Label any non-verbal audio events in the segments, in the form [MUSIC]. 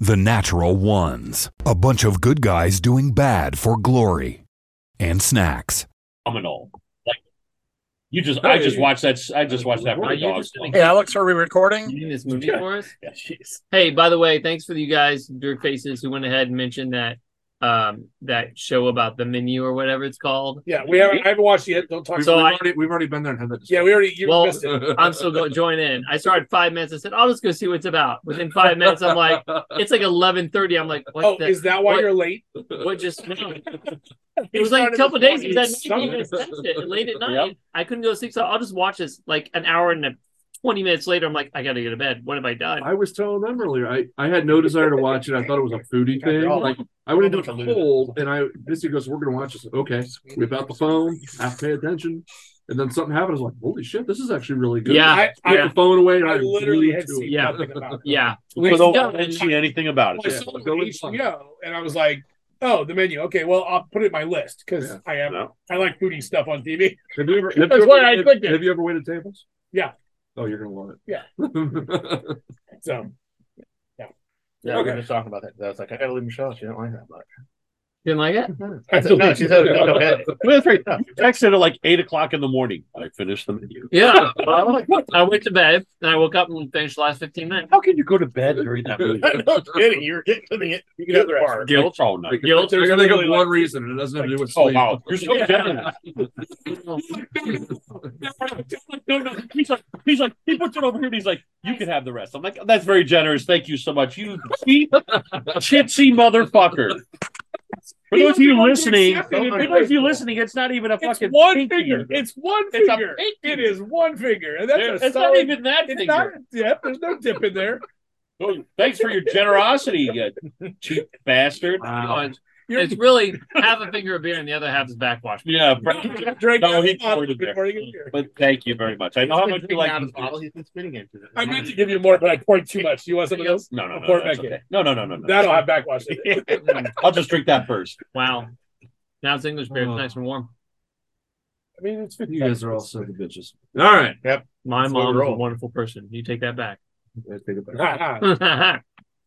the natural ones. A bunch of good guys doing bad for glory. And snacks. phenomenal. Like you just, I just watched that. I just watched that. Are for you dogs. just gonna- Hey, Alex, are we recording? Doing this movie Yeah. for us. Yeah. Hey, by the way, thanks for you guys, dirt faces, who went ahead and mentioned that um that show about the menu or whatever it's called. Yeah, we haven't. I haven't watched it yet. Don't talk. We've, So we've I- already, we've already been there and had that. yeah, we already. You Well, missed it. I'm still going join in. I started five minutes. I said I'll just go see what's about. Within five minutes, I'm [LAUGHS] like, it's like 11:30. I'm like, what? Oh, the, is that why what- you're late? [LAUGHS] what just? no. [LAUGHS] It He was like a started couple this days. It was at night. morning. You guys texted it late at night. Yep. I couldn't go sleep, so I'll just watch this. Like an hour and a, 20 minutes later, I'm like, I gotta go to bed. What have I done? I was telling them earlier. I, I had no desire to watch it. I thought it was a foodie thing. Like I went into a cold, and I Misty goes, "We're gonna watch this." Okay, whip out the phone, have to pay attention, and then something happened. I was like, "Holy shit, this is actually really good." Yeah. I, I I, put the phone away, and I, I literally blew had to it. seen Yeah. nothing about it. yeah, Because Ladies and I gentlemen, didn't see anything about I it. Yeah. saw it Go on and find it. HBO, and I was like, "Oh, the menu. Okay, well, I'll put it in my list because Yeah. I have No. I like foodie stuff on TV." Have you ever? Have That's you why ever, I have, clicked it. have you ever waited tables? Yeah. Oh, you're gonna love it. Yeah. [LAUGHS] [LAUGHS] So Yeah, Okay. we were just talking about that. I was like, I gotta leave Michelle. She didn't like that much. didn't like it. I I said, no, she said it was okay. [LAUGHS] Well, that's right. Texted at like eight o'clock in the morning. I finished the menu. Yeah. Well, I'm like, what? I went to bed and I woke up and finished the last 15 minutes. How can you go to bed during [LAUGHS] that movie? I'm not kidding. You're getting to the you can have the part. Guilt all I night. can Guilt. I can think of There's one literally, reason, and it doesn't have to do with Oh sleep. wow, you're so generous. Oh, [LAUGHS] No, no. He's like, he's like, he puts it over here, and he's like, you can have the rest. I'm like, that's very generous. Thank you so much. You cheap, [LAUGHS] chitsy [LAUGHS] motherfucker. For those of you listening, for those of you listening, it's not even a it's fucking one pinky. figure. It's one It's a figure. pinky. It is one figure, and that's It's a not solid. even that it's figure. not a dip. There's no dip in there. Oh, Thanks for your generosity, you cheap bastard. Wow. You're It's really half a finger of beer and the other half is backwash. Yeah, [LAUGHS] Drake. No, he uh, poured it good there. morning in here. but thank you very much. I know how much you like. these beers. He's been spitting into it. [LAUGHS] I meant to give you more, but I poured too much. You want something else? No, no, no, Pour it that's back in. okay. no, no, no, no, no. That'll have backwash. In [LAUGHS] it. [LAUGHS] I'll just drink that first. Wow. Now it's English beer. It's Oh. nice and warm. I mean, it's You guys are all sons of bitches. All right. [LAUGHS] My mom That's what we is a roll. wonderful person. You take that back. [LAUGHS] I take it back. Ha, ha.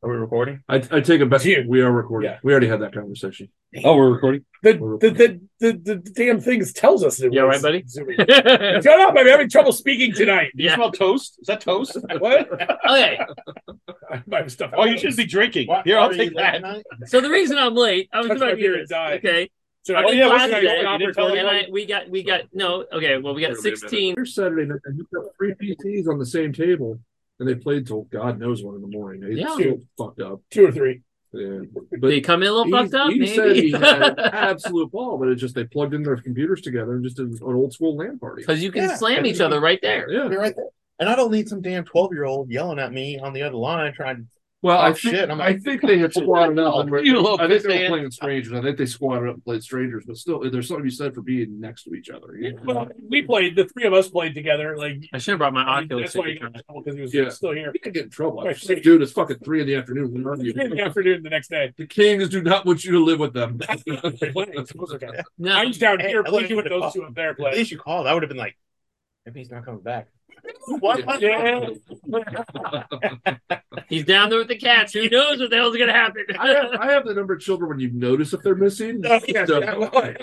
Are Are we recording? I, I take it back. Dude. We are recording. Yeah. We already had that conversation. Oh, we're recording. the, the, the, the, the damn thing tells us. It Yeah, was right, buddy? Zooming. Shut up! I'm having trouble speaking tonight. [LAUGHS] Do you Yeah. smell toast? Is that toast? What? okay. I might have stuff. Oh, you should be drinking. Why- Here, why I'll are take you late that. tonight? So the reason I'm late, I was That's about my to do beer this. died. Okay. So, I Oh, did yeah, what's last that? day, You didn't tell and anyone? I, we got we got no okay. Well, we got Wait a minute. 16. Here's Saturday night, and you got three PTs on the same table, and they played till God knows one in the morning. They Yeah. still fucked up. two or three. Yeah. Did But he come in a little fucked up? he said he [LAUGHS] Maybe. had an absolute ball, but it just they plugged in their computers together and just did an old school LAN party. Because you can Yeah. slam each other right there. Yeah. Be right there. And I don't need some damn twelve year old yelling at me on the other line trying to Well, Oh, I think, shit, I'm- I think they had squatted up. And were, You little I think they were pissant. playing strangers. I think they squatted up and played strangers, but still, there's something to be said for being next to each other. you know? Well, we played. The three of us played together. Like I should have brought my Oculus. that's why you if you got in tried. trouble because he was Yeah. still [LAUGHS] here. You could get in trouble. Right. This Dude, it's fucking three in the afternoon. We love you. In [LAUGHS] the afternoon the next [LAUGHS] day. The Kings do not want you to live with them. [LAUGHS] [LAUGHS] No. I'm down Hey, here at least playing with you would've those two up there [LAUGHS] at playing. least you called. I would have been like, if he's not coming [LAUGHS] back. Yeah. He's down there with the cats. Who knows what the hell's gonna happen? I have, I have the number of children when you notice if they're missing. Oh, yes, So- yeah, well,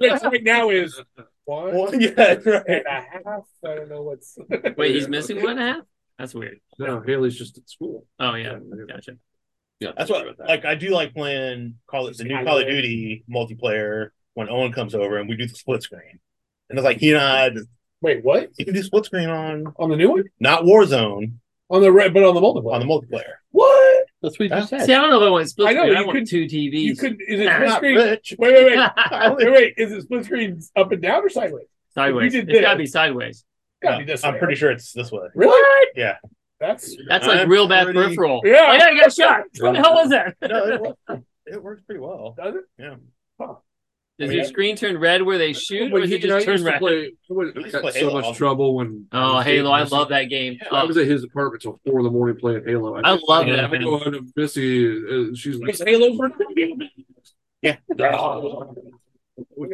Which right now is [LAUGHS] one Well, yeah, [LAUGHS] that's right. and a half. I don't know [LAUGHS] what's. [LAUGHS] Wait, he's missing one and a half? That's weird. [LAUGHS] No, Haley's just at school. Oh yeah. Gotcha. That's what like I do like playing Call of the new Call of Duty multiplayer when Owen comes over and we do the split screen. And it's like he and I just- Wait, what? you can do split screen on On the new one? not Warzone On the red, but on the multiple. on the multiplayer. what? That's what you just See, I don't know if I want split I know, screen. I you want could- two TVs. You [LAUGHS] could. Is it I'm split not screen? rich. Wait, wait, [LAUGHS] wait. Wait, wait, is it split screen up and down or sideways? sideways. You did It's gotta this. be sideways. Gotta be this I'm way, pretty right? sure it's this way. [LAUGHS] Really? Yeah. That's That's like I'm real bad pretty- peripheral. Yeah. Oh, yeah, I got shot. What the hell was that? No, [LAUGHS] it works, it works pretty well. does it? Yeah. Does Yeah. your screen turn red where they shoot, or When does he it and I just turn used to red? play- I went- I used to got play so Halo much often. trouble when. Oh, when Dave Halo! I Missy- love that game. I Oh, was at his apartment till four in the morning playing Halo. I love yeah, that. I go Man. into Missy. Uh, she's like, Halo for "Oh,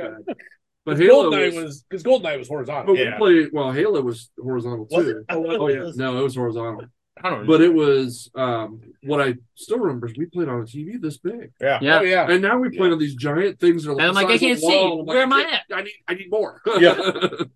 [LAUGHS] but Halo Goldeneye was. was because Goldeneye was [LAUGHS] But horizontal. we Yeah. play well. Halo was horizontal Was too. it? I thought it Oh yeah, was- no, it was horizontal. I don't know. But it was um, what I still remember is we played on a TV this big, Yeah. yeah. Oh, yeah. and now we play on these giant things. That are And I'm like, the I size of a can't wall. see. I'm Where am I "Shit, at? I need, I need more. Yeah.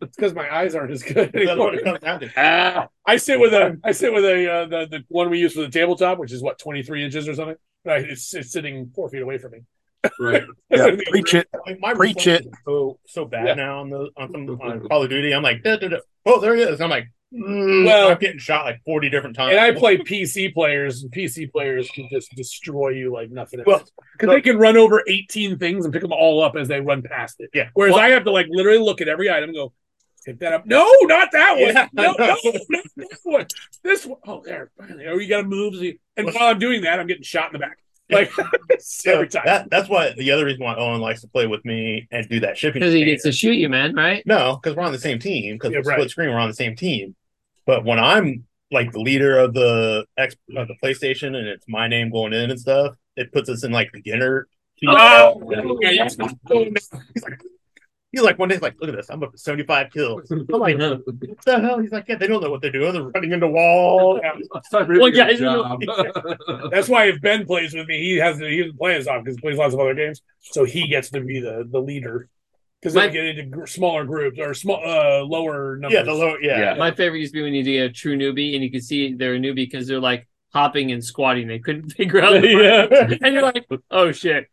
It's because my eyes aren't as good That's anymore. what [LAUGHS] it comes down to. Ah, I sit with a I sit with a uh, the, the one we use for the tabletop, which is what twenty three inches or something. Right, it's it's sitting four feet away from me. [LAUGHS] [LAUGHS] [LAUGHS] right. Yeah, preach it. Like, my Preach reflex is So so bad Yeah. now on the on, some, on Call of Duty. I'm like, duh, duh, duh. oh, there he is. I'm like, mm, Well- I'm getting shot like 40 different times. And I play PC players, and PC players can just destroy you like nothing else. Well, Because they can run over eighteen things and pick them all up as they run past it. Yeah. Whereas Well- I have to like literally look at every item and go, take that up. No, not that one. Yeah. No, [LAUGHS] no, not this one. This one. Oh, there. Finally. Oh, you got to move. So you- And Well- while I'm doing that, I'm getting shot in the [LAUGHS] back. Like every time. That, that's why the other reason why Owen likes to play with me and do that shipping. Because he container. gets to shoot you, man, right? No, because we're on the same team. Because Yeah, split right. screen, we're on the same team. But when I'm like the leader of the X of the PlayStation, and it's my name going in and stuff, it puts us in like beginner. Oh, Yeah. yeah, yeah. He's like one day, he's like, look at this, I'm up to 75 kills. I'm like, what [LAUGHS] the hell? He's like, yeah, they don't know what they're doing. They're running [LAUGHS] into walls. Sorry, Well, good guys, you know- job. That's why if Ben plays with me, he has to, he doesn't play as often because he plays lots of other games, so he gets to be the the leader because they My- get into gr- smaller groups or small uh, lower numbers. Yeah, the low, yeah. My favorite used to be when you do a true newbie and you could see they're a newbie because they're like hopping and squatting. They couldn't [LAUGHS] figure out. The [LAUGHS] yeah. And you're like, oh shit.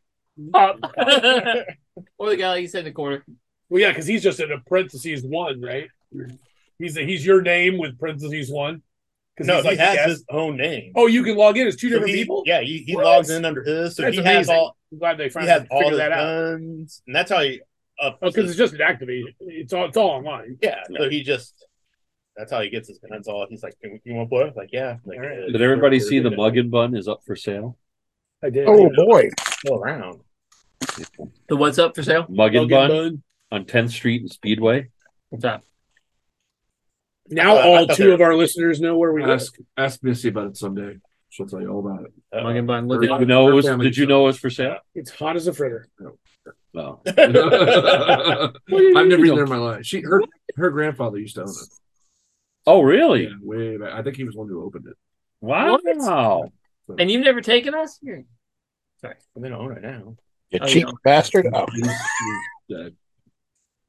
Hop. or the guy like you said in the corner. well, yeah, because he's just in a parentheses one, right? He's a, he's your name with parentheses one. Because No, he's he like, has yes. his own name. oh, you can log in as two So different he- people. Yeah, he, he What? logs in under his, so That's he has amazing. all I'm glad they he finally has all figured the that out. guns, and that's how he. Up Oh, because it's just an activate. It's all it's all online. Yeah, so he just that's how he gets his guns all. He's like, "You- "You want to play?" I'm Like, yeah. Like, All right. uh, Did everybody we're- see the we're muggin bun is up for sale? I did. Oh boy. gonna go Oh. around. The what's up for sale? Muggin, Muggin bun, Bun. on 10th Street and Speedway. What's up? Now I thought- I all [LAUGHS] thought two they- of our listeners know where we live. [LAUGHS] ask ask Missy about it someday. She'll tell you all about [LAUGHS] it. Uh-oh. Muggin bun. Look Did at you know it was? Family Did you know it was for sale? It's hot as a fritter. No. I've never eaten there in my life. She her her grandfather used to own it. Oh, really? Yeah, way back. I think he was the one who opened it. Wow. And you've never taken us? You're- They don't own it now. You Oh, cheap yeah. bastard. Oh. He's- he's dead.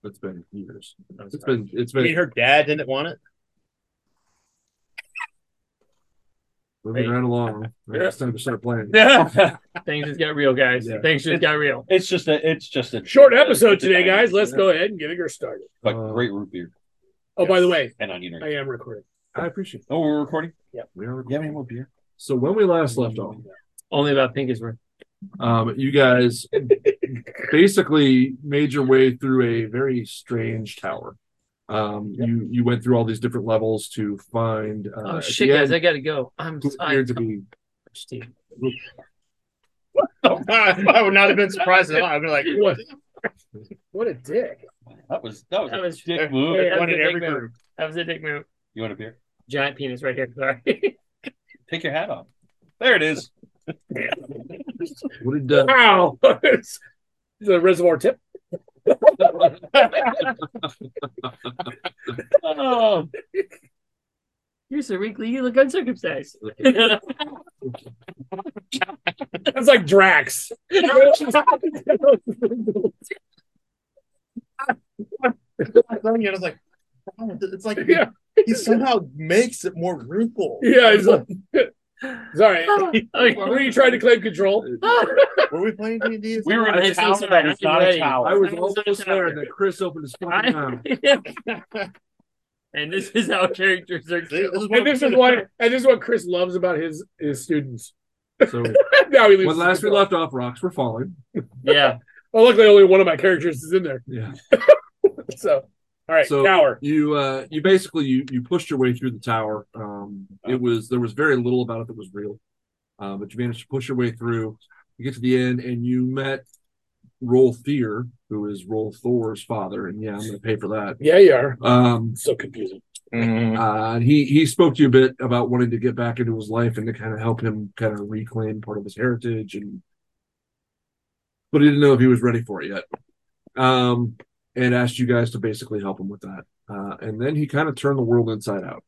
It's been years. It's been it's I mean, been her dad didn't want it. moving right along. Right, It's time to start playing. Yeah. Things just got real, guys. Yeah. Things just got real. it's just a. It's just a Short episode today, guys. Let's go ahead and get it started. But great root beer Oh, by the way, and onion rings. I am recording. I appreciate it. Oh, we're recording. We are You have any more beer? so when we last left off, Only about pink is worth. um, you guys basically made your way through a very strange tower. Um, you you went through all these different levels to find. Uh, Oh at shit, the guys, end, I gotta go. I'm who tired. appeared to be Steve. I would not have been surprised at all. I'd be like, What? What a dick. That was that was That a was- dick move. Yeah. one in That's a every big group. That was a dick move. You want a beer? Giant penis right here. Sorry. Take your hat off. There it is. what did uh, Wow. [LAUGHS] the reservoir tip. Oh, You're so wrinkly, you look [LAUGHS] uncircumcised. Oh, That's like Drax. [LAUGHS] I was like, "Wow, it's like [LAUGHS] Yeah. he somehow makes it more wrinkled. yeah, he's like, sorry. Oh, Okay. Were you trying to claim control? Were we playing D and D? we were in a I'm so tower sorry. that was I'm not a ready. I tower. was I'm almost so there, sorry. and then Chris opened his fucking mouth. [LAUGHS] and this is how characters are This killed. is And what this is what and this is what Chris loves about his his students. [LAUGHS] [LAUGHS] So now he loses. when last we control. left off, rocks were falling. Yeah. Well, luckily only one of my characters is in there. Yeah. So all right, So- tower. You uh, you basically you you pushed your way through the tower. Um, it was there was very little about it that was real, uh, but you managed to push your way through. You get to the end, and you met Roll Fear, who is Roll Thor's father. And yeah, I'm going to pay for that. Yeah, you are. [LAUGHS] Um, So confusing. uh, he he spoke to you a bit about wanting to get back into his life and to kind of help him kind of reclaim part of his heritage, and but he didn't know if he was ready for it yet. Um, and asked you guys to basically help him with that. Uh, and then he kind of turned the world inside out.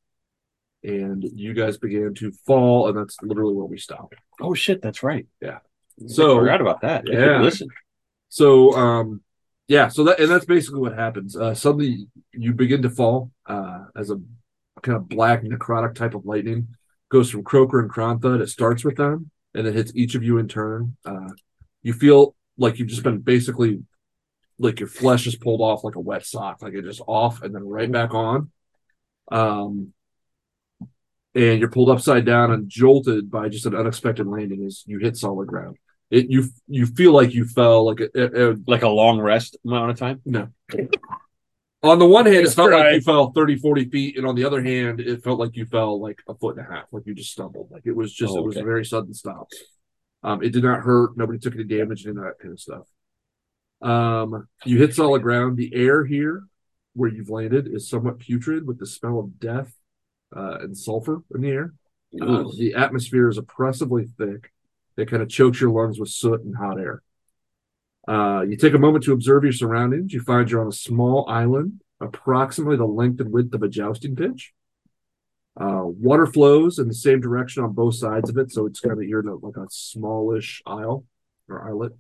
and you guys began to fall, and that's literally where we stopped. Oh shit, that's right. So I forgot about that. I Yeah. yeah. Listen. So, um, yeah, so that and that's basically what happens. Uh, suddenly, you begin to fall uh, as a kind of black necrotic type of lightning goes from Croaker and Krantha. and It starts with them, and it hits each of you in turn. Uh, you feel like you've just been basically like your flesh is pulled off like a wet sock, like it just off and then right back on. Um, and you're pulled upside down and jolted by just an unexpected landing as you hit solid ground. It you you feel like you fell like it, it, it Like a long rest amount of time. no. on the one hand, it It's felt like dry. you fell 30, 40 feet, and on the other hand, it felt like you fell like a foot and a half, like you just stumbled. Like it was just Oh, it was a okay. very sudden stop. Um, it did not hurt. Nobody took any damage, any of that kind of stuff. Um, you hit solid ground. The air here, where you've landed, is somewhat putrid with the smell of death uh, and sulfur in the air. Uh, Ooh. the atmosphere is oppressively thick. It kind of chokes your lungs with soot and hot air. Uh, you take a moment to observe your surroundings. You find you're on a small island, approximately the length and width of a jousting pitch. Uh, water flows in the same direction on both sides of it, so it's kind of you're in a, like a smallish isle or islet.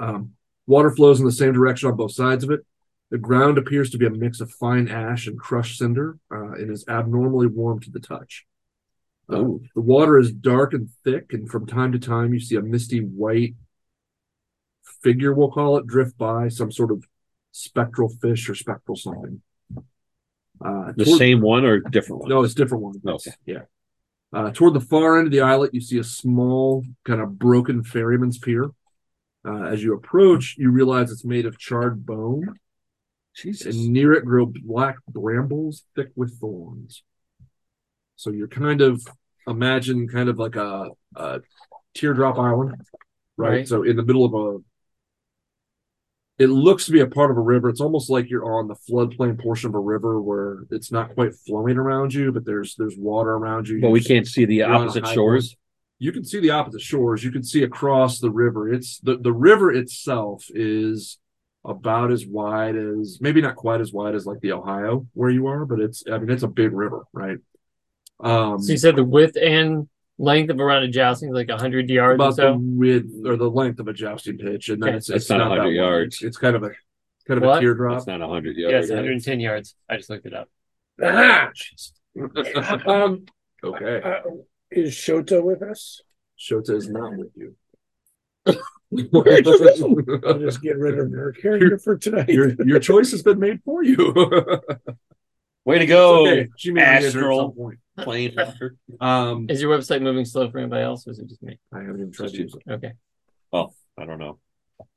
Um, water flows in the same direction on both sides of it. The ground appears to be a mix of fine ash and crushed cinder, uh, and is abnormally warm to the touch. Uh, the water is dark and thick, and from time to time you see a misty white figure, we'll call it, drift by, some sort of spectral fish or spectral something. Uh, The toward- same one or different one? no, it's a different one. Okay. Yeah. Uh, toward the far end of the islet, you see a small, kind of broken ferryman's pier. Uh, as you approach, you realize it's made of charred bone, Jesus. and near it grow black brambles thick with thorns. So you're kind of imagine kind of like a, a teardrop island, right? Right. So in the middle of a, it looks to be a part of a river. It's almost like you're on the floodplain portion of a river where it's not quite flowing around you, but there's there's water around you. But You we just- can't see the You're on a opposite high shores. you can see the opposite shores. You can see across the river. It's the, the river itself is about as wide as maybe not quite as wide as like the Ohio where you are, but it's I mean it's a big river, right? Um So you said the width and length of around a jousting is like 100 yards or about the so? width or the length of a jousting pitch, and then Okay. it's That's it's not not, that 100 wide. yards. It's kind of a kind of a What? teardrop. That's not a hundred Yeah, yards. it's 110 yards. I just looked it up. Ah, um, [LAUGHS] okay, uh, is Shota with us? Shota is not with you. [LAUGHS] We'll just get rid of her character for tonight. your your choice has been made for you. [LAUGHS] Way to go, okay. She may reenter at some Astral. point. plane hunter. Um, Is your website moving slow for anybody else or is it just me? I haven't even tried to use it. Okay. I don't know.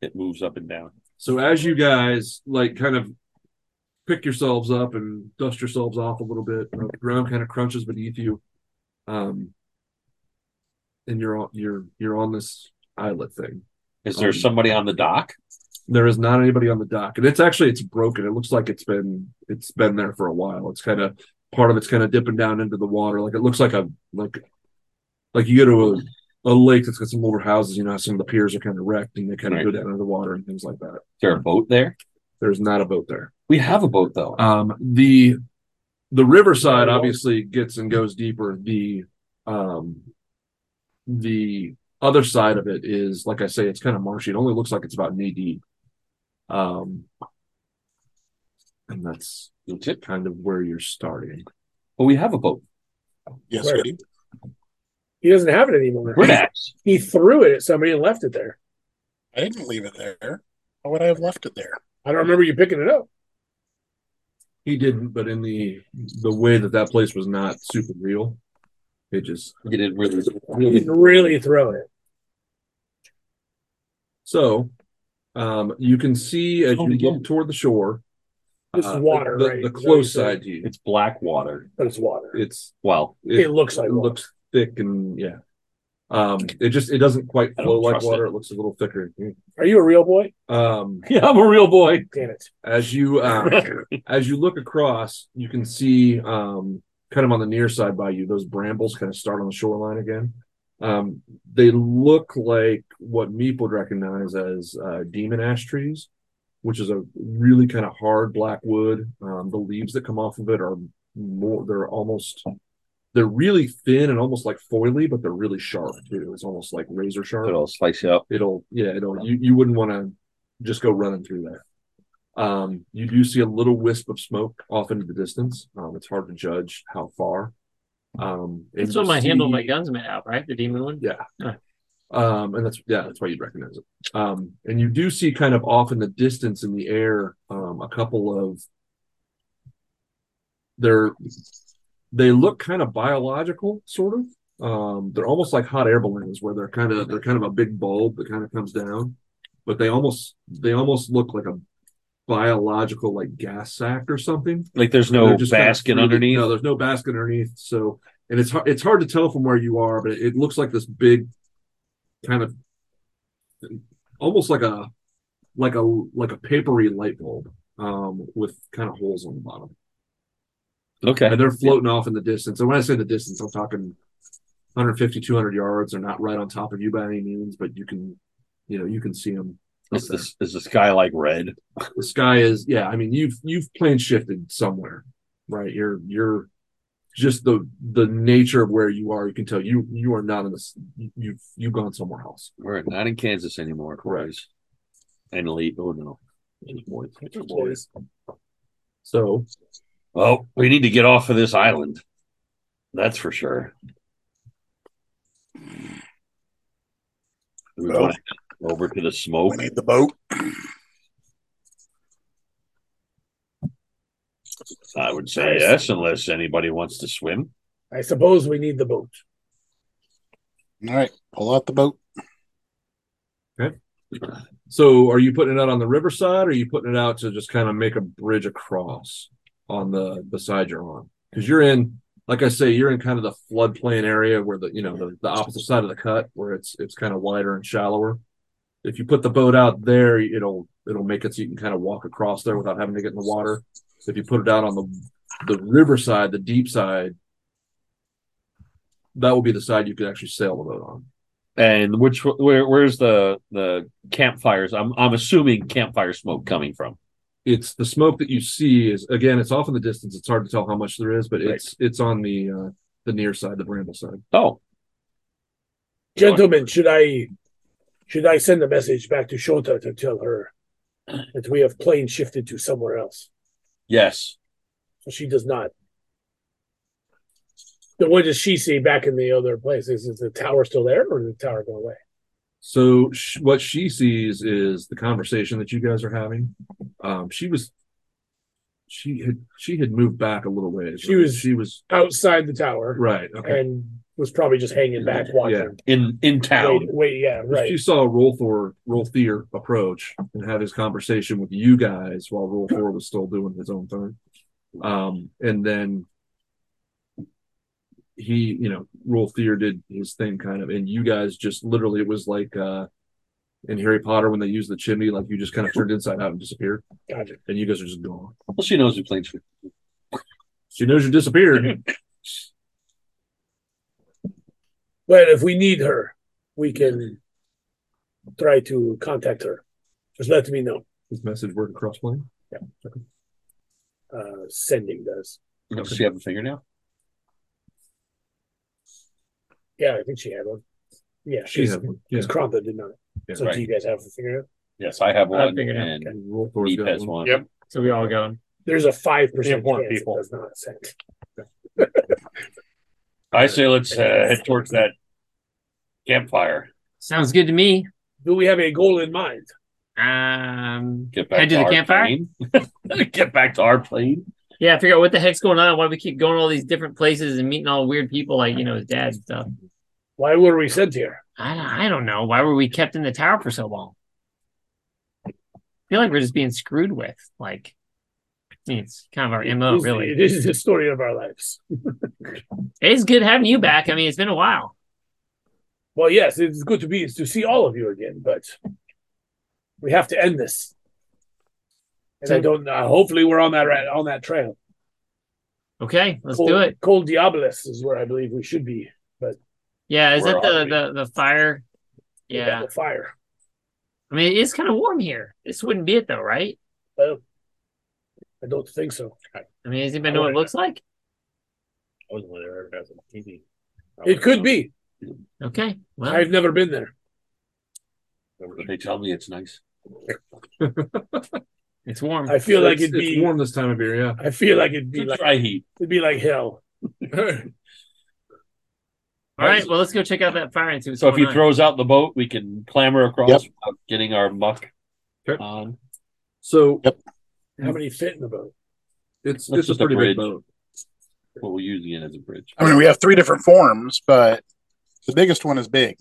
It moves up and down. So as you guys like kind of pick yourselves up and dust yourselves off a little bit, uh, the ground kind of crunches beneath you, um, and you're on you're you're on this islet thing. Is there Um, somebody on the dock? There is not anybody on the dock, and it's actually it's broken. It looks like it's been it's been there for a while. It's kind of part of it's kind of dipping down into the water, like it looks like a like like you go to a, a lake that's got some older houses. You know, how some of the piers are kind of wrecked, and they kind of Right. go down into the water and things like that. Is there a boat there? There's not a boat there. We have a boat though. Um, the the riverside obviously gets and goes deeper. The um, the other side of it is, like I say, it's kind of marshy. It only looks like it's about knee deep. Um, and that's That's it. kind of where you're starting. But we have a boat. Yes, Where? we do. He doesn't have it anymore. We're back. He threw it at somebody and left it there. I didn't leave it there. How would I have left it there? I don't remember you picking it up. He didn't, but in the the way that that place was not super real, it just You didn't really. You didn't really throw it. so. Um, you can see as you look toward the shore. Oh, uh, This Uh, is water, the, right? the Is that what close you said? side to you. It's black water. But it's water. It, It's Well, looks like it water. looks thick and yeah. Um, it just it doesn't quite I don't flow like trust water. It. looks a little thicker. Are you a real boy? Um, yeah, I'm a real boy. Damn it. as you uh, as you look across, you can see um, kind of on the near side by you those brambles kind of start on the shoreline again. Um, they look like what Meep would recognize as uh, demon ash trees, which is a really kind of hard black wood. Um, the leaves that come off of it are more. They're almost they're really thin and almost like foily, but they're really sharp too. It's almost like razor sharp. It'll slice you up. It'll yeah, it'll you, you wouldn't want to just go running through there. Um, you do see a little wisp of smoke off into the distance. Um, it's hard to judge how far. Um, and That's you what my handle see- my guns made out, right? The demon one. yeah. Huh. Um, and that's yeah, that's why you'd recognize it. Um, and you do see kind of off in the distance in the air, um, a couple of they're they look kind of biological, sort of. Um, they're almost like hot air balloons where they're kind of they're kind of a big bulb that kind of comes down, but they almost they almost look like a biological like gas sack or something. Like there's They're no just kinda basket fruity- underneath. No, there's no basket underneath. So, and it's hard, it's hard to tell from where you are, but it, it looks like this big, kind of, almost like a, like a like a papery light bulb, um, with kind of holes on the bottom, Okay. and they're floating off in the distance. And when I say the distance, I'm talking 150, 200 yards. They're not right on top of you by any means, but you can, you know, you can see them. Is this is the sky like red? the sky is yeah i mean you've you've plane shifted somewhere right you're you're just the the nature of where you are you can tell you you are not in this you've you've gone somewhere else We're not in Kansas anymore, boys. And elite. Oh no. so Well, we need to get off of this island. That's for sure. We Well- want to head over to the smoke. We need the boat. I would say yes, unless anybody wants to swim. I suppose we need the boat. All right, pull out the boat. so are you putting it out on the riverside or are you putting it out to just kind of make a bridge across on the the side you're on because you're in like i say you're in kind of the floodplain area where the you know the, the opposite side of the cut where it's it's kind of wider and shallower if you put the boat out there it'll it'll make it so you can kind of walk across there without having to get in the water if you put it out on the the riverside the deep side that will be the side you could actually sail the boat on And which where where's the the campfires? I'm I'm assuming campfire smoke coming from. it's the smoke that you see is again it's off in the distance it's hard to tell how much there is but it's it's on the uh the near side the bramble side Oh, Gentlemen, should I should I send a message back to Shota to tell her that we have plane shifted to somewhere else? yes. So she does not. Then what does she see back in the other place? Is, is the tower still there or did the tower go away? so sh- what she sees is the conversation that you guys are having um she was she had she had moved back a little ways She right? was- she was Outside the tower right okay and was probably just hanging back watching. In in Wait, town. wait, yeah, right. she saw Rolthor Rolthier approach and have his conversation with you guys while Rolthor was still doing his own thing. Um, and then he, you know, Rolthier did his thing kind of, and you guys just literally it was like uh in Harry Potter when they use the chimney, like you just kind of turned inside out and disappeared, Gotcha. and you guys are just gone. Well, she knows who plays. with- She knows you Mm-hmm. disappeared. Well, if we need her, we can try to contact her. Just let me know. His message worked across plane. Uh, sending does. Does she have a fingernail? Yeah, I think she had one. Yeah, She she's had one. Yeah. because Kronta did not. Yeah, so do right. you guys have a finger? Yes, I have I one. figured it out. and Rolthor's Deep got has one. one. Yep. So we all going. There's a five percent Important chance people. it does not send. I say let's uh, head towards that campfire. Sounds good to me. Do we have a goal in mind? Um, Get back head to the our campfire. plane. [LAUGHS] Get back to our plane. Yeah, figure out what the heck's going on. Why we keep going to all these different places and meeting all weird people, like you know his dad and stuff. Why were we sent here? I don't, I don't know. Why were we kept in the tower for so long? I feel like we're just being screwed with. Like, I mean, it's kind of our It mo, is- Oh, really. It is the story of our lives. It's good having you back. I mean, it's been a while. Well, yes, it's good to be to see all of you again, but we have to end this. And I don't. Uh, hopefully, we're on that ra- on that trail. Okay, let's Col- do it. Col Diabolus is where I believe we should be. Yeah, is Where that are the, we? the the fire? Yeah, The fire. I mean, it's kind of warm here. This wouldn't be it though, right? Well, I don't think so. I mean, does anybody know what it looks like? I was only there ever as a TV. It could be. Okay. Well, I've never been there. They tell me it's nice. it's warm. I feel like It's- it'd it's be. warm this time of year. Yeah. I feel like it'd be like Dry heat. it'd be like [LAUGHS] hell. All right. Well, let's go check out that fire and see what's So if going he on. throws out the boat, we can clamber across without getting our muck Okay. on. So How many fit in the boat? it's That's it's a just a pretty bridge. big boat. Well, we're using it as a bridge. I mean, we have three different forms, but the biggest one is big.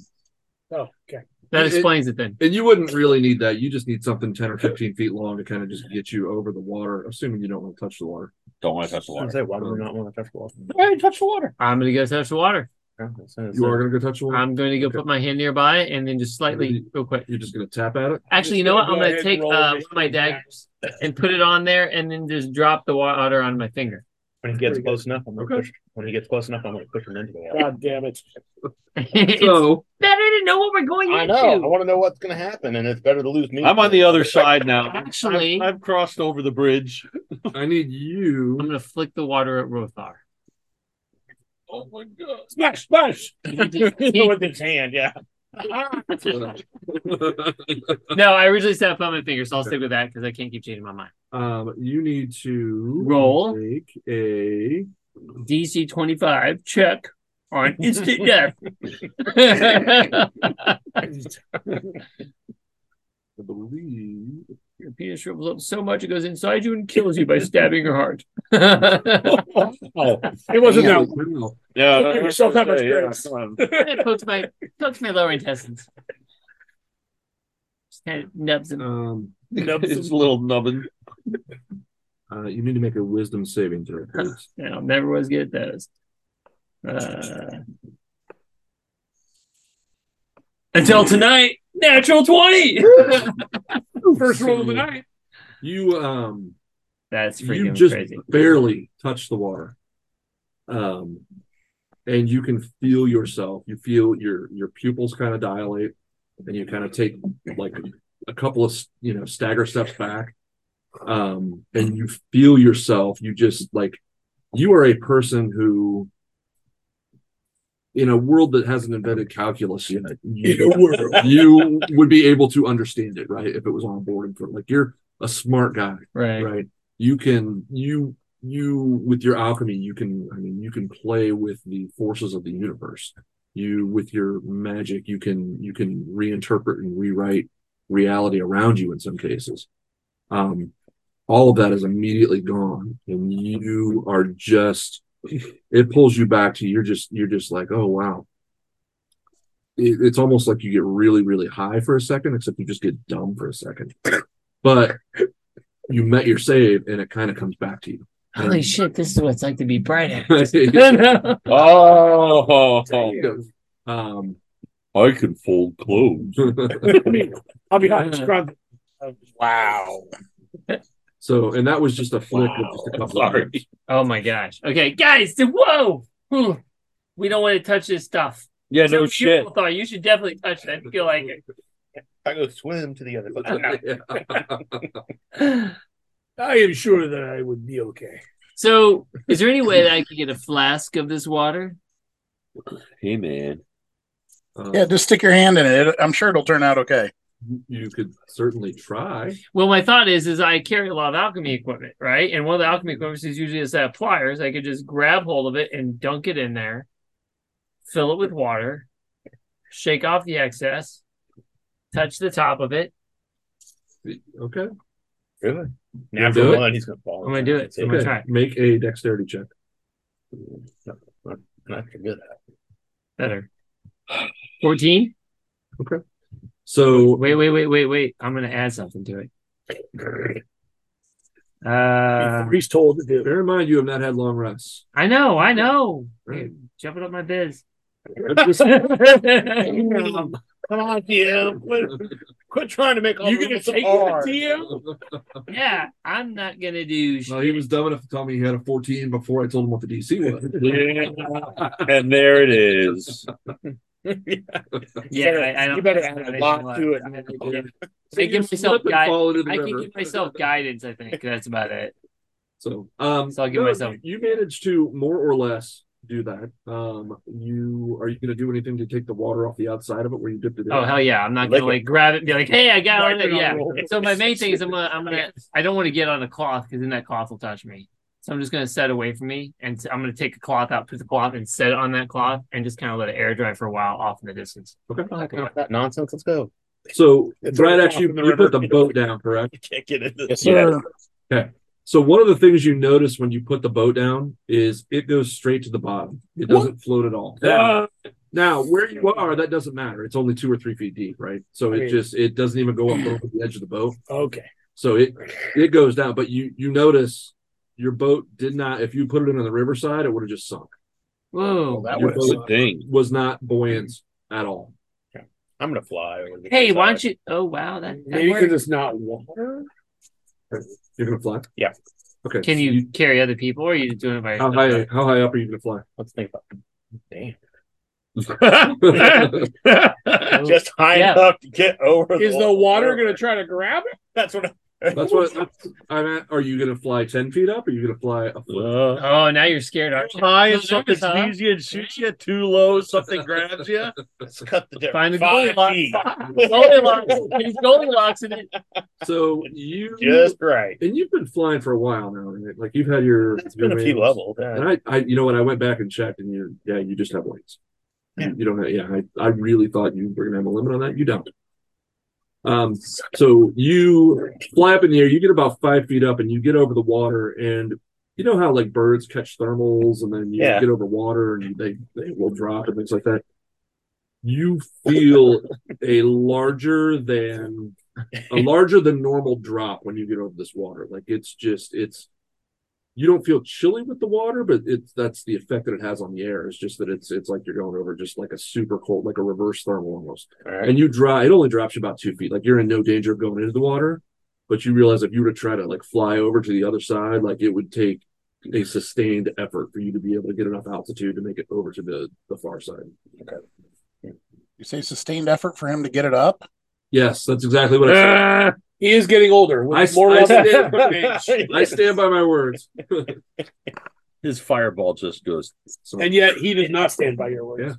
Oh, okay. that it- explains it then. And you wouldn't really need that. You just need something ten or fifteen feet long to kind of just get you over the water, assuming you don't want to touch the water. Don't want to touch the I was water. like, why do we not want to touch the water? touch the water. I'm gonna go touch the water. Yeah, that's- that's- You are gonna go touch the water. I'm going to go put my hand nearby and then just slightly, Maybe- real quick. You're just gonna tap at [LAUGHS] it. Actually, you know what? Go I'm going ahead, to take uh, roll one me. of my daggers and put it on there, and then just drop the water on my finger. [LAUGHS] When he gets close enough, I'm gonna Okay. push. When he gets close enough, I'm gonna push him into the water. God damn it! it's So better to know what we're going I into. know. I want to know what's gonna happen, and it's better to lose me. I'm on the other side now. Actually- I've, I've crossed over the bridge. I need you. I'm going to flick the water at Rothar. Oh my god. Smash, smash! with his hand. Yeah, no, I originally said I put on my finger, so I'll stick with that because I can't keep changing my mind. Um, you need to Roll. Make a DC 25 check on instant death. I believe. Your penis shrivels up so much it goes inside you and kills you by stabbing your heart. [LAUGHS] it It wasn't Holy that. cow. [LAUGHS] Yeah, Give yourself that much grace. [LAUGHS] pokes my pokes my lower intestines. Just kind of nubs and Um, it's a little nubbin. uh, you need to make a wisdom saving throw, please. you know, never was good at those. Uh, until tonight, natural [LAUGHS] twenty. First roll of the night. You um, That's you freaking just crazy. barely touch the water, um, and you can feel yourself. You feel your your pupils kind of dilate, and you kind of take like a couple of you know stagger steps back, um, and you feel yourself. You just like you are a person who. In a world that hasn't invented calculus yet, you, you would be able to understand it, right? If it was on board in front, like you're a smart guy, Right. right you can you you with your alchemy you can i mean you can play with the forces of the universe you with your magic you can you can reinterpret and rewrite reality around you in some cases um all of that is immediately gone and you are just it pulls you back to you're just you're just like oh wow it, it's almost like you get really really high for a second except you just get dumb for a second but you met your save and it kind of comes back to you Holy shit! This is what it's like to be bright. at. [LAUGHS] Oh, um [LAUGHS] I can fold clothes. I mean, I'll be honest. Grunt. Wow. so and that was just a flick with just a Wow, couple sorry. [LAUGHS] of minutes. Oh my gosh. Okay, guys. Whoa. Whew. We don't want to touch this stuff. Yeah, So no you, shit. Lothar, you should definitely touch that. I feel like it. I go swim to the other side. [LAUGHS] [LAUGHS] I am sure that I would be okay. So, is there any way that I could get a flask of this water? Hey, man. Um, Yeah, just stick your hand in it. I'm sure it'll turn out okay. you could certainly try Well, my thought is, is I carry a lot of alchemy equipment, right? And one of the alchemy equipment is usually a set of pliers. I could just grab hold of it and dunk it in there, fill it with water, shake off the excess, touch the top of it. okay Really? do Natural it? one, he's gonna fall. I'm gonna do it. I'm gonna okay try. make a dexterity check Not too good. Better. Fourteen. so Wait, wait, wait, wait, wait. I'm gonna add something to it. Uh, He's told to do. bear in mind you have not had long rests I know, I know. Right. Jumping up my biz. [LAUGHS] Just- Um, Come on, DM. Quit, quit trying to make all You the gonna rules take so the hard. deal? yeah, I'm not gonna do [LAUGHS] well, shit. he was dumb enough to tell me he had a 14 before I told him what the DC [LAUGHS] was. And there it is. Yeah, I, I don't. you better I don't add a know lot what. to it. So I you give myself slip and guy- fall into the I can river. give myself guidance. I think that's about it. So, um, So I'll give myself- You, you managed to more or less do that, um, you are you going to do anything to take the water off the outside of it where you dipped it in? Oh hell yeah! I'm not Lick gonna like grab it and be like, "Hey, I got Wipe on it it." on Yeah. roll. So my main thing is I'm gonna [LAUGHS] I'm gonna I don't want to get on a cloth because then that cloth will touch me. So I'm just gonna set away from me and i am I'm gonna take a cloth out, put the cloth and set it on that cloth and just kind of let it air dry for a while off in the distance. Enough of that nonsense. Let's go. So It's Brad, all actually, off in the you put river. the boat down, correct? You can't get into Yes, this. sir. So one of the things you notice when you put the boat down is it goes straight to the bottom. It doesn't float at all. Uh, Now, now, where you are, that doesn't matter. It's only two or three feet deep, right? So I it mean- just it doesn't even go up over the edge of the boat. Okay. So it it goes down, but you you notice your boat did not. If you put it in on the riverside, it would have just sunk. Whoa. that Your would boat Dang. was not buoyant at all. I'm gonna fly. over the Hey, why don't side. you? Oh wow, that, that Maybe because worked. it's not water. You're gonna fly. Yeah. Okay. Can you carry other people, or are you just doing it by How yourself? high? How high up are you gonna fly? [LAUGHS] Let's think about. Damn. Oh, Just high Yeah. enough to get over. Is the water going to try to grab it? That's what. I, That's what that's, I'm at. Are you gonna fly ten feet up? Or are you gonna fly a foot? Uh, oh, now you're scared, aren't you? high You're and something nervous, huh? sneezes you and shoots you. Too low, something grabs you. Let's cut the Find the difference. Five feet. Goldilocks. [LAUGHS] [LAUGHS] Goldilocks. [LAUGHS] He's Goldilocks in it. So you Just right. and you've been flying for a while now, right? Like you've had your. That's your been a few wings. levels. And Yeah. I, I, you know what? I went back and checked, and you, yeah, you just have wings. You- You don't have, yeah. I, I really thought you were gonna have a limit on that. You don't. Um. So you fly up in the air. You get about five feet up, and you get over the water. And you know how like birds catch thermals, and then you Yeah. get over water, and they they will drop and things like that. You feel a larger than a larger than normal drop when you get over this water. Like it's just it's you don't feel chilly with the water, but it's that's the effect that it has on the air. It's just that it's it's like you're going over just like a super cold, like a reverse thermal almost. All right. And you dry it only drops you about two feet. Like you're in no danger of going into the water, but you realize if you were to try to like fly over to the other side, like it would take a sustained effort for you to be able to get enough altitude to make it over to the the far side. You say sustained effort for him to get it up? Yes, that's exactly what [LAUGHS] I said. Ah. He is getting older. With I, more I levels. [LAUGHS] stand, I stand by my words. [LAUGHS] His fireball just goes. So, and yet he does not stand by your words.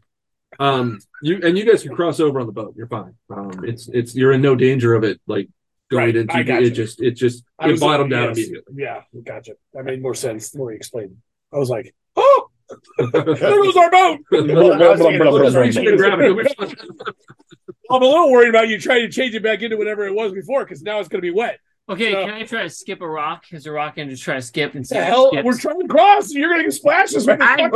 Yeah. um, you and you guys can cross over on the boat. You're fine. Um, it's it's you're in no danger of it like going Right, into I the, gotcha. it. Just it just I it was bottomed like, out yes. immediately. Yeah, gotcha. That made more sense the more you explained. it. I was like, oh, [LAUGHS] there goes our boat. I'm a little worried about you trying to change it back into whatever it was before because now it's going to be wet. Okay, So- can I try to skip a rock? Is a rock and just try to skip and see? The if it hell, skips? we're trying to cross. and You're going to get splashes. Right. I- I,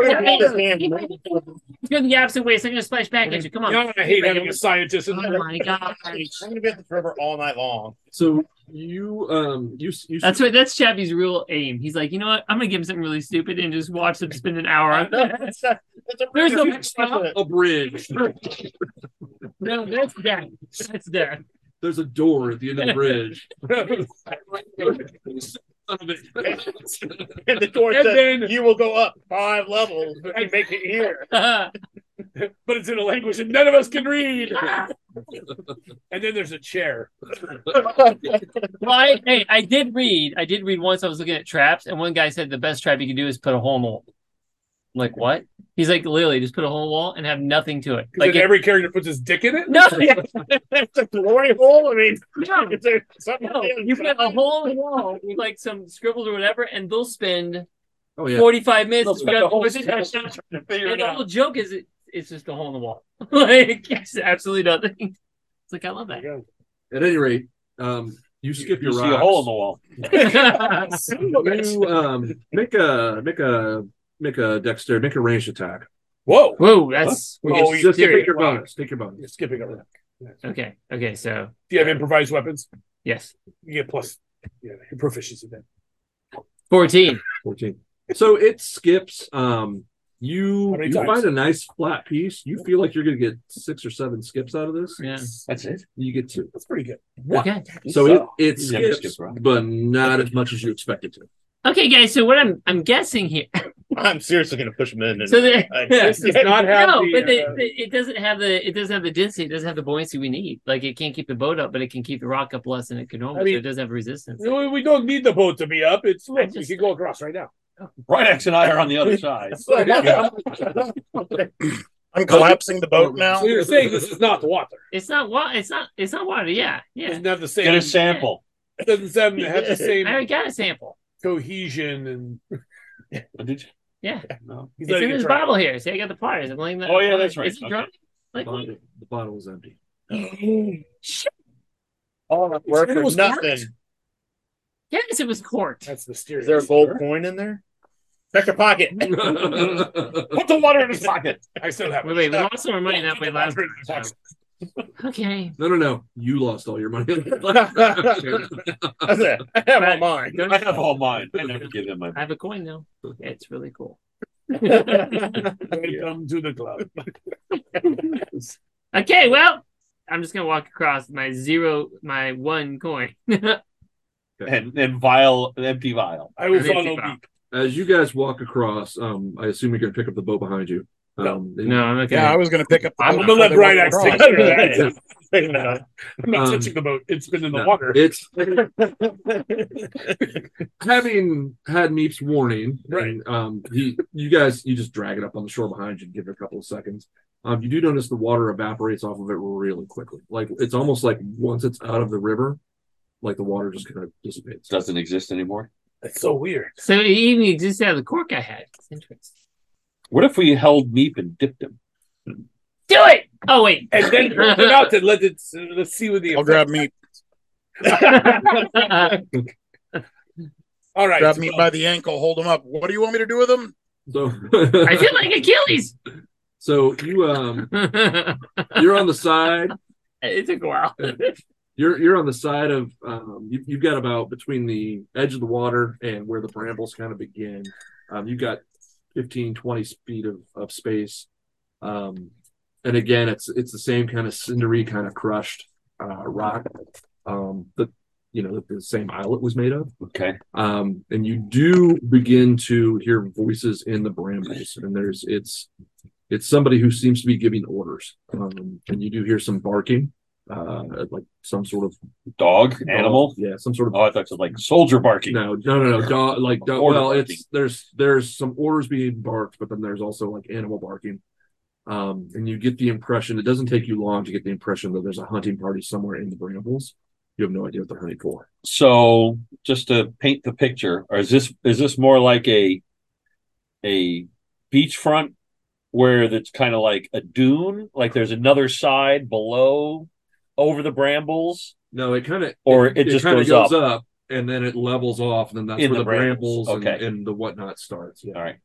You're the opposite way, so I'm gonna splash back at you. Come on. I hate having a scientist. Oh [LAUGHS] in there. my god. I'm gonna be at the river all night long. so you um you you That's what that's Chappie's real aim. He's like, you know what? I'm gonna give him something really stupid and just watch him spend an hour on [LAUGHS] that. That's a- that's a- There's no- that's a- a bridge. No, that's death. That's death. [LAUGHS] There's a door at the end of the bridge. [LAUGHS] and the door And says, then- you will go up five levels if you make it [LAUGHS] here. but it's in a language that none of us can read. and then there's a chair. well, I, hey, I did read. I did read once. I was looking at traps, and one guy said the best trap you can do is put a hole in the wall. I'm like what? He's like, literally, just put a hole in the wall and have nothing to it. Like Like it- every character puts his dick in it. [LAUGHS] no, That's a glory hole. I mean, no, is there something? no. You put a hole in the wall with like some scribbles or whatever, and they'll spend Oh yeah. 45 minutes. spend the whole and session the [LAUGHS] whole joke is it, it's just a hole in the wall. [LAUGHS] like, it's absolutely nothing. It's like, I love that. At any rate, um, you skip You your see rocks. a hole in the wall. You um make a make a make a dexter make a ranged attack. Whoa, [LAUGHS] Whoa, that's. Huh? we're Oh, getting you Just take serious. your bonus. Take your bonus. you're skipping a round. Okay, okay, so, Do you have improvised weapons? yes. You get plus. Yeah, your proficiency then. 14. 14. So it skips. Um, you How many you times? find a nice flat piece. You feel like you're gonna get six or seven skips out of this. Yeah. That's it. You get two. That's pretty good. Okay. So it, it You never skips, skip rock. but not as much as you expected to. Okay, guys, so what I'm I'm guessing here. [LAUGHS] I'm seriously going to push him in. And, So the, I- This [LAUGHS] does not have no, the, but the, uh, the- it doesn't have the it doesn't have the density. It doesn't have the buoyancy we need. Like it can't keep the boat up, but it can keep the rock up less than it could normally. I mean- so it doesn't have resistance. We we don't need the boat to be up. It's I look, we just- can go across right now. Bright X and I are on the other side. I'm collapsing the boat now. So you're saying this is not water. It's not water. It's not. It's not water. Yeah, It yeah. doesn't have the Get same. a sample. doesn't have, have the [LAUGHS] I already same got a sample. cohesion and. Did you- No, He's it's letting in it his dry. bottle here. See, I got the pliers. I'm laying the. Oh, yeah, that's right. Is it Okay. drunk? the Like, bottle, the bottle is empty. All that work It for was nothing. yes, it was corked. That's Is mysterious. there a gold [LAUGHS] coin in there? Check [LAUGHS] your pocket. Put the water in his pocket. I still have. Wait, it. wait, we lost some money that way [LAUGHS] last time. Okay. No, no, no. You lost all your money. [LAUGHS] That's it. I have all mine. I have all mine. I never give him my. I have a coin though. It's really cool. Welcome to the club. Okay, well, I'm just gonna walk across my zero, my one coin. And, and vial, an empty vial. I will Really follow. deep out. Beak. As you guys walk across, um, I assume you're going to pick up the boat behind you. Um, and- no, I'm okay. Yeah, I was going to pick up. the I'm boat I'm gonna before let they Bright walk Axe [LAUGHS] across. take care of [LAUGHS] that. No. I'm not Um, touching the boat. It's been in the no. water. It's having had Meep's warning, Right. and, um, he, you guys, you just drag it up on the shore behind you and give it a couple of seconds. Um, you do notice the water evaporates off of it really quickly. Like it's almost like once it's out of the river, like the water just kind of dissipates. Doesn't exist anymore. It's so weird. So it even exists out of the cork I had. It's interesting. What if we held Meep and dipped him? Do it. Oh [LAUGHS] wait. And then drink it out and let it. Let's see what the. I'll grab meat. All right. Grab meat so- by the ankle. Hold him up. What do you want me to do with him? So, [LAUGHS] I feel like Achilles. [LAUGHS] so you um, it you're on the side. took a while. You're you're on the side of um, you, you've got about between the edge of the water and where the brambles kind of begin. Um, you've got 15, 20 feet of, of space, um, and again, it's it's the same kind of cindery, kind of crushed uh, rock um, that you know that the same islet was made of. Okay. Um, and you do begin to hear voices in the brambles, and there's it's it's somebody who seems to be giving orders, um, and you do hear some barking, uh, like some sort of Dog, animal. yeah, some sort of Oh, I thought it was like soldier barking. no, no, no, no, dog, like dog, Order well, barking. it's there's there's some orders being barked, but then there's also like animal barking, um, and you get the impression it doesn't take you long to get the impression that there's a hunting party somewhere in the brambles. You have no idea what they're hunting for. So, just to paint the picture, or is this is this more like a a beachfront where that's kind of like a dune, like there's another side below over the brambles, No, it kind of or it, just kinda goes, up. and then it levels off, and then that's In where the the brambles, brambles, and, okay. and the whatnot starts. Yeah. All right.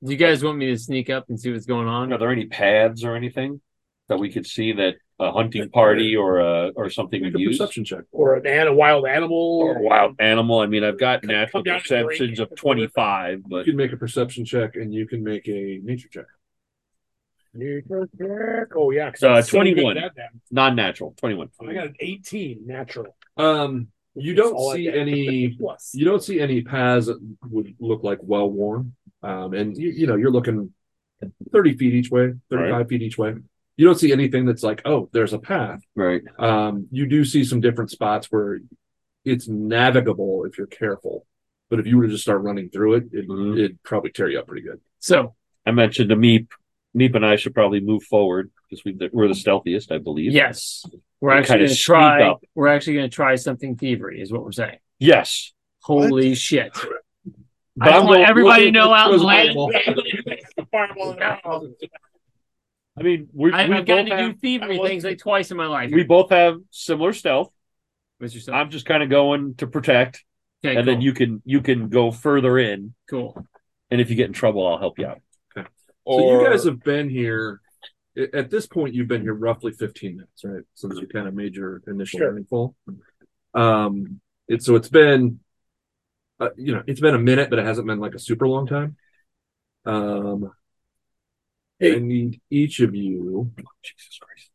Do you guys want me to sneak up and see what's going on? Are there any paths or anything that we could see that a hunting party or a or something Make would a use? perception check. Or an an, a wild animal. Or a wild animal. I mean, I've got natural down and drink. perceptions of twenty five, but You can make a perception check, and you can make a nature check. Oh yeah, 'cause Uh, I'm so good 21. at that damn- non natural twenty one. I got an 18 natural. Um, you That's don't all I see get. any [LAUGHS] Plus. you don't see any paths that would look like well worn. Um, and you, you know, you're looking 30 feet each way, 35 feet each way. You don't see anything that's like, oh, there's a path. Right. Um, you do see some different spots where it's navigable if you're careful. But if you were to just start running through it, it, Mhm. it'd probably tear you up pretty good. So I mentioned to Meep. Meep and I should probably move forward because we, we're the stealthiest, I believe. yes, we're We actually kinda going to sneak try. up. We're actually going to try something thievery, is what we're saying. Yes. Holy shit! But I I'm want going- everybody to know out in Throws a land. fireball. Fireball in the mouth. I mean, [LAUGHS] we, I, we I've gotten both to have, do thievery I was- things like twice in my life. we both have similar stealth. Mr. Stone. I'm just kind of going to protect, Okay, and then cool, you can you can go further in, cool. and if you get in trouble, I'll help you [SIGHS] out. So Or you guys have been here a- at this point. You've been here roughly 15 minutes, right? Since you kind of made your initial Sure. landfall. Um, it's so it's been, uh, you know, it's been a minute, but it hasn't been like a super long time. Um, I Hey. need each of you. Jesus Christ!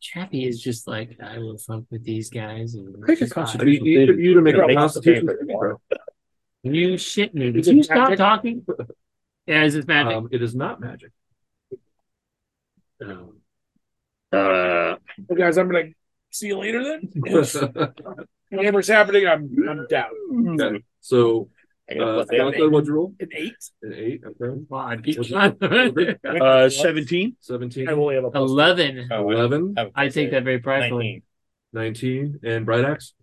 Chappie is just like I will fuck with these guys. And Make a I constitution. need each of you to make Make a a constitution. favor. saving throw. You shit me. Did you stop talking? Yeah, is this magic? Um, it is not magic. Um, Uh, Hey, guys, I'm gonna see you [LAUGHS] uh, later then. Whatever's happening, I'm I'm down. so I gotta Uh, flip it. Falco, what'd you roll? An eight? An eight, okay. Well, I'd be What's I [LAUGHS] your- Morgan? Uh, seventeen. 17, I only have a plus. uh, Eleven. Oh, wait. 11, I take that very pridefully. 19. 19, and Bright Axe.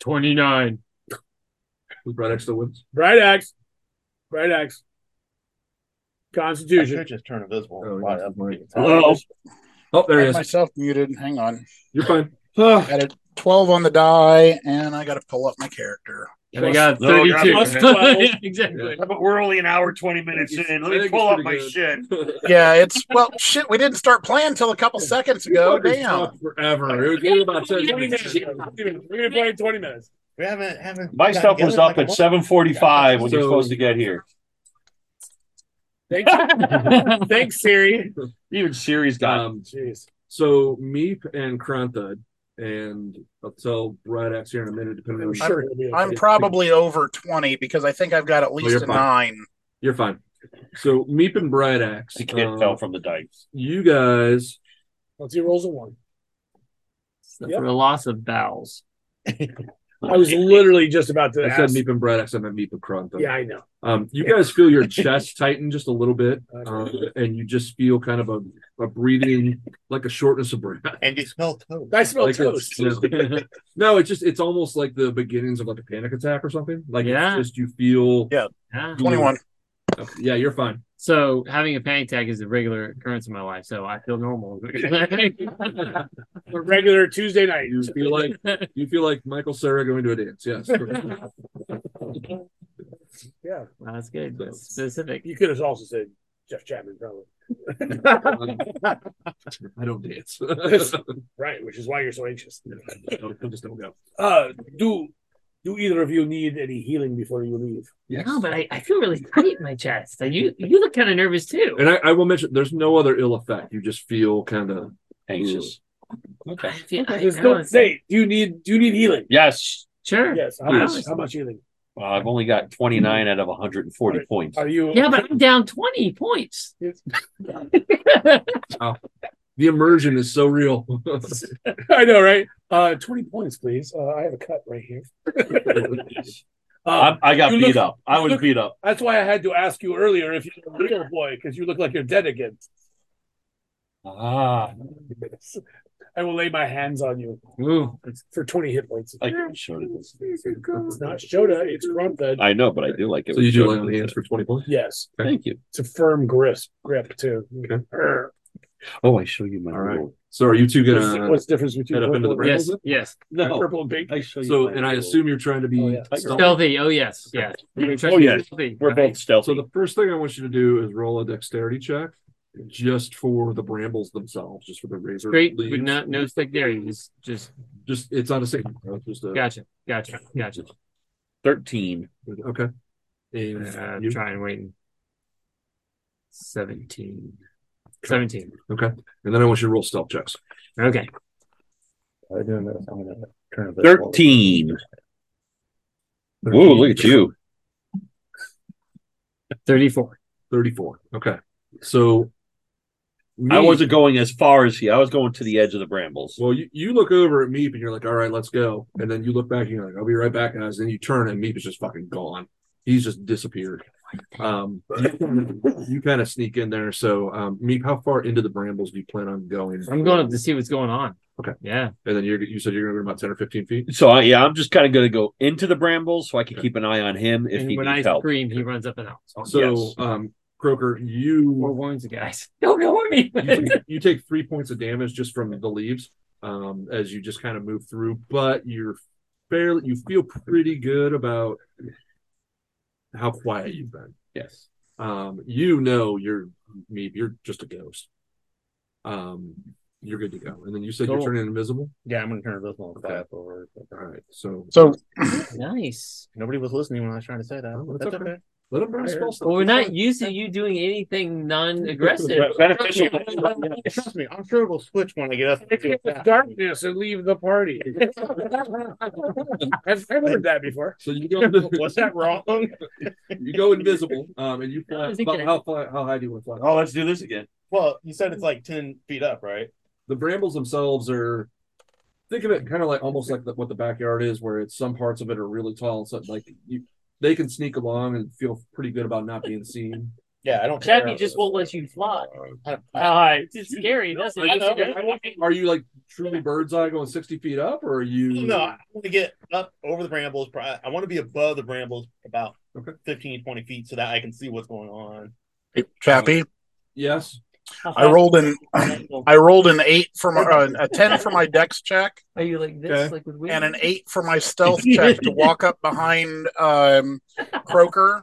Twenty nine. Who Bright Axe still wins? Bright axe. Bright axe. I Constitution. should just turn invisible. Oh, Why yeah. up? Hello. Oh, there I he had is. myself muted. Hang on. You're fine. I got a 12 on the die, and I got to pull up my character. And I got No, thirty two. God, plus 12. [LAUGHS] exactly. But we're only an hour twenty minutes in. Let I me think pull it's up my pretty [LAUGHS] shit. good. Yeah, it's well, shit. We didn't start playing till a [LAUGHS] couple seconds ago. Fuckers Damn. talk Forever. It was it was about 10 minutes. We're gonna play in twenty minutes. We haven't, haven't My gotten stuff was together up in at like a seven forty-five when you're So- supposed to get here. Thanks, thanks, Siri. Even Siri's got. Um, Jeez. so Meep and Kronthud, and I'll tell Bright Axe here in a minute, depending on I'm your sure it'll be okay. I'm probably over 20 because I think I've got at least you're a fine. nine. You're fine. So Meep and Bright Axe, the kid um, fell from the dice. you guys. Once he rolls a one. Yep. For a loss of bowels. I was literally just about to I said ask. Meep and Bright Axe. I meant Meep and Kronthud. yeah, I know. Um, you guys feel [LAUGHS] your chest tighten just a little bit, Okay. um, and you just feel kind of a, a breathing, like a shortness [LAUGHS] of breath. And you smell toast. I smell Like it's- toast. yeah. no, it's just it's almost like the beginnings of like a panic attack or something. Like Yeah. it's just you feel. Yeah. Yeah. 21. Okay, yeah, you're fine. So having a panic attack is a regular occurrence in my life, so I feel normal. [LAUGHS] A regular Tuesday night. You feel like you feel like Michael Sarah going to a dance. Yes. correct. Yeah. That's good. That's specific. You could have also said Jeff Chapman, probably. Um, I don't dance. Right, which is why you're so anxious. I just don't go. Uh, do do either of you need any healing before you leave? Yes. No, but I, I feel really tight in my chest. And you you look kind of nervous too. And I, I will mention there's no other ill effect. You just feel kind of Anxious. I feel, I, Just I don't honestly- say. Do you need do you need healing? Yes, Sure. Yes. How Yes. much? How much healing? Well, I've only got twenty-nine out of one hundred and forty points. Are you? Yeah, but I'm down 20 points. the immersion is so real. [LAUGHS] [LAUGHS] I know, right? Uh, twenty points, please. Uh, I have a cut right here. Uh, [LAUGHS] I, I got You beat look- up. I you was look- beat up. that's why I had to ask you earlier if you're a real boy because you look like you're dead again. Ah, I will lay my hands on you Ooh. for twenty hit points. I showed it this. It's not Shoda. It's Grumphead. I know, but I do like it. so you do lay on the hands for 20 points. Yes, Thank you. it's a firm grip. Grip too. Okay. Err. Oh, I show you my All right. rule. So are you two What's, gonna what's the difference between head uh, up into the purple and- Yes, brambles? yes. No, purple and pink? I show you. So my and I rule. assume you're trying to be. Oh, yeah. stealthy. Stealthy. Oh, yes. Yes. Oh, yes. Stealthy, we're right? both stealthy. So the first thing I want you to do is roll a dexterity check, just for the brambles themselves, just for the razor Straight, leaves. but not, no stick there. You just, just Just it's not a saving throw. It's just a gotcha, gotcha, gotcha. Thirteen. okay. And Uh, you- trying waiting. 17. 17. and then I want you to roll stealth checks. Okay. I don't know. I'm gonna turn invisible. Thirteen. Whoa, look at you. 34. Thirty-four. Okay. So I Meep- wasn't going as far as he. I was going to the edge of the brambles. Well, you, you look over at Meep and you're like, all right, let's go. And then you look back and you're like, I'll be right back, guys. And you turn and Meep is just fucking gone. He's just disappeared. Um, you, kind of sneak in there. So, um, Meep, how far into the brambles do you plan on going? I'm going up to see what's going on. Okay. Yeah. And then you're, you said you're going to go about 10 or 15 feet. So I, yeah, I'm just kind of going to go into the brambles so I can keep an eye on him if and he when needs I help. scream, he runs up and out. So, Yes. um, Croker, Or you, warns the guys. [LAUGHS] Don't warn me. you, take, you take three points of damage just from the leaves um, as you just kind of move through, but you're fairly, you feel pretty good about how quiet you've been. Yes. um, you know you're me, you're just a ghost. Um, you're good to go. And then you said Cool. you're turning invisible. Yeah, I'm gonna turn invisible and fly Okay. up over. All right, so So nice. Nobody was listening when I was trying to say that. Oh, that's that's okay. okay. let him burn a spell stuff. Well, we're not used to you doing anything non aggressive. [LAUGHS] Be- Beneficial. Trust me, I'm sure it'll switch when I get up. darkness and leave the party. I've, I've heard that before. So [LAUGHS] you go, [LAUGHS] Was that wrong? you go invisible, um, and you I fly. was About thinking- how fly, how high do you want to fly? Oh, let's do this again. Well, you said it's like ten feet up, right? The brambles themselves are. Think of it kind of like almost like the, what the backyard is, where it's some parts of it are really tall, so like you. they can sneak along and feel pretty good about not being seen. Yeah, I don't. Chappie care. just won't let you fly. I don't- [LAUGHS] Uh, it's just scary. That's I know. Are you like truly bird's eye going sixty feet up, or are you? No, I want to get up over the brambles. pro- I want to be above the brambles about Okay. 15, 20 feet so that I can see what's going on. Chappie, Yes. I rolled an I rolled an eight for my uh, a ten for my dex check [LAUGHS] Are you like this, Okay. like with wings? and an eight for my stealth check to walk up behind um, Croker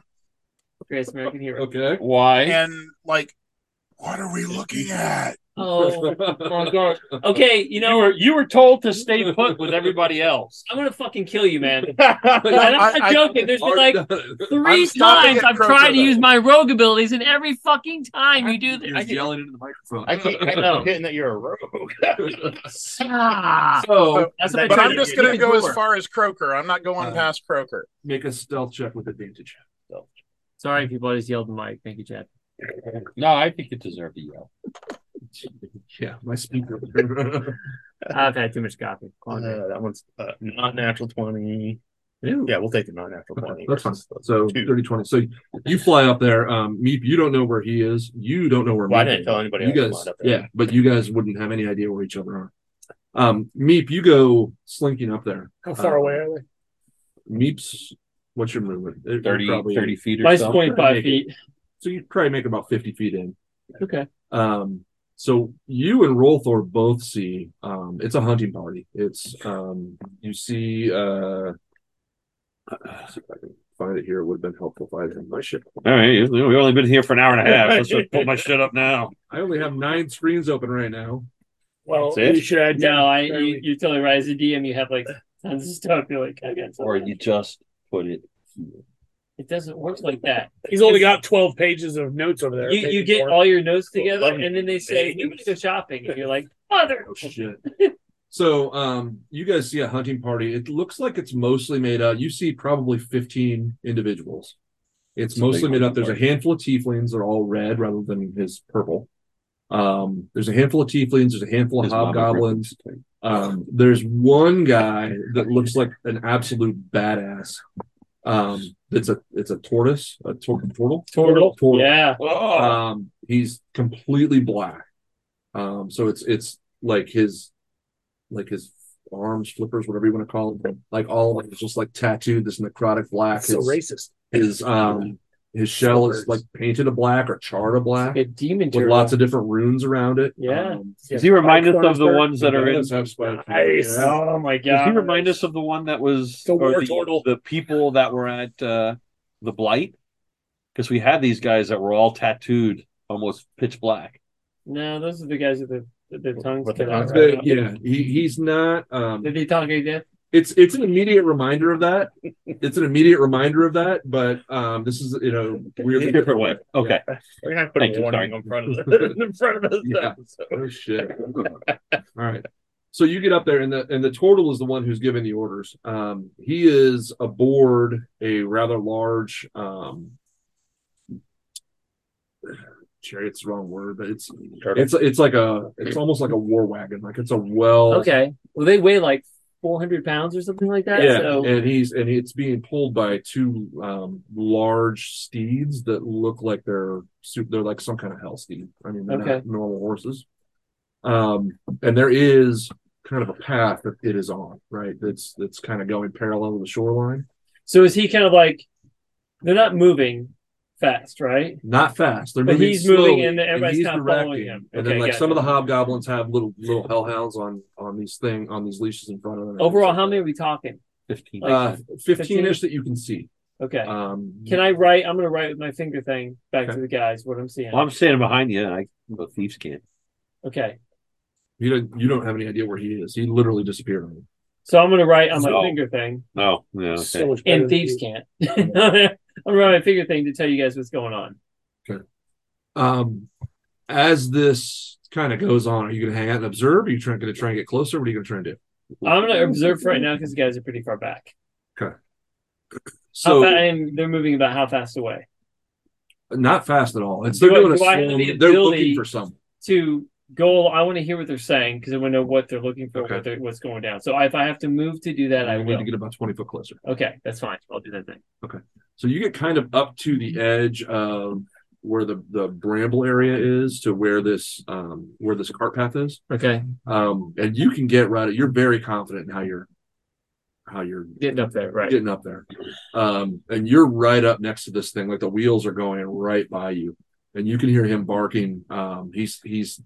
Greatest American Hero. Okay. Why? and like, what are we looking at? [LAUGHS] Oh my god. Okay, you You know were you were told to stay [LAUGHS] put with everybody else. I'm gonna fucking kill you, man. [LAUGHS] Like, And I- I'm not I- joking. There's been [LAUGHS] like three I'm stopping times at I've tried to Croco. use my rogue abilities, and every fucking time you do You're this, yelling into the microphone. [LAUGHS] I keep, I know. keep hitting that you're a rogue. ah, so that's what But I I'm just gonna go as far as Croker. I'm not going past Croker. make a stealth check with advantage. Sorry, people. I just yelled at Mike. Thank you, Chad. No, I think it deserved a yell. Yeah, my speaker. I've had too much coffee. Oh, no, that one's uh, not natural 20. Ooh. Yeah, we'll take the non natural 20. That's fine. So Two. 30 20. So you fly up there. Um, Meep, you don't know where he is. You don't know where Well, I Meep didn't is. tell anybody You I was guys, flying up there. yeah, but you guys wouldn't have any idea where each other are. Um, Meep, you go slinking up there. How far away are they? Meep's, what's your movement? It- 30, probably- 30 feet or Mine's so. twenty five feet. So you probably make about 50 feet in. Okay. Um, so you and Rolthor both see um it's a hunting party. It's um you see uh [SIGHS] if I can find it here, it would have been helpful if I had my shit. All right, we've only been here for an hour [LAUGHS] and a half. Let's just put my shit up now. I only have nine screens open right now. Well, That's it? you should add No, I. You, Barely. you're totally right. As a DM, you have like tons of stuff. You're like, I got. Or something. you just put it. It doesn't work like that. He's only got twelve pages of notes over there. You you Pages get more. all your notes together, Eleven and then they say we want to go shopping, and you're like, mother. Oh shit. [LAUGHS] so um you guys see a hunting party. It looks like it's mostly made up. You see probably 15 individuals. It's It's a mostly big made up. hunting There's a party. handful of tieflings, they're all red rather than his purple. Um, there's a handful of tieflings, there's a handful of His mama hobgoblins. reference. Um, there's one guy that looks like an absolute badass. Um, it's a it's a tortoise, a tor- turtle, Turtle. Yeah. Oh, Um, he's completely black. Um, so it's it's like his like his arms, flippers, whatever you want to call it, like all of it's just like tattooed this necrotic black. That's so His, racist. his um his shell is Flippers. like painted a black or charred a black A demon with turtle. lots of different runes around it. Yeah. Um, Does he remind us of the one? ones that are in? does have spikes. Nice. Yeah. Oh my Does god. he remind us of the one that was The or war the, turtle. the people that were at uh, the blight? Because we had these guys that were all tattooed, almost pitch black. No, those are the guys with the the tongues. With the cut tongues. out. But, yeah, he, he's not. Um, Did they talk like that? it's it's an immediate reminder of that. It's an immediate reminder of that. But um, this is [LAUGHS] you know In a weirdly different way. Okay. We're not putting Thank you, warning sorry. in front [LAUGHS] of the, in front of us. Yeah. Oh shit! All right. So you get up there, and the and the total is the one who's giving the orders. Um, he is aboard a rather large um. [SIGHS] Chariot's the wrong word, but it's it's it's like a it's almost like a war wagon, like it's a well Okay. Well, they weigh like 400 pounds or something like that. yeah, So and he's and it's being pulled by two um, large steeds that look like they're super, they're like some kind of hell steed. I mean, they're Okay. not normal horses. Um, and there is kind of a path that it is on, right? That's that's kind of going parallel to the shoreline, so is he kind of like they're not moving fast, right? not fast. They're But moving he's moving slowly, and everybody's he's kind of following directing. him. And then Okay, like some of gotcha. the hobgoblins have little little hellhounds on on these thing on these leashes in front of them. Overall, how many are we talking? 15. Uh, fifteen-ish that you can see. Okay. Um, Can I write? I'm going to write with my finger thing back Okay. to the guys what I'm seeing. well, I'm standing behind you. and I, the thieves can't. okay. You don't. You don't have any idea where he is. He literally disappeared. on you. So I'm going to write on my So- finger thing, No, no. Oh, Okay. So [LAUGHS] much better and than thieves you. can't. [LAUGHS] I'm going to write my finger thing to tell you guys what's going on. Um, as this kind of goes on, are you going to hang out and observe? Are you trying to try and get closer? What are you going to try and do? I'm going to observe for right now because the guys are pretty far back. How So fa- and they're moving about how fast away? not fast at all. It's Do they're I- doing a do I have slam. the They're ability- looking for someone. to go. I want to hear what they're saying because I want to know what they're looking for, Okay. what they're, what's going down. So if I have to move to do that, I You need will. to get about twenty foot closer. Okay, that's fine. I'll do that thing. So you get kind of up to the edge of where the, the bramble area is to where this um, where this cart path is. Okay, Um, and you can get right. You're very confident in how you're how you're getting up there, right? getting up there. Um, and you're right up next to this thing, like the wheels are going right by you, and you can hear him barking. Um, he's he's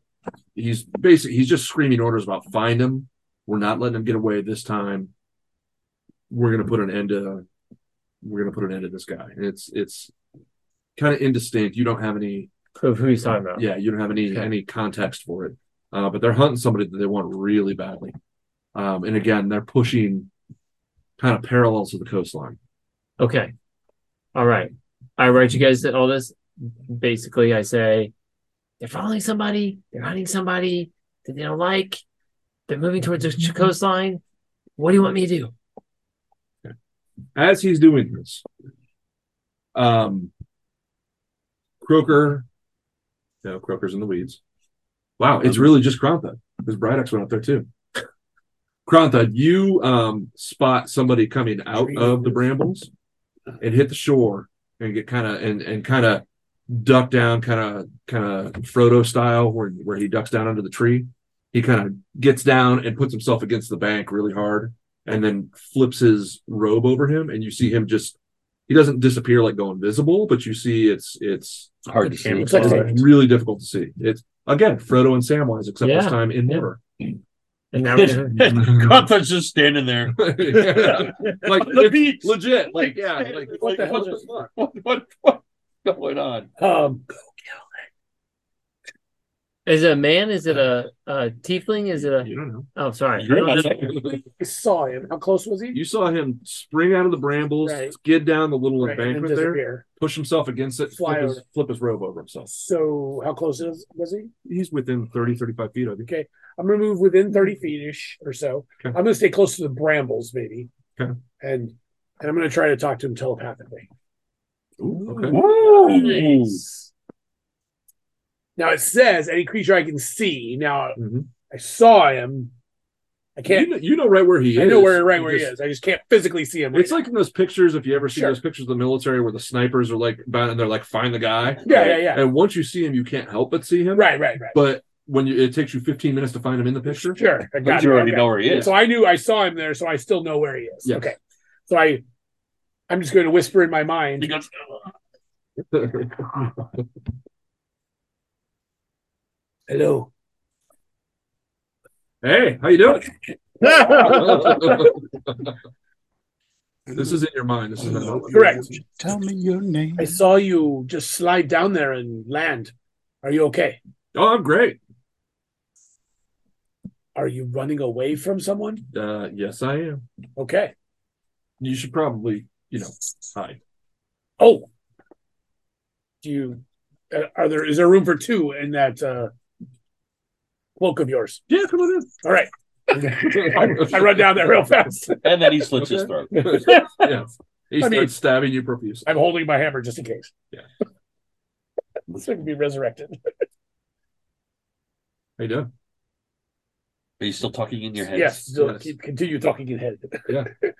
he's basically he's just screaming orders about find him. We're not letting him get away this time. We're gonna put an end to we're gonna put an end to this guy. And it's it's kind of indistinct. You don't have any Of who he's talking about? yeah you don't have any Okay. any context for it. Uh, but they're hunting somebody that they want really badly. Um, and again, they're pushing kind of parallels to the coastline. Okay. All right. I write you guys all this. Basically, I say they're following somebody, they're hunting somebody that they don't like, they're moving towards the ch- coastline. What do you want me to do? as he's doing this, um, Croker, no, Croker's in the weeds. Wow, it's really just Krontha because Braddock's went up there too. Krontha, you um, spot somebody coming out of the brambles and hit the shore and get kind of and and kind of duck down, kind of kind of Frodo style, where where he ducks down under the tree. He kind of gets down and puts himself against the bank really hard and then flips his robe over him and you see him just he doesn't disappear like go invisible but you see it's it's It's hard to see. Camera it's like closed. really difficult to see it's again frodo and samwise except this Yeah. time in [LAUGHS] Yeah. water And [LAUGHS] now Gunther's just standing there. Yeah. [LAUGHS] like On the it's beach. legit like yeah like What the like, hell what is- [LAUGHS] fuck? What, what, what's going on? Um, is it a man? Is it a, a tiefling? Is it a? you don't know Oh, sorry. You're [LAUGHS] I not don't know. saying- I saw him. How close was he? you saw him spring out of the brambles Right. skid down the little Right, and embankment there disappear. push himself against it Fly flip his, over. flip his robe over himself So how close is, was he? he's within 30 35 feet of you Okay. I'm gonna move within thirty feet ish or so. Okay. I'm gonna stay close to the brambles, maybe. Okay. And and I'm gonna try to talk to him telepathically. Ooh, okay Nice. Now it says any creature I can see. Now Mhm. I saw him. I you, can't. know, you know right where he I is know where right You where just- he is. I just can't physically see him. It's like in those pictures, if you ever see Sure. those pictures of the military where the snipers are like bound and they're like, find the guy. Yeah, yeah, yeah. And once you see him, you can't help but see him. right, right, right. But when you, it takes you 15 minutes to find him in the picture. Sure, I But got you it. already Okay. know where he is. So I knew I saw him there, so I still know where he is. Yes. Okay, so I, I'm just going to whisper in my He mind. goes, Hello. [LAUGHS] hey, how you doing? [LAUGHS] [LAUGHS] That's this is in your mind. This is not Correct. Tell me your name. I saw you just slide down there and land. Are you okay? Oh, I'm great. Are you running away from someone? Uh, yes, I am. Okay. You should probably, you know, hide. Oh. Do you? Uh, are there? Is there room for two in that uh, cloak of yours? Yeah, come on All [LAUGHS] right. in. [LAUGHS] I run down [LAUGHS] there real fast. and then he slits his throat. yeah. He I starts mean- stabbing you profusely. I'm holding my hammer just in case. Yeah. this thing can be resurrected. How you doing? Are you still talking in your head? Yes, still yes. keep continue talking in head. Yeah. [LAUGHS]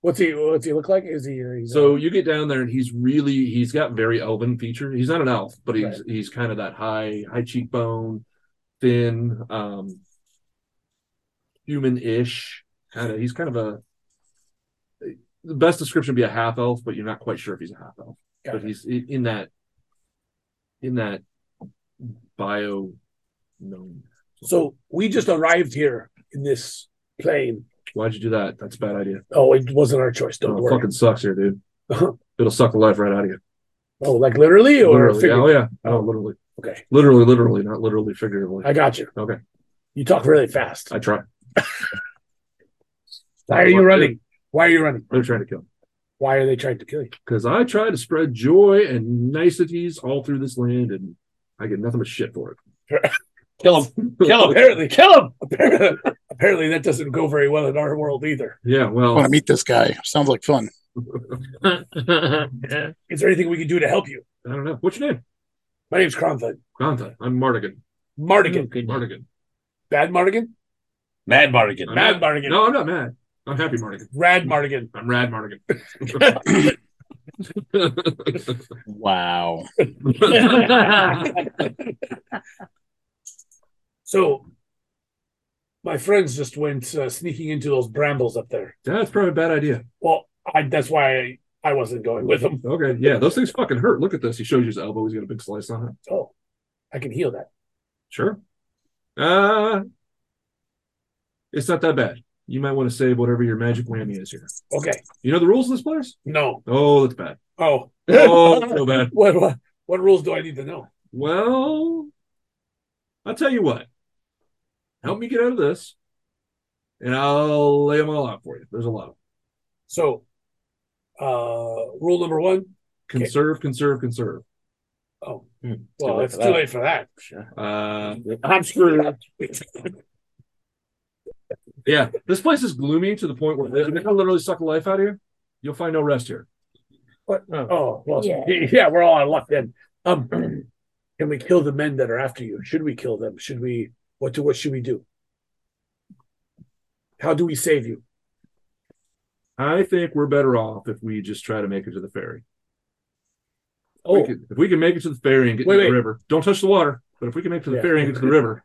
what's he? What's he look like? Is he? He's So you get down there, and he's really he's got very elven feature. He's not an elf, but he's he's kind of that high high cheekbone, thin, um, human-ish kind of. He's kind of a the best description would be a half elf, but you're not quite sure if he's a half elf. Got But it. he's i- in that in that bio known. so we just arrived here in this plane. Why'd you do that? That's a bad idea. Oh, it wasn't our choice. Don't Oh, it worry. fucking sucks here, [LAUGHS] dude. It'll suck the life right out of you. Oh, like literally or Literally. Yeah, figuratively? Oh yeah. Oh, literally. Okay, Literally, literally, not literally, figuratively. I got you. Okay. You talk really fast. I try. Why are you running? Why are you running? They're trying to kill me Why are they trying to kill you? because I try to spread joy and niceties all through this land, and I get nothing but shit for it. Kill him. Oh. Kill him. Apparently, Kill him. apparently, apparently that doesn't go very well in our world either. Yeah, I want well, to meet this guy. Sounds like fun. Is [LAUGHS] there anything we can do to help you? [LAUGHS] I don't know. What's your name? My name's Kronthud. Granta. I'm Mardigan. Mardigan. Mardigan. Bad Mardigan? Mad Mardigan. I'm Mad not- Mardigan. No, I'm not mad. I'm happy Mardigan. [LAUGHS] [LAUGHS] Rad Mardigan. I'm Rad Mardigan. Wow. [LAUGHS] So, my friends just went uh, sneaking into those brambles up there. That's probably a bad idea. Well, I, that's why I, I wasn't going with [LAUGHS] them. Okay, yeah, those things fucking hurt. Look at this. He shows you his elbow. He's got a big slice on it. Oh, I can heal that. Sure. Uh, it's not that bad. You might want to save whatever your magic whammy is here. Okay. You know the rules of this place? No. Oh, that's bad. Oh. Oh, so [LAUGHS] bad. What, what what rules do I need to know? Well, I'll tell you what. Help me get out of this, and I'll lay them all out for you. There's a lot of So, uh, rule number one. them. Conserve, conserve, conserve. Oh, Hmm, well, late it's for too that. late for that. Uh, I'm screwed. [LAUGHS] yeah, this place is gloomy to the point where they can literally suck the life out of you. You'll find no rest here. Oh, well, [LAUGHS] yeah. Yeah. we're all out of luck then. Um, [CLEARS THROAT] can we kill the men that are after you? Should we kill them? Should we? What do? What should we do? How do we save you? I think we're better off if we just try to make it to the ferry. If we Oh, can- if we can make it to the ferry and get Wait, to wait. the river, don't touch the water. But if we can make it to the Yeah. ferry and get to the river,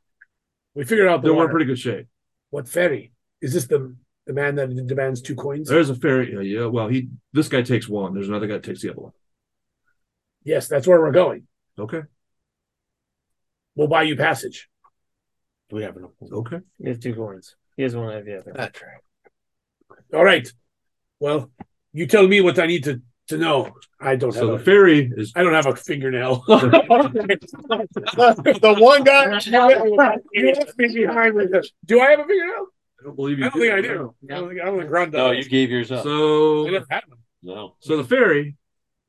we figured out [LAUGHS] the then we're in water. pretty good shape. What ferry is this? The the man that demands two coins? There's a ferry. Yeah, yeah. Well, he this guy takes one. There's another guy that takes the other one. Yes, that's where we're going. Okay. We'll buy you passage. Do we have enough? Okay. He has two coins. He has one, I have the other. That's right. All right. Well, you tell me what I need to to know. I don't have. So the A, ferry is I don't have a [LAUGHS] fingernail. [LAUGHS] the one guy. You left me behind with this. Do I have a fingernail? I don't believe I you. don't think I do. I don't think I don't think Ron does. No, you gave yours up. I So never had one. no. so the ferry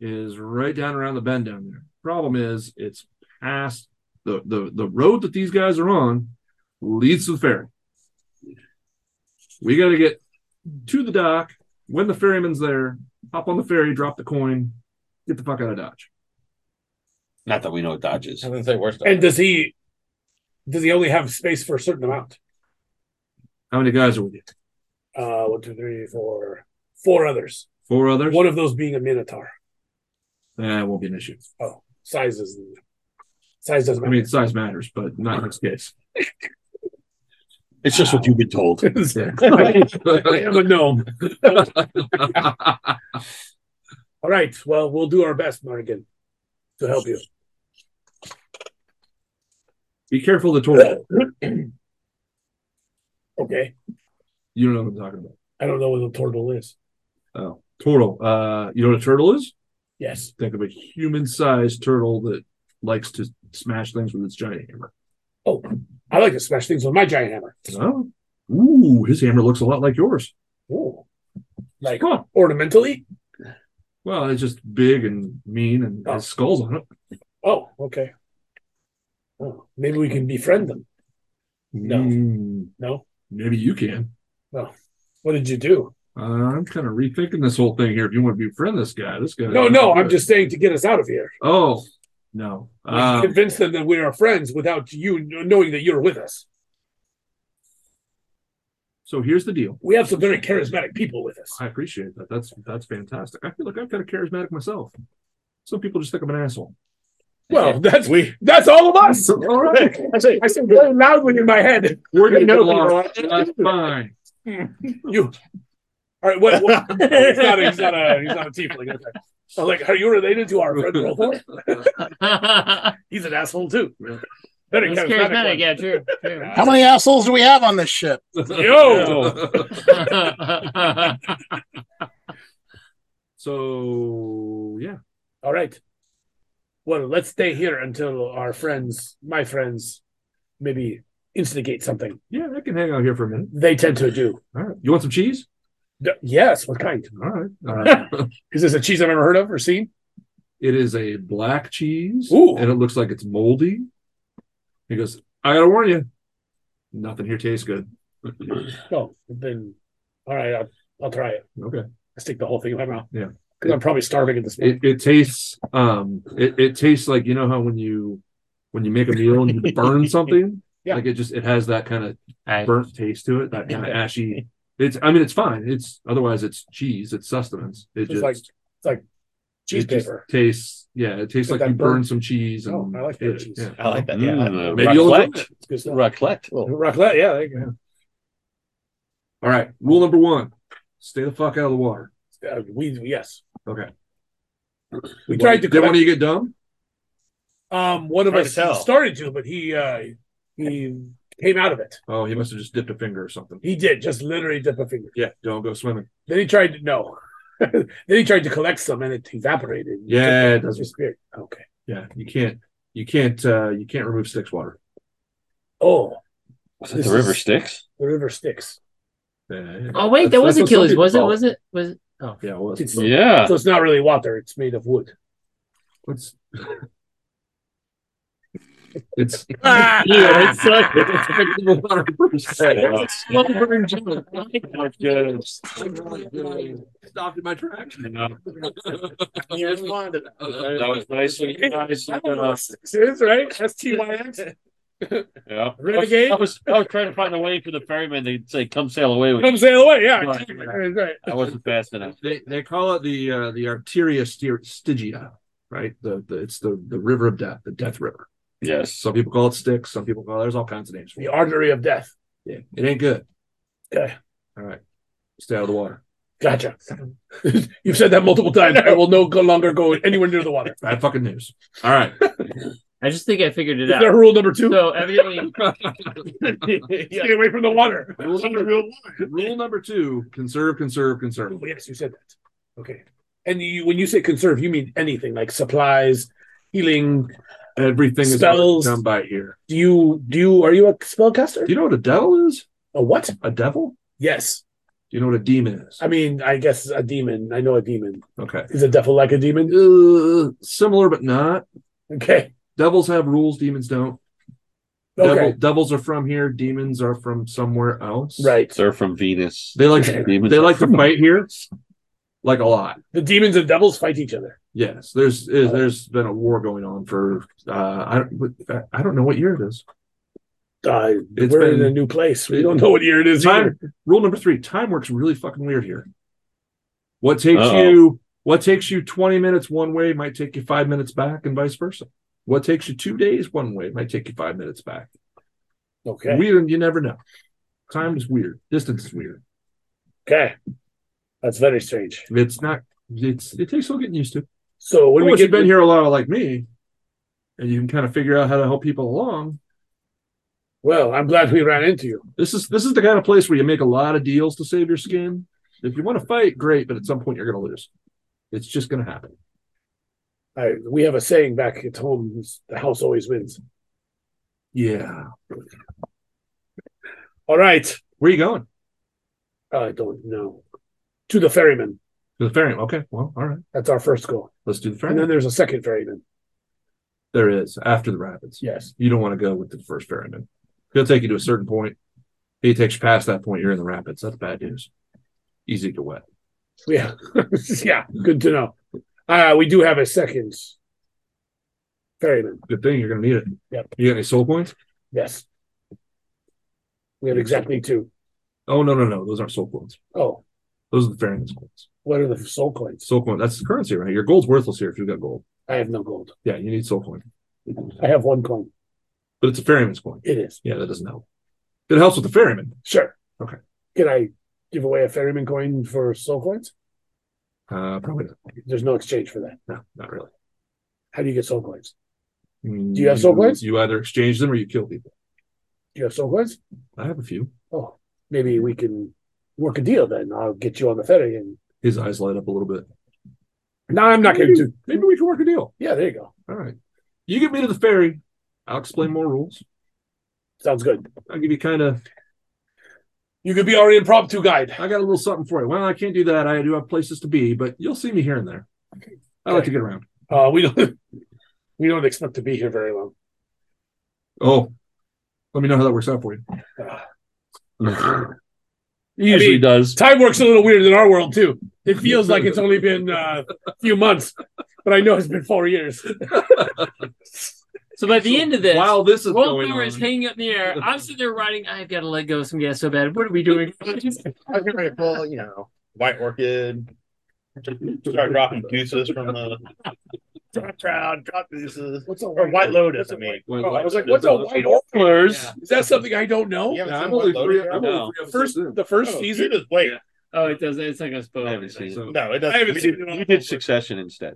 is right down around the bend down there. Problem is it's past the the, the road that these guys are on leads to the ferry. We gotta get to the dock when the ferryman's there, hop on the ferry, drop the coin, get the fuck out of Dodge. Not that we know what Dodge is. I didn't say worst. And does he? Does he only have space for a certain amount? How many guys are with you? Uh, one, two, three, four, four others. Four others? One of those being a minotaur. That won't be an issue. Oh, sizes. Size doesn't I matter. mean, size matters, but not in this case. It's just what you've been told. [LAUGHS] I am a gnome. [LAUGHS] All right. Well, we'll do our best, Mardigan, to help you. Be careful of the toilet. [CLEARS THROAT] Okay. You don't know what I'm talking about. I don't know what a turtle is. Oh, turtle. Uh, you know what a turtle is? Yes. Think of a human-sized turtle that likes to smash things with its giant hammer. Oh, I like to smash things with my giant hammer. Oh, ooh, his hammer looks a lot like yours. Ooh. Like Huh. ornamentally? Well, it's just big and mean, and has skulls on it. Oh, okay. Oh, maybe we can befriend them. No. Mm, No. maybe you can. What did you do? Uh, I'm kind of rethinking this whole thing here. If you want to befriend this guy, this guy. No, no, I'm just saying to get us out of here. Oh, no. We Um, convince them that we are friends without you kn- knowing that you're with us. so here's the deal. We have some very charismatic people with us. I appreciate that. That's that's fantastic. I feel like I'm kind of charismatic myself. Some people just think I'm an asshole. Well, that's We that's all of us. [LAUGHS] All right, I say, I say very loudly in my head. we're gonna You get know along. people That's fine. You. All right. What? what he's not. He's not a. He's not a tiefling. Okay. I'm like, are you related to our friend [LAUGHS] Rolfo? He's an asshole too. Very That's charismatic. charismatic. one. Yeah, true. true. How many assholes do we have on this ship? Yo! [LAUGHS] so yeah, All right. Well, let's stay here until our friends, my friends, maybe instigate something. yeah, I can hang out here for a minute. They tend to do. All right, you want some cheese? D- yes. What kind? All right. Uh, Is this a cheese I've ever heard of or seen? it is a black cheese, Ooh. and it looks like it's moldy. He goes, I gotta warn you, nothing here tastes good. No. Then, all right. I'll, I'll try it. Okay. I stick the whole thing in my mouth. Yeah. Because I'm probably starving at this point. It, it tastes um it, it tastes like you know how when you when you make a meal and [LAUGHS] you burn something Yeah. like it just it has that kind of I- burnt taste to [LAUGHS] it that kind of ashy it's I mean it's fine it's otherwise it's cheese it's sustenance it It's just like- it's like cheese it just paper. tastes. Yeah, it tastes With like that you burn, burn- some cheese. And Oh, I like burnt it, cheese. Yeah. I like that. Yeah, Mm, uh, Maybe you'll enjoy raclette. It's good stuff. Raclette. Raclette, yeah, there you All right. Rule number one: stay the fuck out of the water. go. Uh, we yes, Okay. we tried to. Then when Correct, you get dumb, um, one of Hard to us tell. started to, but he uh he came out of it. oh, he must have just dipped a finger or something. He did just literally dip a finger. Yeah, don't go swimming. Then he tried to no. [LAUGHS] then he tried to collect some, and it evaporated. Yeah, it it doesn't. disappeared. Okay. Yeah, you can't. You can't. uh You can't remove sticks water. Oh, Was it This the river is- Styx? the river sticks. Yeah, [LAUGHS] Oh wait, That's- that was that's what some Achilles, people was it? call it. Was it? Was it? Oh, yeah. Well, It's- Yeah. So it's not really water; it's made of wood. it's it's yeah, [LAUGHS] it's like [LAUGHS] Yeah. slow burn joke. Oh, stopped in my tracks. You responded. Oh, That was nice of you guys. Uh, Sticks is right. S T Y X. yeah. Renegade? I was, I was trying to find a way for the ferryman to say, "Come sail away with." Come You. sail away. Yeah. Right, Right, right. I wasn't fast enough. They they call it the uh, the arteria styr- Stygia, right? The, the it's the the river of death, the death river. Yes. Some people call it Styx. Some people call there's all kinds of names. For The it. artery of death. Yeah, it ain't good. Okay. All right, stay out of the water. Gotcha. [LAUGHS] You've said that multiple times. I will no longer go anywhere near the [LAUGHS] water. Bad fucking news. All [LAUGHS] right. I just think I figured it Is that out. rule number two? So evidently, Stay away from the water. Rule number- Rule number two: conserve, conserve, conserve. Yes, you said that. Okay. And you, when you say conserve, you mean anything like supplies, healing. Everything is Spells. done by ear. Do you do you are you a spellcaster? Do you know what a devil is? A what? A devil? Yes. Do you know what a demon is? I mean, I guess a demon. I know a demon. Okay. Is a devil like a demon? Uh, similar, but not. Okay. Devils have rules. Demons don't. Okay. Devil, devils are from here. Demons are from somewhere else. Right. They're from Venus. [LAUGHS] They like Demons they are like to from- fight here, like a lot. The demons and devils fight each other. Yes, there's is, there's been a war going on for uh, I don't I don't know what year it is. Uh, It's we're been- in a new place. We don't know what year it is. either. Time, rule number three: time works really fucking weird here. What takes Uh-oh. you what takes you twenty minutes one way might take you five minutes back, and vice versa. What takes you two days one way might take you five minutes back. Okay. Weird, you never know. Time is weird. Distance is weird. okay. That's very strange. It's not. It's it takes a little getting used to. So when Once we get you've been here a lot, like me, and you can kind of figure out how to help people along, well, I'm glad we ran into you. This is this is the kind of place where you make a lot of deals to save your skin. If you want to fight, great, but at some point you're going to lose. It's just going to happen. I, we have a saying back at home: the house always wins. Yeah. All right. Where are you going? I don't know. To the ferryman. To the ferryman. Okay. Well, all right. That's our first goal. Let's do the And then ferryman. there's a second ferryman. There is after the rapids. Yes. You don't want to go with the first ferryman. He'll take you to a certain point. He takes you past that point. You're in the rapids. That's bad news. Easy to wet. Yeah. [LAUGHS] yeah. Good to know. Uh, we do have a second ferryman. Good thing you're going to need it. Yep. You got any soul points? Yes. We have exactly two. Oh no no no. Those aren't soul coins. Oh, Those are the ferryman's coins. what are the soul coins? Soul coin. That's the currency, right? Your gold's worthless here if you've got gold. I have no gold. Yeah, you need soul coin, I have one coin. but it's a ferryman's coin. It is. Yeah, that doesn't help. It helps with the ferryman. Sure. Okay. Can I give away a ferryman coin for soul coins? Uh, probably not. There's no exchange for that. No, not really. How do you get soul coins? Do you have soul coins? You either exchange them or you kill people. Do you have soul coins? I have a few. Oh, maybe we can work a deal then. I'll get you on the ferry and His eyes light up a little bit. No, I'm not going to. Maybe we can work a deal. Yeah, there you go. All right. You get me to the ferry. I'll explain more rules. Sounds good. I'll give you kind of. You could be our impromptu guide. I got a little something for you. Well, I can't do that. I do have places to be, but you'll see me here and there. I like to get around. Uh, we don't. [LAUGHS] We don't expect to be here very long. Oh, let me know how that works out for you. He usually I mean, does. Time works a little weird in our world too. It feels like it's only been uh, a few months, but I know it's been four years. so by the end of this, While this is Roll going Cooper on, is hanging up in the air. I'm sitting there writing, I've got to let go of some gas so bad. What are we doing? I was getting ready to pull, you know, White Orchid, Start dropping deuces from the drop crowd, drop deuces. What's a Or White Lotus, what's I a mean. white- oh, I was like, what's a white orc? Oilers. Is that something I don't know? You haven't Yeah, seen I'm White only Lotus three. yet? I'm No. only three. First, the first Oh, season. dudoes- wait, Oh, it does. It's like a I spoiler. haven't seen it. So, no, it I haven't doesn't. We seen did, it on You did Succession instead.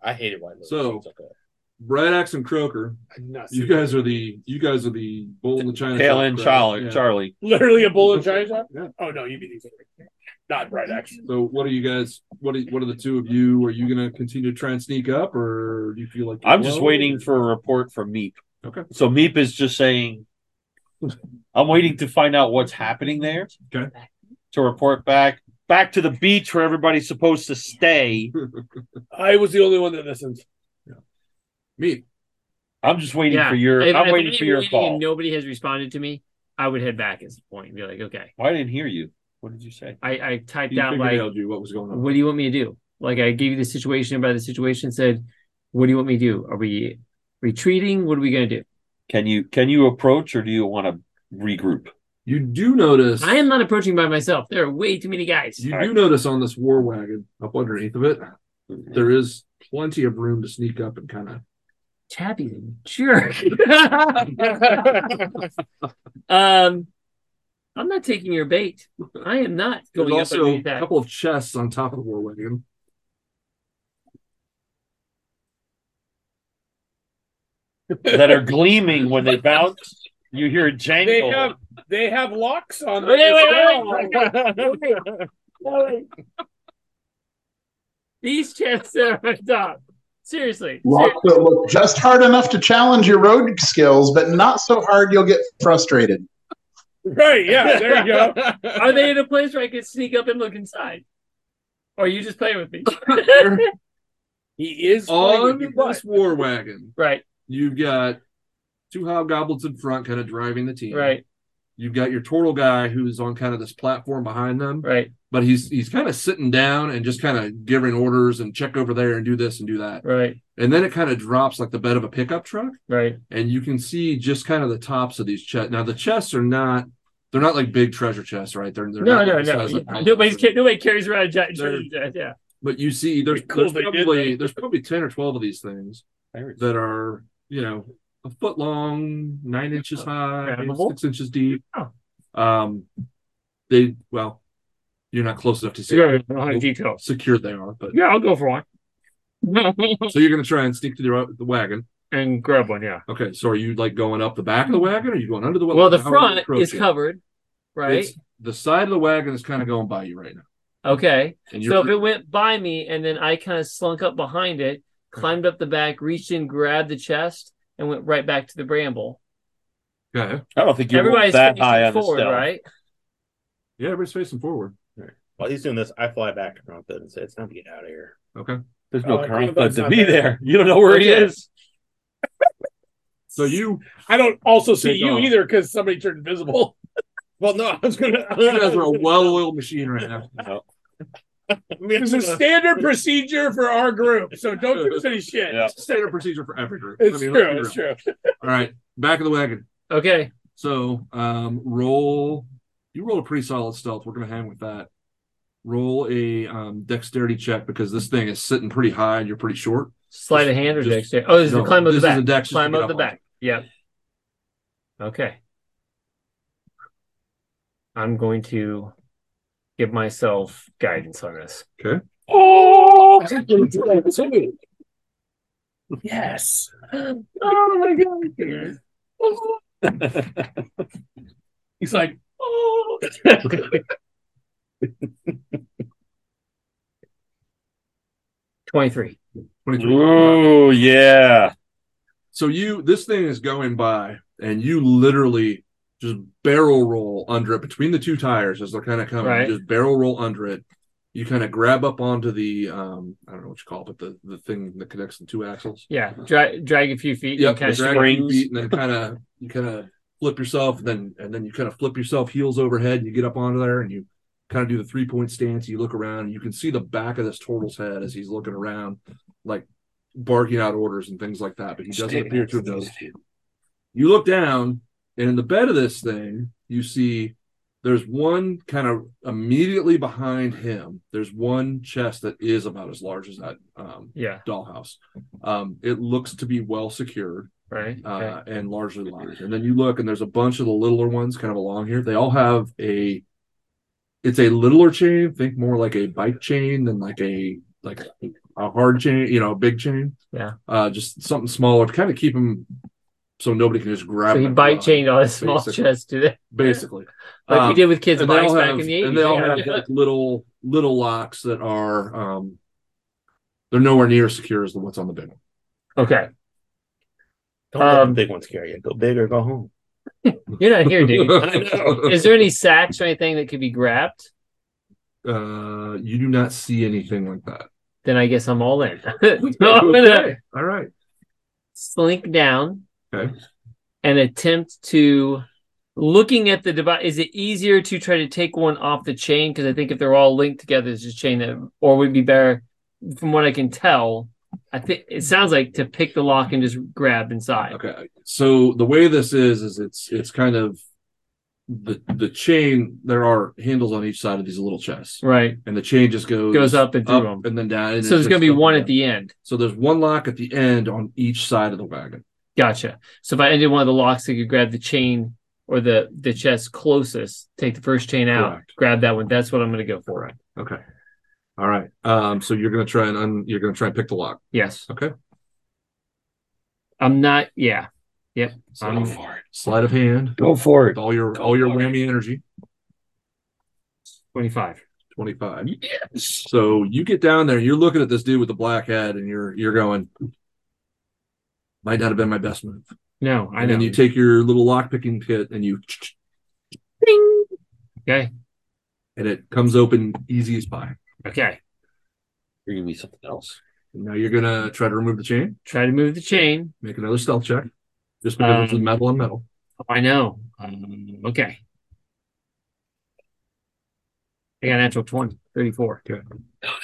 I hated White Lotus. So- It's okay. Brad Axe and Croker, I've not you seen guys are the you guys are the bull in the China. Tail shop end crowd. Charlie. Yeah. Charlie. it. literally a bull in China. shop? Yeah. Oh no, you mean these are- not right actually. So what are you guys? What are, what are the two of you? Are you gonna continue to try and sneak up, or do you feel like you're I'm just low? waiting for a report from Meep. Okay. So Meep is just saying, I'm waiting to find out what's happening there. Okay. To report back back to the beach where everybody's supposed to stay. I was the only one that listened. me. I'm just waiting Yeah. for your. If- I'm if waiting I'm for your waiting call. and nobody has responded to me. I would head back at this point and be like, okay, Well, Oh, I didn't hear you. What did you say? I, I typed You out figured like, out you what was going on. what do you want me to do? Like I gave you the situation about the situation. Said, what do you want me to do? Are we retreating? What are we gonna do? Can you can you approach or do you want to regroup? You do notice. I am not approaching by myself. There are way too many guys. You Alright. do notice on this war wagon up underneath of it, there is plenty of room to sneak up and kind of. Tabby's a jerk. [LAUGHS] um, I'm not taking your bait. I am not There's going up also underneath a that. couple of chests on top of the war wagon. that are gleaming when they bounce. You hear a jangle. They have they have locks on. Wait, them. wait, These chests are on top. Seriously. Lots that look just hard enough to challenge your road skills, but not so hard you'll get frustrated. [LAUGHS] Right? Yeah. There you go. Are they in a place where I can sneak up and look inside? Or are you just playing [LAUGHS] with me? He is playing with On you, but- this war wagon, [LAUGHS] right, you've got two hobgoblins in front, kind of driving the team. right, You've got your turtle guy who's on kind of this platform behind them, right, but he's he's kind of sitting down and just kind of giving orders and check over there and do this and do that. right, And then it kind of drops like the bed of a pickup truck. right. and you can see just kind of the tops of these chests. Now the chests are not they're not like big treasure chests, right? They're, they're No, not no, like the no. size of- Nobody's, ca- nobody carries around a giant They're- [LAUGHS] treasure chest. Yeah. But you see, there's, Cool, there's they did probably that. there's probably ten or twelve of these things that are you know a foot long, nine inches high, Grabbable? six inches deep. Oh. Um, they well, you're not close enough to see Yeah, how yeah, yeah, details. secure they are, but Yeah, I'll go for one. so you're gonna try and sneak to the, the wagon. and grab one, yeah. Okay, so are you like going up the back of the wagon? Or are you going under the wagon? Well, the How are you front is approaching? covered, right? It's- the side of the wagon is kind of going by you right now. Okay. And So you're if it went by me and then I kind of slunk up behind it, climbed up the back, reached in, grabbed the chest, and went right back to the bramble. okay. I don't think you're Everybody's that facing high on forward, the stealth. right? Yeah, everybody's facing forward. While he's doing this, I fly back to Prompton and say, it's time to get out of here. Okay. There's no Oh, current Grandpa's to not be there. there. You don't know where he Okay. is. So [LAUGHS] you I don't also see Take you off. either because somebody turned invisible. Well, no, I was gonna. you guys are a well-oiled machine right now. I mean, It's a standard procedure for our group, so don't do any shit. Yeah. Standard procedure for every group. It's I mean, let's true. be It's real. true. All right, back of the wagon. Okay. So um roll. You roll a pretty solid stealth. We're gonna hang with that. Roll a um, dexterity check because this thing is sitting pretty high and you're pretty short. Slide of hand or Just- dexterity? Oh, this is No, the climb up the this is back. a dex just to climb get up up the on back. Yep. Okay. I'm going to give myself guidance on this. Oh, yes. Oh my god. [LAUGHS] He's like, oh, Twenty-three. 23. Ooh, yeah. So you this thing is going by and you literally just barrel roll under it between the two tires as they're kind of coming. Right. You just barrel roll under it. You kind of grab up onto the um I don't know what you call it, but the the thing that connects the two axles. Yeah. Dra- drag a few feet. Yep, kind and Kind of of springs. and then kind of you kind of flip yourself, and then and then you kind of flip yourself heels overhead. And you get up onto there, and you kind of do the three point stance. You look around, and you can see the back of this turtle's head as he's looking around, like barking out orders and things like that. But he doesn't appear to have noticed you. You look down, and in the bed of this thing, you see There's one kind of immediately behind him. There's one chest that is about as large as that um, Yeah. dollhouse. Um, it looks to be well secured Right. Okay. uh, and largely locked. And then you look, and there's a bunch of the littler ones kind of along here. They all have a. It's a littler chain. Think more like a bike chain than like a like a, a hard chain. You know, a big chain. Yeah. Uh, just something smaller to kind of keep them so nobody can just grab. so he them. bite chained all his small basically. chests to that, basically. like we Um, did with kids' and they bikes all back have, in the and they all have eighties. like little little locks that are um, they're nowhere near as secure as the what's on the big [LAUGHS] one. [LAUGHS] Okay, Don't let Um, the big ones carry it. Go big or go home. you're not here, [LAUGHS] dude. I know. Is there any sacks or anything that could be grabbed? Uh, you do not see anything like [LAUGHS] that. Then I guess I'm [LAUGHS] all in. [LAUGHS] So I'm gonna Okay. All right. slink down Okay. and attempt to looking at the device. Is it easier to try to take one off the chain? Because I think if they're all linked together, it's just chain that, or would it be better, from what I can tell. I think it sounds like to pick the lock and just grab inside. Okay. So the way this is is it's it's kind of the the chain. There are handles on each side of these little chests, Right. and the chain just goes Goes up and through 'em. and then down. and so there's it going to be just- one at the end. So there's one lock at the end on each side of the wagon. Gotcha. So if I ended one of the locks, I could grab the chain or the the chest closest, take the first chain out, Correct. grab that one. That's what I'm going to go for. Okay. All right. Um. So you're gonna try and un, you're gonna try and pick the lock. Yes. Okay. I'm not. Yeah. So I'm- sleight of hand Go for with all your all your whammy energy. 25. 25. So you get down there, you're looking at this dude with the black head, and you're you're going, might not have been my best move. No, I And know. then you take your little lock picking kit and you okay. and it comes open easy as pie. Okay. You're gonna be something else. And Now you're gonna try to remove the chain, Try to move the chain. make another stealth check. Just because it's Um, metal on metal. Oh, I know. Um, okay. I got a natural 20, 34.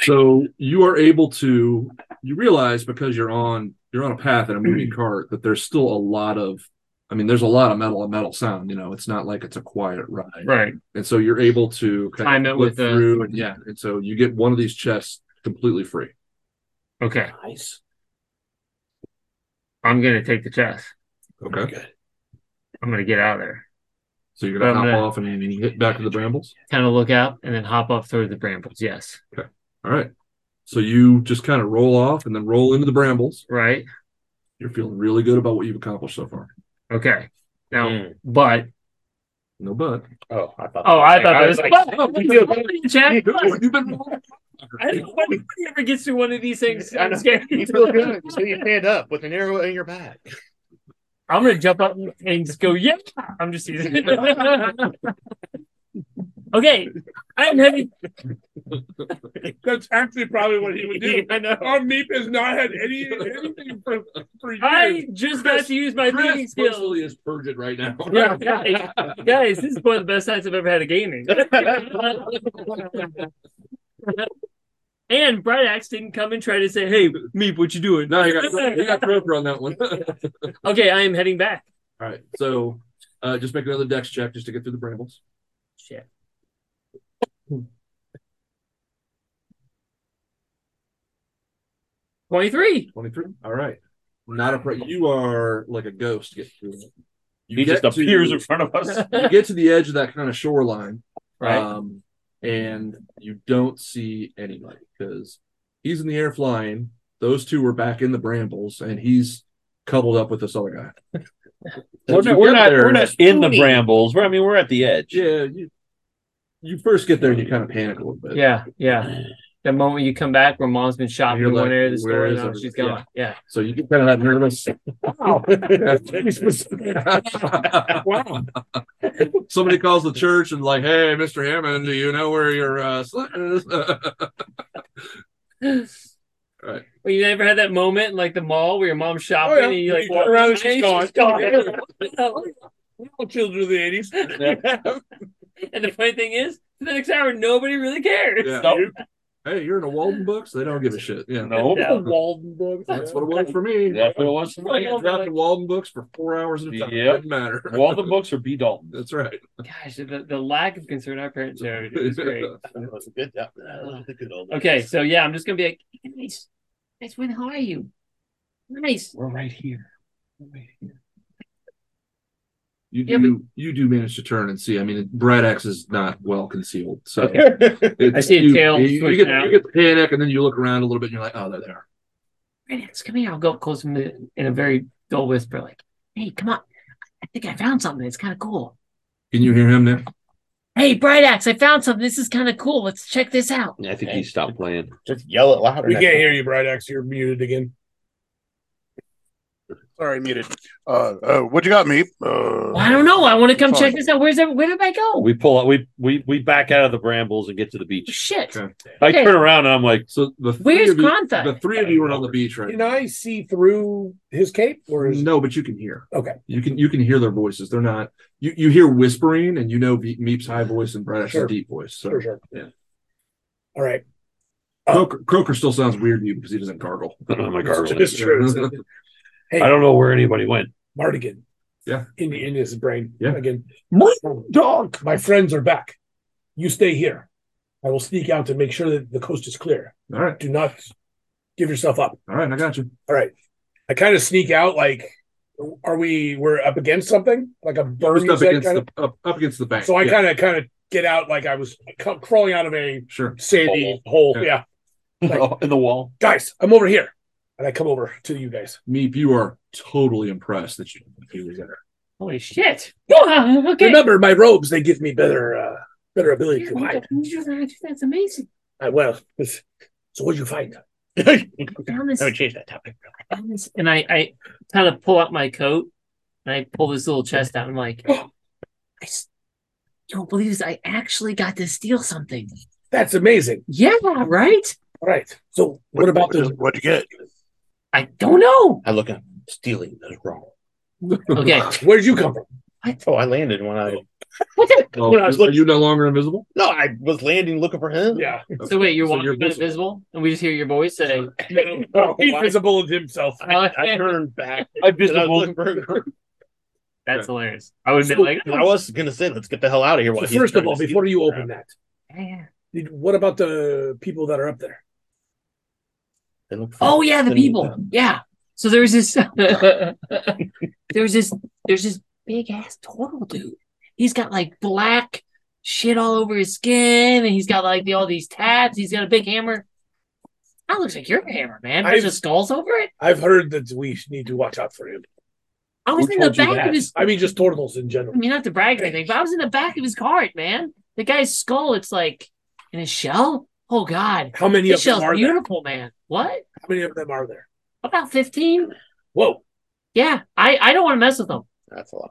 So you are able to you realize because you're on you're on a path in a Mm-hmm. moving cart that there's still a lot of I mean, there's a lot of metal on metal sound, you know, it's not like it's a quiet ride. Right. and so you're able to kind Time it of look with the- through, and yeah, and so you get one of these chests completely free. Okay. Nice. I'm going to take the chest. Okay, I'm going to get out of there. so you're gonna I'm hop gonna- off and hit back to the brambles. Kind of look out and then hop up through the brambles. Yes. All right, so you just kind of roll off and then roll into the brambles. Right. You're feeling really good about what you've accomplished so far. Okay. Now, Mm. but No, but Oh, I thought. Oh, I thought that was was like, like, [LAUGHS] Jack. [LAUGHS] you've been rolling. I don't know when anybody ever gets through one of these things. I I'm know. scared. [LAUGHS] You feel good. So you stand up with an arrow in your back. I'm gonna jump up and just go, yeah. I'm just using [LAUGHS] it. okay. I'm heavy. That's actually probably what he would [LAUGHS] do. I know. Our Meep has not had any anything for, for years. I just got to use my thinking Chris skills. personally is perjured right [LAUGHS] now. [LAUGHS] Yeah, guys, guys, this is one of the best nights I've ever had at gaming. [LAUGHS] and Bright Axe didn't come and try to say, hey, Meep, what you doing? No, he got he got Roper on that one. [LAUGHS] Okay, I am heading back. All right, so uh, just make another dex check just to get through the brambles. Shit. Twenty-three. Twenty-three. All right, not a pro- you are like a ghost getting through. it. [LAUGHS] You He just get to- appears in front of [LAUGHS] us. you get to the edge of that kind of shoreline, Right. um, and you don't see anybody because he's in the air flying. Those two were back in the brambles, and he's coupled up with this other [LAUGHS] guy. We're As you not, we're get not, there- we're not in the brambles. We're, I mean, we're at the [LAUGHS] edge. Yeah, you, you first get there and you kind of panic a little bit. yeah, yeah. The moment you come back, where mom's been shopping You're in one like, area of the where store, and is now it? she's gone. Yeah. So you get kind of that nervous. wow. [LAUGHS] Somebody calls the church and like, hey, Mr. Hammond, do you know where your uh, sled is? [LAUGHS] Well, you never had that moment in like the mall where your Oh, mom's shopping yeah. and you like You turn around and she's gone. gone. [LAUGHS] All children of the eighties. [LAUGHS] and the funny thing is, the next hour nobody really cares. Yeah. [LAUGHS] [LAUGHS] Nope. Hey, you're in a Walden books. They don't give a shit. Yeah, No, Yeah. Walden books. that's what it was for me. that's what it was. I got dropped in Walden books for four hours at a time. Yep. Didn't matter. All the books are B. Dalton. [LAUGHS] That's right. Gosh, the, the lack of concern our parents showed is great. That's a good. That, that was a good old. Okay, so yeah, I'm just gonna be like, nice, nice. When how are you? Nice. We're right here. We're right [LAUGHS] here. You do Yeah, you do manage to turn and see. I mean, Brad X is not well concealed, so it's- [LAUGHS] I see a you- tail You, you switching get out. you get the panic, and then you look around a little bit, and you're like, oh, there they are. Right next, come here. I'll go up close to him in a very dull whisper, like, hey, come on. I think I found something. It's kind of cool. Can you hear him now? Hey, Bright Axe, I found something. This is kind of cool. Let's check this out. I think he stopped playing. Just yell it louder. We next can't time. hear you, Bright Axe. You're muted again. Sorry, muted. Uh, uh, what you got, me? Uh, Well, I don't know. I want to come Fine. check this out. Where's that? Where did I go? We pull out. We we we back out of the brambles and get to the beach. Shit. Okay. I Okay. turn around and I'm like, So the three Where's of you, the Grantha? three of you are on the beach right Can now. I see through his cape, or is No, but you can hear. Okay. you can you can hear their voices. They're not. You you hear whispering, and you know Ve- Meep's high voice and Brad X's Sure. deep voice. So sure, sure. Yeah. All right. Croaker, Croaker still sounds weird to you because he doesn't gargle. oh my god, It's true. [LAUGHS] It's- I don't know where anybody went. Mardigan. Yeah. In in his brain. Yeah. Again. My dog. My friends are back. You stay here. I will sneak out to make sure that the coast is clear. All right, Do not give yourself up. all right, I got you. All right. I kind of sneak out like are we we're up against something? Like a burn Just you up said against kind of the up, up against the bank. so I Yeah, kind of kind of get out like I was ca- crawling out of a sure. sandy hole. Yeah. Yeah. Like- [LAUGHS] in the wall. Guys, I'm over here. And I come over to you guys. Meep, you are totally impressed that you he was there. Holy shit. [LAUGHS] Wow, okay. Remember my robes, they give me better uh better ability to hide. That's amazing. I well it's- so what'd you find? Found this- I would change that topic. found this- And I, I kind of pull out my coat and I pull this little chest out. I'm like, [GASPS] I s- don't believe this. I actually got to steal something. That's amazing. Yeah, right? All right. So what, What about about the What'd you get? I don't know. I look at him. stealing is wrong. [LAUGHS] Okay. [LAUGHS] where'd you come from? Oh, I landed when I What the- Oh, When I was are looking- you no longer invisible? no, I was landing looking for him. Yeah. So wait, you're So walking you're but invisible. and we just hear your voice saying, [LAUGHS] Oh, he's visible as himself. I, [LAUGHS] I turned [LAUGHS] back. I and I was visible. looking for him. "That's hilarious." I would have been So- like, And I was gonna say, let's get the hell out of here. So while he's first trying of to all, steal before you crap. open that, "Yeah." did- what about the people that are up there? They look for- [LAUGHS] "Oh yeah, the then- people, yeah." So there's this, [LAUGHS] there's this, there's this big ass turtle dude. He's got like black shit all over his skin, and he's got like the, all these tats. He's got a big hammer. That looks like your hammer, man. Bunch I've- of skulls over it. I've heard that we need to watch out for him. I was Who in the told you back that? of his. I mean, just turtles in I general. mean, not to brag or anything, but I was in the back of his cart, man. The guy's skull, it's like in his shell. Oh God. How many This of them shell's are there? beautiful, man. What? How many of them are there? About 15? Whoa! Yeah. I, I don't want to mess with them. That's a lot.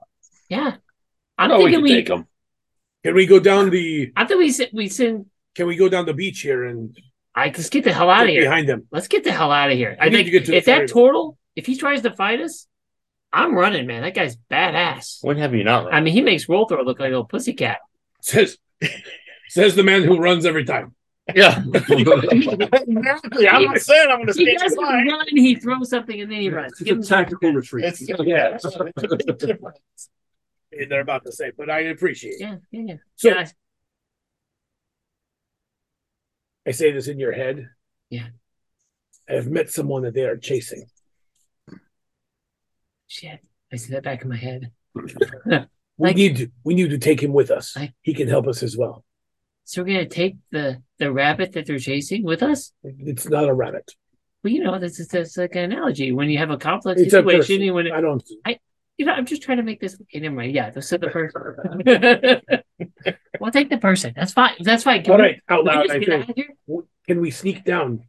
Yeah. I'm Oh, we thinking can we, take them. Can we go down the? I think we sit, we send, Can we go down the beach here and I just get the hell out of get here. behind them? [LAUGHS] Let's get the hell out of here. I need think to get to the if that ferry. turtle, if he tries to fight us, I'm running, man. That guy's badass. When have you [LAUGHS] not? I mean, he makes Roll Throw look like a little [LAUGHS] pussycat. Says, says the man who runs every time. yeah. Exactly. I'm not saying I'm gonna He stand doesn't by. run, he throws something and then he runs. It's Give a him- tactical retreat. [LAUGHS] It's yeah. They're about to say, but I appreciate. it. yeah, yeah, yeah. So Yeah, I say this in your head. Yeah. I have met someone that they are chasing. Shit. I see that back in [LAUGHS] my head. We Like- need to, we need to take him with us. Like- he can help us as well. So we're gonna take the the rabbit that they're chasing with us. It's not a rabbit. Well, you know, this is that's like an analogy when you have a complex It's a person. situation. You, when it, I don't. you know, I'm just trying to make this. Okay, never mind. Yeah, so the person. [LAUGHS] we'll take the person. That's fine. That's fine. Can All we- right, out can we loud. just I get think. out of here? Can we sneak down?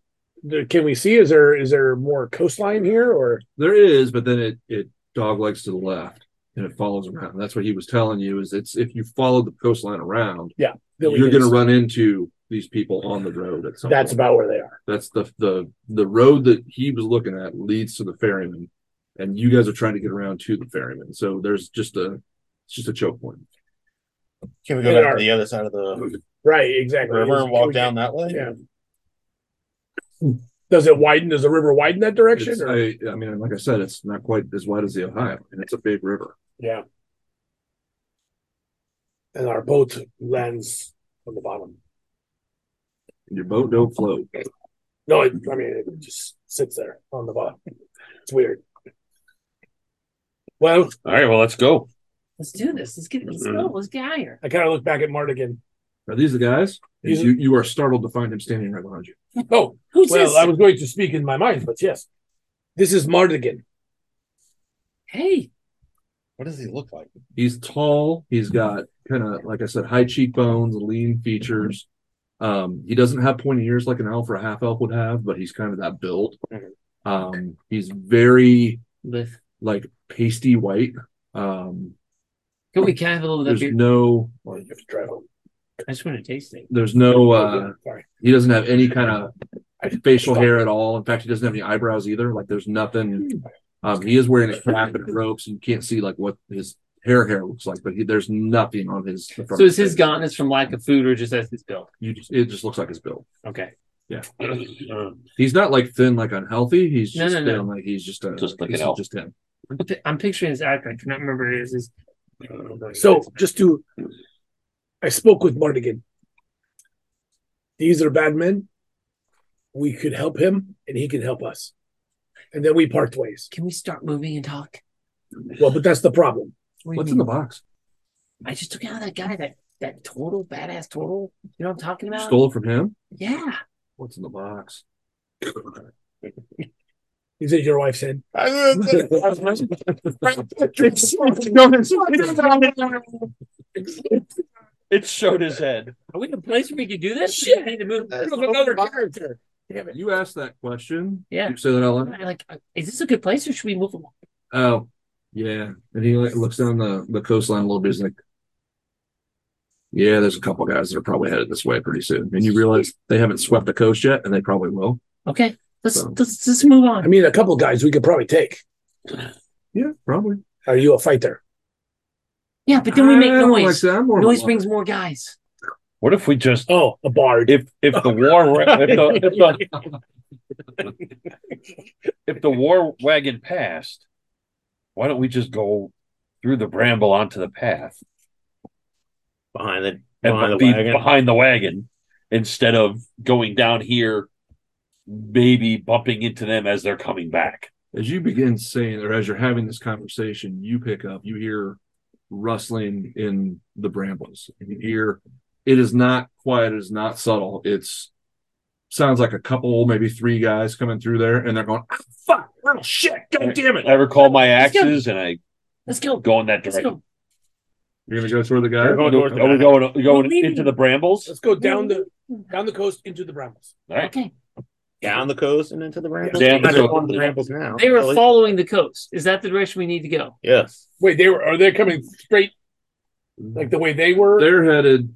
There- Can we see? Is there is there more coastline here or? There is, but then it it dog legs to the left and it follows around. That's what he was telling you is it's if you follow the coastline around, that we you're can going to see? run into these people on the road at some. That's point. about where they are. that's the the the road that he was looking at leads to the ferryman, and you guys are trying to get around to the ferryman. So there's just a it's just a choke point. [LAUGHS] Can we go They down are. to the other side of the Right, exactly. river Is- and can walk we- down that way? Yeah. Does it widen? Does the river widen that direction? It's- or- I, I mean, like I said, it's not quite as wide as the Ohio, and it's a big river. yeah. And our boat lands on the bottom. Your boat don't float. No, it, I mean it just sits there on the bottom. It's weird. Well, All right, well, let's go. Let's do this. Let's get let's Mm-hmm. go. Let's get out of here. I kind of look back at Mardigan. Are these the guys? These are- you, you are startled to find him standing right behind you. Oh, Who's well, this? I was going to speak in my mind, but yes, this is Mardigan. Hey, What does he look like? He's tall. He's got kind of, like I said, high cheekbones, lean features. Um, he doesn't have pointy ears like an elf or a half elf would have, but he's kind of that build. Mm-hmm. Mhm. Um, he's very Liv. like pasty white. Um, Can we can I have a little of that there's beer? no, Well, you have to drive home. I just want to taste it. there's no. Oh, Uh, yeah, sorry. he doesn't have any kind of facial hair at all. In fact, he doesn't have any eyebrows either. Like there's nothing. Um, he is wearing a cap and ropes, and you can't see like what his hair hair looks like, but he, there's nothing on his. the front So of is his face. gauntness from lack of food or just as his build? You just, it just looks like his build. Okay. He's not like thin, like unhealthy. He's No, just no, no. thin, like he's just a Just like he's an elf. Just him. I'm pi- I'm picturing his actor. I cannot remember his. his... So just to, I spoke with Mardigan. These are bad men. We could help him, and he can help us. And then we part ways. Can we start moving and talk? Well, but that's the problem. What do you What's mean? in the box? I just took out that guy, that that total badass total. You know what I'm talking about? Stole it from him. Yeah. What's in the [LAUGHS] box? Is it your wife's head? It showed his head. Are we in a place where we could do this? Shit, I need to move. Another character. Damn it. You asked that question. Yeah. You say that out loud. Like, is this a good place or should we move? along? Oh, yeah. And he like, looks down the, the coastline a little bit. He's like, yeah, there's a couple guys that are probably headed this way pretty soon. And you realize they haven't swept the coast yet, and they probably will. Okay, let's So- let's just [LAUGHS] move I on. mean, a couple guys we could probably take. Yeah, probably. Are you a fighter? Yeah, but then we make I don't like noise. that. I'm more of a Noise lover. brings more guys. What if we just Oh, a bard. if if the war if the, if the, [LAUGHS] if the war wagon passed, why don't we just go through the bramble onto the path Behind the and behind the be wagon. behind the wagon instead of going down here, maybe bumping into them as they're coming back? As you begin saying, or as you're having this conversation, you pick up, you hear rustling in the brambles. And you hear it is not quiet, it is not subtle. It's sounds like a couple, maybe three guys coming through there, and they're going, ah, fuck, Oh, real shit, god damn it. I recall my Let's go. axes and I Let's go. go in that Let's direction. go. You're gonna go toward the guy. Are we going, are we going, are we going leaving. into the brambles? Let's go down the down the coast into the brambles. All right. Okay. down the coast and into the brambles. Down the Not coast. going to the brambles now. They were Really? following the coast. Is that the direction we need to go? Yes. Wait, they were are they coming straight like the way they were? They're headed.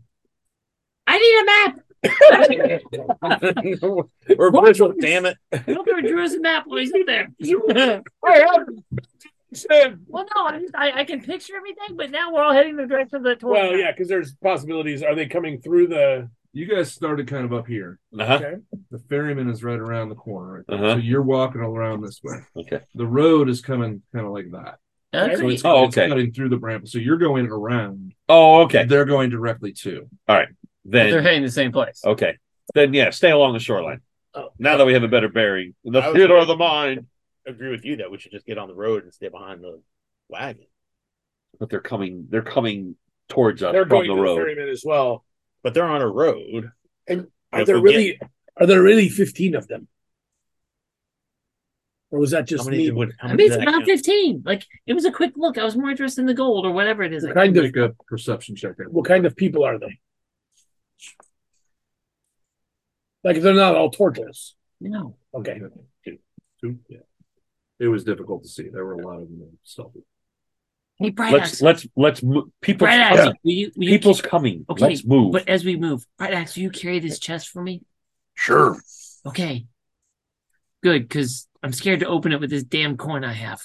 I [LAUGHS] need a map. [LAUGHS] [LAUGHS] We're visual. Damn it. Nobody drew us a map when he's up [LAUGHS] there. [LAUGHS] well, no, I, just, I I can picture everything, but now we're all heading the direction of the tour. well, yeah, because there's possibilities. Are they coming through the You guys started kind of up here. Uh-huh. The ferryman is right around the corner. Right there. Uh-huh. So you're walking around this way. Okay. The road is coming kind of like that. Okay. So it's, Oh, it's okay. cutting through the bramble. So you're going around. Oh, okay. They're going directly to. But they're Then heading the same place. okay. Then yeah, stay along the shoreline. Oh. Now that we have a better bearing, in the I was- theater of the mind. Agree with you that we should just get on the road and stay behind the wagon. But they're coming. They're coming towards us they're from going the to the road. ferryman as well? But they're on a road. Are If there we really are there really fifteen of them? Or was that how just many me? did- would- how I mean, many did it's that about count? 15. Like, it was a quick look. I was more interested in the gold or whatever it is. What kind of Make a perception check. there. what kind of people are they? Like they're not all tortoises. No. Okay. Two? Yeah. It was difficult to see. There were a lot of them stealthy. Hey, Bright Let's Axe. let's let's mo- people's Bright Axe, coming. will you, will you people's coming. Okay, Let's move. But as we move, right, Axe, will you carry this chest for me? Sure. Okay. Good, because I'm scared to open it with this damn coin I have.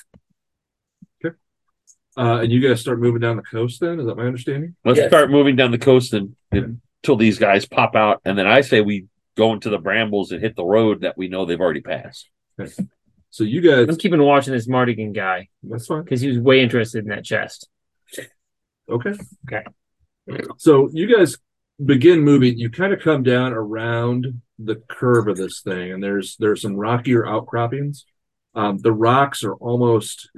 Uh, and you guys start moving down the coast then? Is that my understanding? let's Yes. start moving down the coast and, until these guys pop out, and then I say we go into the brambles and hit the road that we know they've already passed. So you guys, I'm keeping watching this Mardigan guy that's fine. because he was way interested in that chest. Okay. Okay. So you guys begin moving. You kind of come down around the curve of this thing, and there's there's some rockier outcroppings. Um, the rocks are almost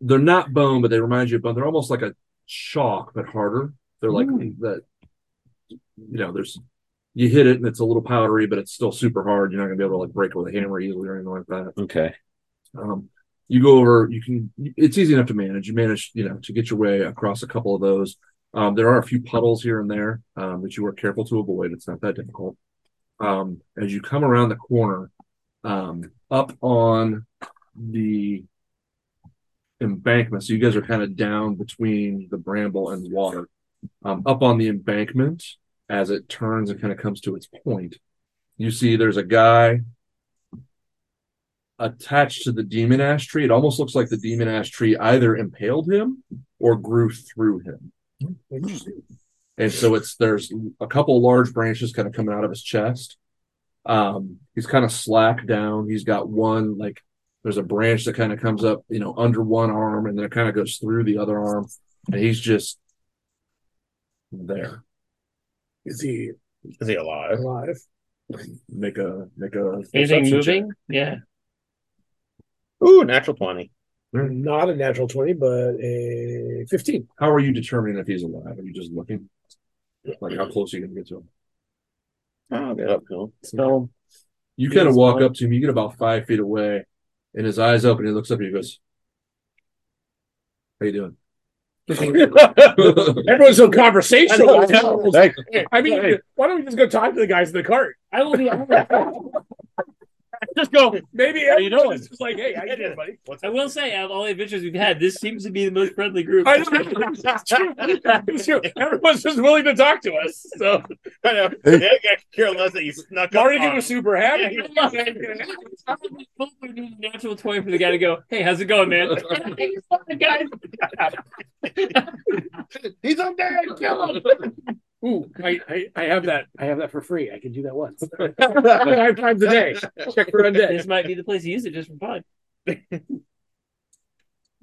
they're not bone, but they remind you of bone. They're almost like a chalk, but harder. They're like that. You know, there's you hit it and it's a little powdery, but it's still super hard. You're not gonna be able to like break it with a hammer easily or anything like that. Okay. Um, you go over, you can, it's easy enough to manage. You manage, you know, to get your way across a couple of those. Um, there are a few puddles here and there um, that you are careful to avoid. It's not that difficult. Um, as you come around the corner, um, up on the embankment, so you guys are kind of down between the bramble and the water. Um, up on the embankment, as it turns and kind of comes to its point, you see there's a guy attached to the demon ash tree. It almost looks like the demon ash tree either impaled him or grew through him. And so it's there's a couple large branches kind of coming out of his chest. Um, he's kind of slack down. He's got one like there's a branch that kind of comes up, you know, under one arm and then it kind of goes through the other arm, and he's just there. Is he Is he alive? alive? Make a make a Anything perception check. moving? Yeah. Ooh, natural twenty. Not a natural 20, but a [LAUGHS] 15. How are you determining if he's alive? Are you just looking? Like how close are you gonna get to him? Oh, yeah, that's cool. So You kind of Yes, walk well- up to him. You get about five feet away, and his eyes open. He looks up. and He goes, "How you doing?" [LAUGHS] Everyone's so conversational. I, Thank- mean, why don't we just go talk to the guys in the cart? I will be. [LAUGHS] Just go. Maybe How you everyone's doing? just like, hey, how you doing, [LAUGHS] buddy? What's I up? will say, out of all the adventures we've [LAUGHS] had, this seems to be the most friendly group. [LAUGHS] I know. It's [LAUGHS] true. It's true. Everyone's just willing to talk to us. So [LAUGHS] I know. Yeah, I care less that you snuck up. Mardigan on was super happy. I'm hopefully doing a [LAUGHS] natural 20 for the guy to go, hey, how's it going, [LAUGHS] man? Hey, you fucking guys. He's on deck. Kill him. [LAUGHS] Ooh, I, I, I have that. I have that for free. I can do that [LAUGHS] once. Five times a day. Check for undead. This might be the place to use it just for fun.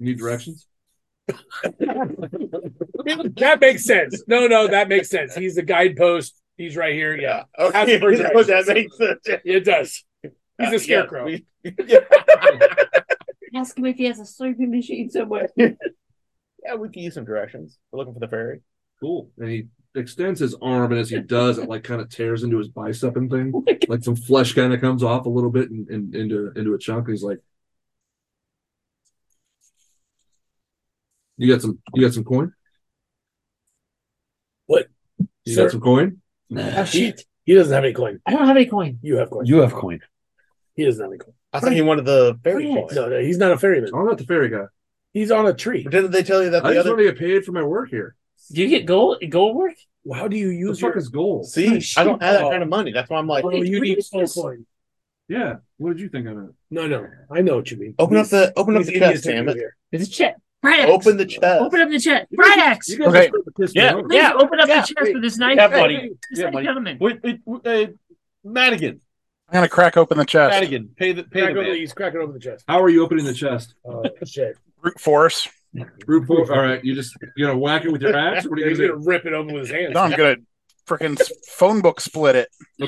Need directions? that makes sense. No, no, that makes sense. He's the guidepost. He's right here. Yeah, [LAUGHS] Yeah. Okay. Ask for directions. [LAUGHS] that makes sense. it does. Uh, He's yeah, a scarecrow. we- Ask him if he has a slurping machine somewhere. Yeah, we can use some directions. We're looking for the ferry. Cool. And he extends his arm, and as he does, it like kind of tears into his bicep and thing. Like some flesh kind of comes off a little bit and, and into into a chunk. And he's like, "You got some? You got some coin? What? You Sir? got some coin? Oh, shit. He doesn't have any coin. I don't have any coin. You have coin. You have coin. He doesn't have any coin. I thought he wanted the ferry boy. No, no, he's not a ferryman. "Oh, I'm not the fairy guy. He's on a tree. Didn't they tell you that I the just other? want to get paid for my work here." Do you get gold gold work? Well, How do you The use fuck your? is gold? See, I don't have that Oh. kind of money. That's why I'm like, Oh, you need full coin. Yeah. What did you think of it? No, no, I know what you mean. open up the open up These the idiots chest, think damn we're it! here. It's a chest. Bridex. Open the chest. Open up the chest. Bridex. You guys Okay. are starting to piss me Yeah. off. Yeah, open up Yeah, the chest with this knife. yeah, buddy. This Yeah, knife, buddy. gentleman. Wait, wait, wait, uh, Madigan, I'm gonna crack open the chest. Madigan, pay the pay Crack the over, man. he's cracking over the chest. How are you opening the chest? [LAUGHS] Oh shit! Brute force. Brute force. All right. You just you gonna whack it with your axe? What are you He's gonna gonna rip it open with his hands. No, I'm gonna freaking phone book split it. do?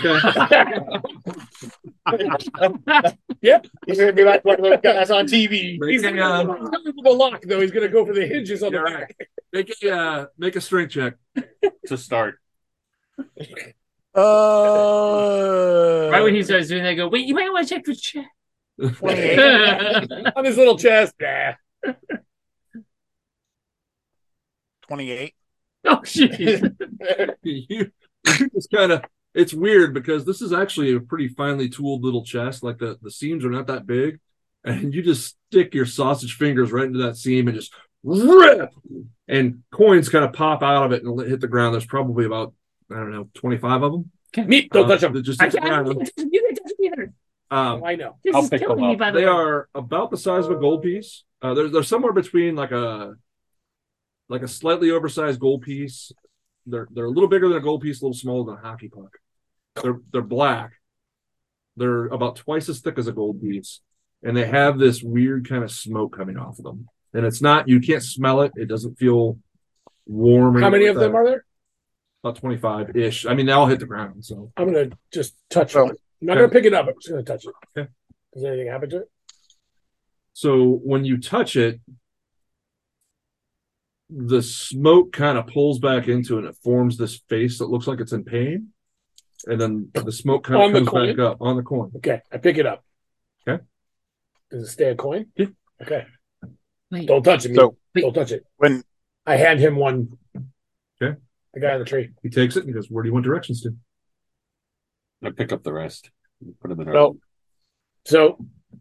Okay. He's gonna be like one of those guys on TV. He's Make gonna a, uh, um, [LAUGHS] he's gonna go for the lock though. He's gonna go for the hinges on the You're back. make a uh, make a strength check. [LAUGHS] to start. Uh, Right when he starts doing that, I go, wait, you might want to check the chest. on his little chest. Nah. twenty-eight. [LAUGHS] oh, shit. you it's kind of it's weird because this is actually a pretty finely tooled little chest. Like the the seams are not that big, and you just stick your sausage fingers right into that seam and just rip, and coins kind of pop out of it and hit the ground. There's probably about I don't know twenty five of them. Meat, don't Uh, touch him. they're Just I hit the can't. I can't ground. touch it. You can touch it either. Um, I know. This Oh, I'll is pick killing them me, up. by the they way. are about the size of a gold piece. Uh, they're they're somewhere between like a like a slightly oversized gold piece. They're they're a little bigger than a gold piece, a little smaller than a hockey puck. They're they're black. They're about twice as thick as a gold piece, and they have this weird kind of smoke coming off of them. And it's not you can't smell it. It doesn't feel warm. or How many of anything like them that. are there? About twenty five ish. I mean, they all hit the ground. So I'm gonna just touch Oh. one. I'm not gonna pick it up. I'm just gonna touch it. Okay. Does anything happen to it? So when you touch it, the smoke kind of pulls back into it and it forms this face that looks like it's in pain. And then the smoke kind On the of comes coin? back up on the coin. Okay, I pick it up. Okay. Does it stay a coin? Yeah. Okay. Wait. Don't touch it. So- Don't touch it. When I hand him one. Okay. The guy on the tree. He takes it and he goes, Where do you want directions to? I pick up the rest. and Put them in our. Well, So,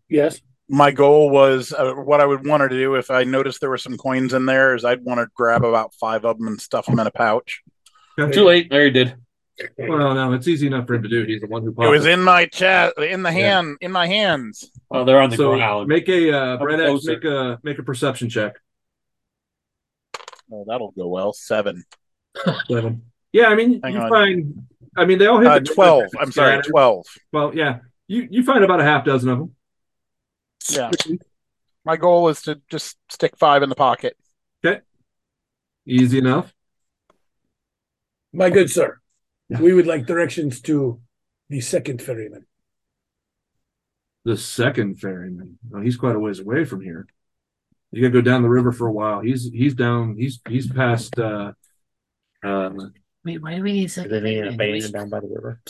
yes. my goal was uh, what I would want to do if I noticed there were some coins in there is I'd want to grab about five of them and stuff them in a pouch. Too late. Larry did. Well, no, it's easy enough for him to do. He's the one who It was popped in my chat, in the hand, in my hands. Oh, they're on the So ground. make a uh, Brad X, closer. make a make a perception check. Oh, that'll go well. Seven, Seven. Yeah, I mean Hang you on. find I mean they all hit uh, the- [LAUGHS] twelve. I'm sorry, Scattered. twelve. Well, yeah. You you find about a half dozen of them. Yeah. [LAUGHS] My goal is to just stick five in the pocket. Easy enough. My good sir, we would like directions to the second ferryman. the second ferryman. Now, he's quite a ways away from here. You gotta go down the river for a while. He's he's down. He's he's past. Uh, uh, Wait, why do we need Is it in second? abandoned down by the river?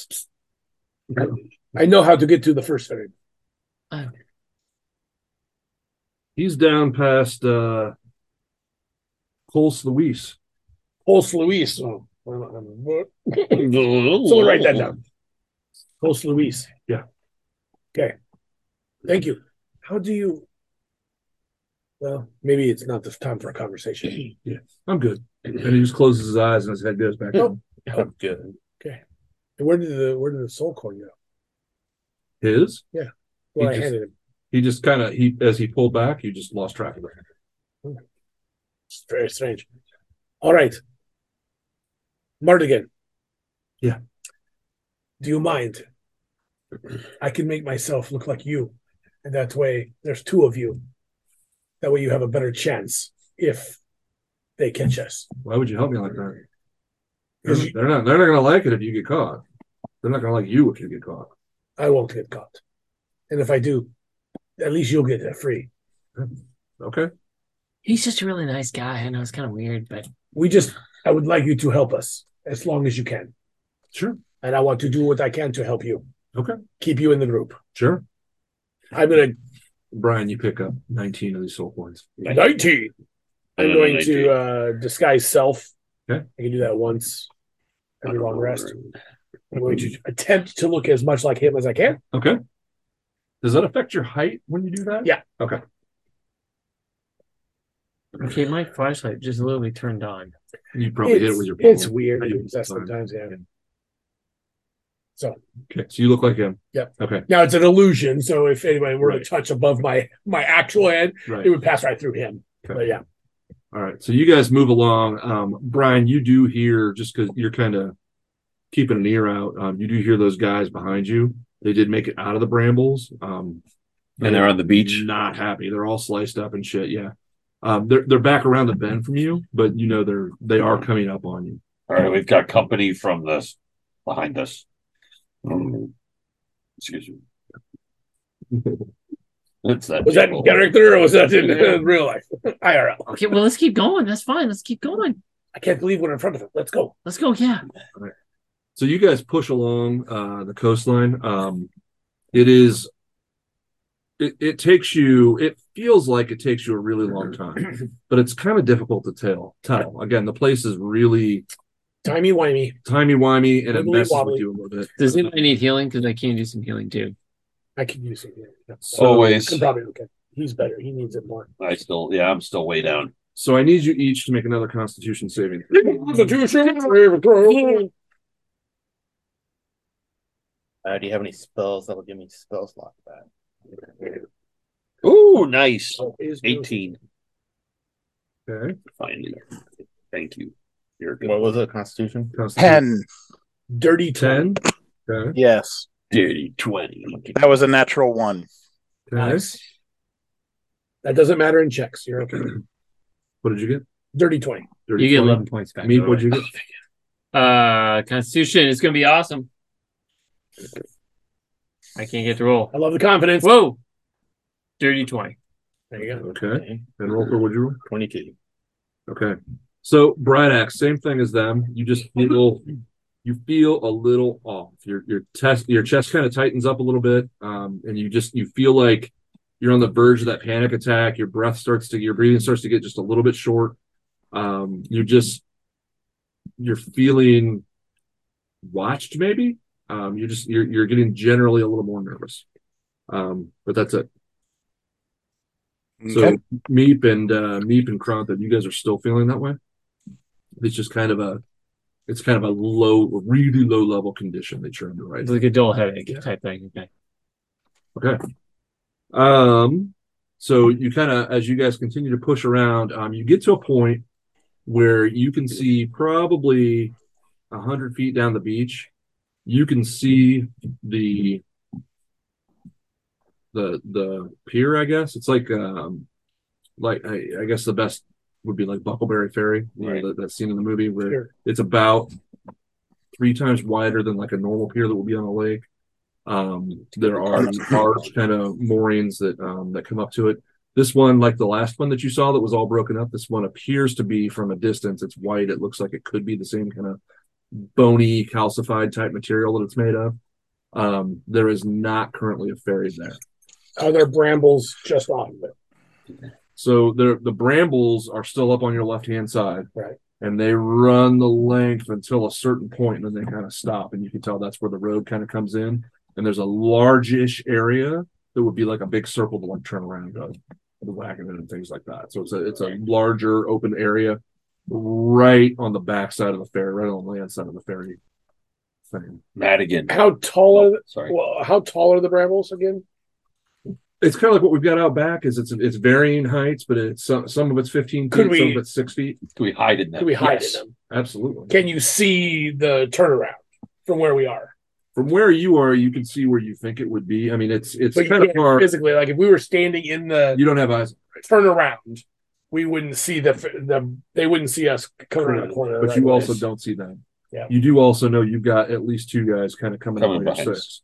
I know how to get to the first ferryman. he's down past uh, Coles Luis. Pulse Luis. Oh, I'm- I'm- what? Someone write that down. Pulse Luis. Yeah. Okay. Thank you. How do you? Well, maybe it's not the time for a [CLEARS THROAT] conversation. Yeah, I'm good. And he just closes his eyes and his head goes back. Nope. Oh, good. Where did the where did the soul coin go? His. Well, He I just- handed him. He just kind of he as he pulled back, you just lost track of it. It's very strange. All right. Mardigan. Yeah. Do you mind? I can make myself look like you. And that way there's two of you. That way you have a better chance if they catch us. Why would you help me like that? They're, 'Cause you- they're not. They're not gonna like it if you get caught. They're not gonna like you if you get caught. I won't get caught. And if I do, at least you'll get that free. Okay. He's just a really nice guy. I know it's kind of weird, but We just I would like you to help us as long as you can. Sure. And I want to do what I can to help you. Okay. Keep you in the group. Sure. I'm gonna Brian, you pick up 19 of these soul coins. 19. I'm Uh, going 19. to uh, disguise self. Okay. I can do that once every long rest. I'm going to attempt to look as much like him as I can. Okay. Does that affect your height when you do that? Yeah. okay, my flashlight just literally turned on. You probably hit it It's- with your It's palm. weird. I do It's that sometimes. sometimes, yeah. So Okay. So you look like him. Yep. Okay. now it's an illusion. So if anybody were Right. to touch above my my actual head, Right. it would pass right through him. Okay. But yeah, All right. So you guys move along. Um, Brian, you do hear just because you're kind of keeping an ear out. Um, you do hear those guys behind you. They did make it out of the brambles. Um, And they're on the beach. not happy. They're all sliced up and shit. Yeah. Um, they're they're back around the bend from you, but you know they're they are Mm-hmm. coming up on you. All right, we've got company from this behind us. Um, Excuse [LAUGHS] me. It's that. was that in table. character or was that in real life? [LAUGHS] IRL. Okay, well, let's keep going. That's fine. Let's keep going. I can't believe we're in front of him. Let's go. Let's go. Yeah. So you guys push along uh, the coastline. Um, it is. It, it takes you. It feels like it takes you a really long Mm-hmm. time, but it's kind of difficult to tell. Tell again, the place is really Timey wimey. timey wimey, and it Wibbly messes wobbly. with you a little bit. Does anybody need healing? Because I can do some healing too. I can use it. Yeah. Oh, Always. I'm probably okay. He's better. He needs it more. I still, yeah, I'm still way down. So I need you each to make another Constitution saving. throw. Uh, do you have any spells that'll give me spell slot back? Ooh, nice. Is Oh, Eighteen. Okay, Finally. Thank you. You're good. What was it? Constitution? Constitution. Ten. dirty ten. Ten. Yes. Dirty 20. That was a natural one. Nice. That doesn't matter in checks. You're okay. What did you get? Dirty 20. You get 11 points back. Me, by the what'd you way. get? Uh, Constitution is going to be awesome. I can't get the roll. I love the confidence. Whoa. Dirty 20. There you go. Okay. And roll for what'd you roll? 22. Okay. So Brian Axe, same thing as them. You just feel you feel a little off. Your your test your chest kind of tightens up a little bit. Um, and you just you feel like you're on the verge of that panic attack. Your breath starts to your breathing starts to get just a little bit short. Um, you just you're feeling watched, maybe. Um, you're just you're you're getting generally a little more nervous. Um, but that's it. So Okay. Meep and uh, Meep and Crompton, you guys are still feeling that way. It's just kind of a, it's kind of a low, really low level condition that you're under right It's now. like a dull headache type thing. Okay. Okay. Um, so you kind of, as you guys continue to push around, um, you get to a point where you can see probably a hundred feet down the beach. You can see the the the pier. I guess it's like um, like I, I guess the best would be like Buckleberry Ferry, you know, that, that scene in the movie where Sure. it's about three times wider than like a normal pier that would be on a lake. Um, there are these large kind of moorings that um, that come up to it. This one, like the last one that you saw that was all broken up, this one appears to be from a distance. It's white. It looks like it could be the same kind of bony, calcified type material that it's made of. Um, there is not currently a ferry there. Are there brambles just off of it? So the the brambles are still up on your left hand side, Right. And they run the length until a certain point, and then they kind of stop. And you can tell that's where the road kind of comes in. And there's a largish area that would be like a big circle to like turn around and go the whack of it and things like that. So it's a it's a larger open area right on the back side of the ferry, right on the land side of the ferry thing. Madigan. How tall are the, Sorry. well, how tall are the brambles again? It's kind of like what we've got out back is it's it's varying heights, but it's some some of it's fifteen feet, Could we- some of it's six feet. Do we hide in that? Can we hide Yes. in them? Absolutely. Can you see the turnaround from where we are? from where you are, you can see where you think it would be. I mean, it's it's But you kind of can't hard. physically, like if we were standing in the You don't have eyes, turnaround, we wouldn't see the the they wouldn't see us coming around the corner. but right you away. also don't see them. Yeah. You do also know you've got at least two guys kind of coming, Coming up on behind your us.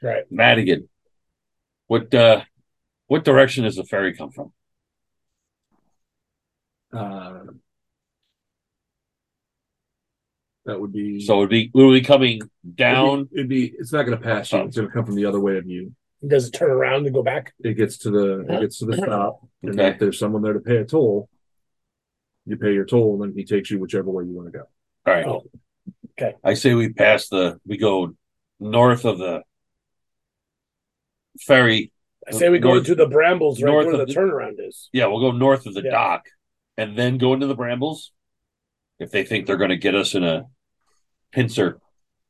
six. right. Madigan. What uh what direction does the ferry come from? Uh, that would be So it would be literally coming it'd down. Oh. be- It'd be, it's not going to pass you. It's going to come from the other way of you. Does it turn around and go back? It gets to the it gets to the stop, and Okay. if there's someone there to pay a toll, you pay your toll, and then he takes you whichever way you want to go. All right. Oh. Okay. I say we pass the we go north of the ferry. I say we go North- into the brambles right north where the of the- turnaround is. Yeah, we'll go north of the Yeah. dock and then go into the brambles. If they think they're gonna get us in a pincer.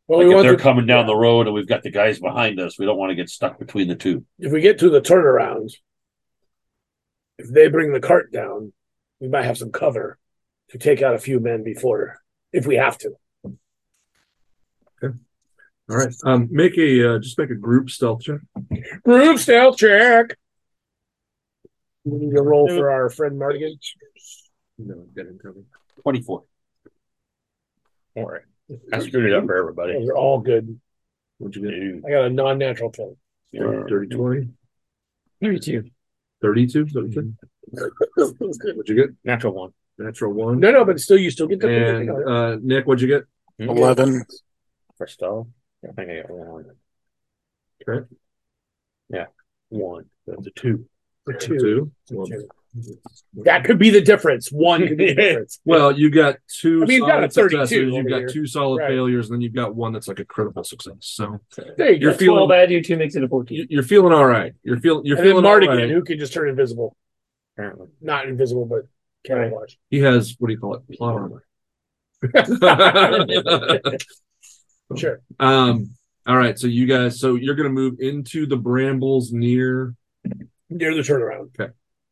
Well, like we if want they're to, coming down the road and we've got the guys behind us, we don't want to get stuck between the two. if we get to the turnaround, if they bring the cart down, we might have some cover to take out a few men before, if we have to. All right. Um, make a uh, just make a group stealth check. Group stealth check. We need to roll for our friend Mardigan. No, I've got him covered. Twenty four. All right. I screwed it up for everybody. Those are all good. What'd you get? I got a non-natural thing. Yeah. 30, 20, 32. 32, 32. Mm-hmm. What'd you get? Natural one. Natural one. No, no, but still, you still get the. And uh, Nick, what'd you get? 11. For spell. I think I got one. Okay. Yeah. One. That's a two. The two. Uh, Two. Well, Two. That could be the difference. One could be the difference. well, you got two I mean, you've got a solid 32 successes, you've over got here. two solid Right. failures, and then you've got one that's like a critical success. So There you You're go. feeling- 12 add you 2 makes it a 14. you- you're feeling all right. You're feeling you're and then feeling all Mardigan, right. who can just turn invisible. Apparently. Not invisible, but can Right. watch. He has what do you call it? Plot armor. [LAUGHS] Sure. um. All right. So you guys. So you're gonna move into the brambles near Near the turnaround.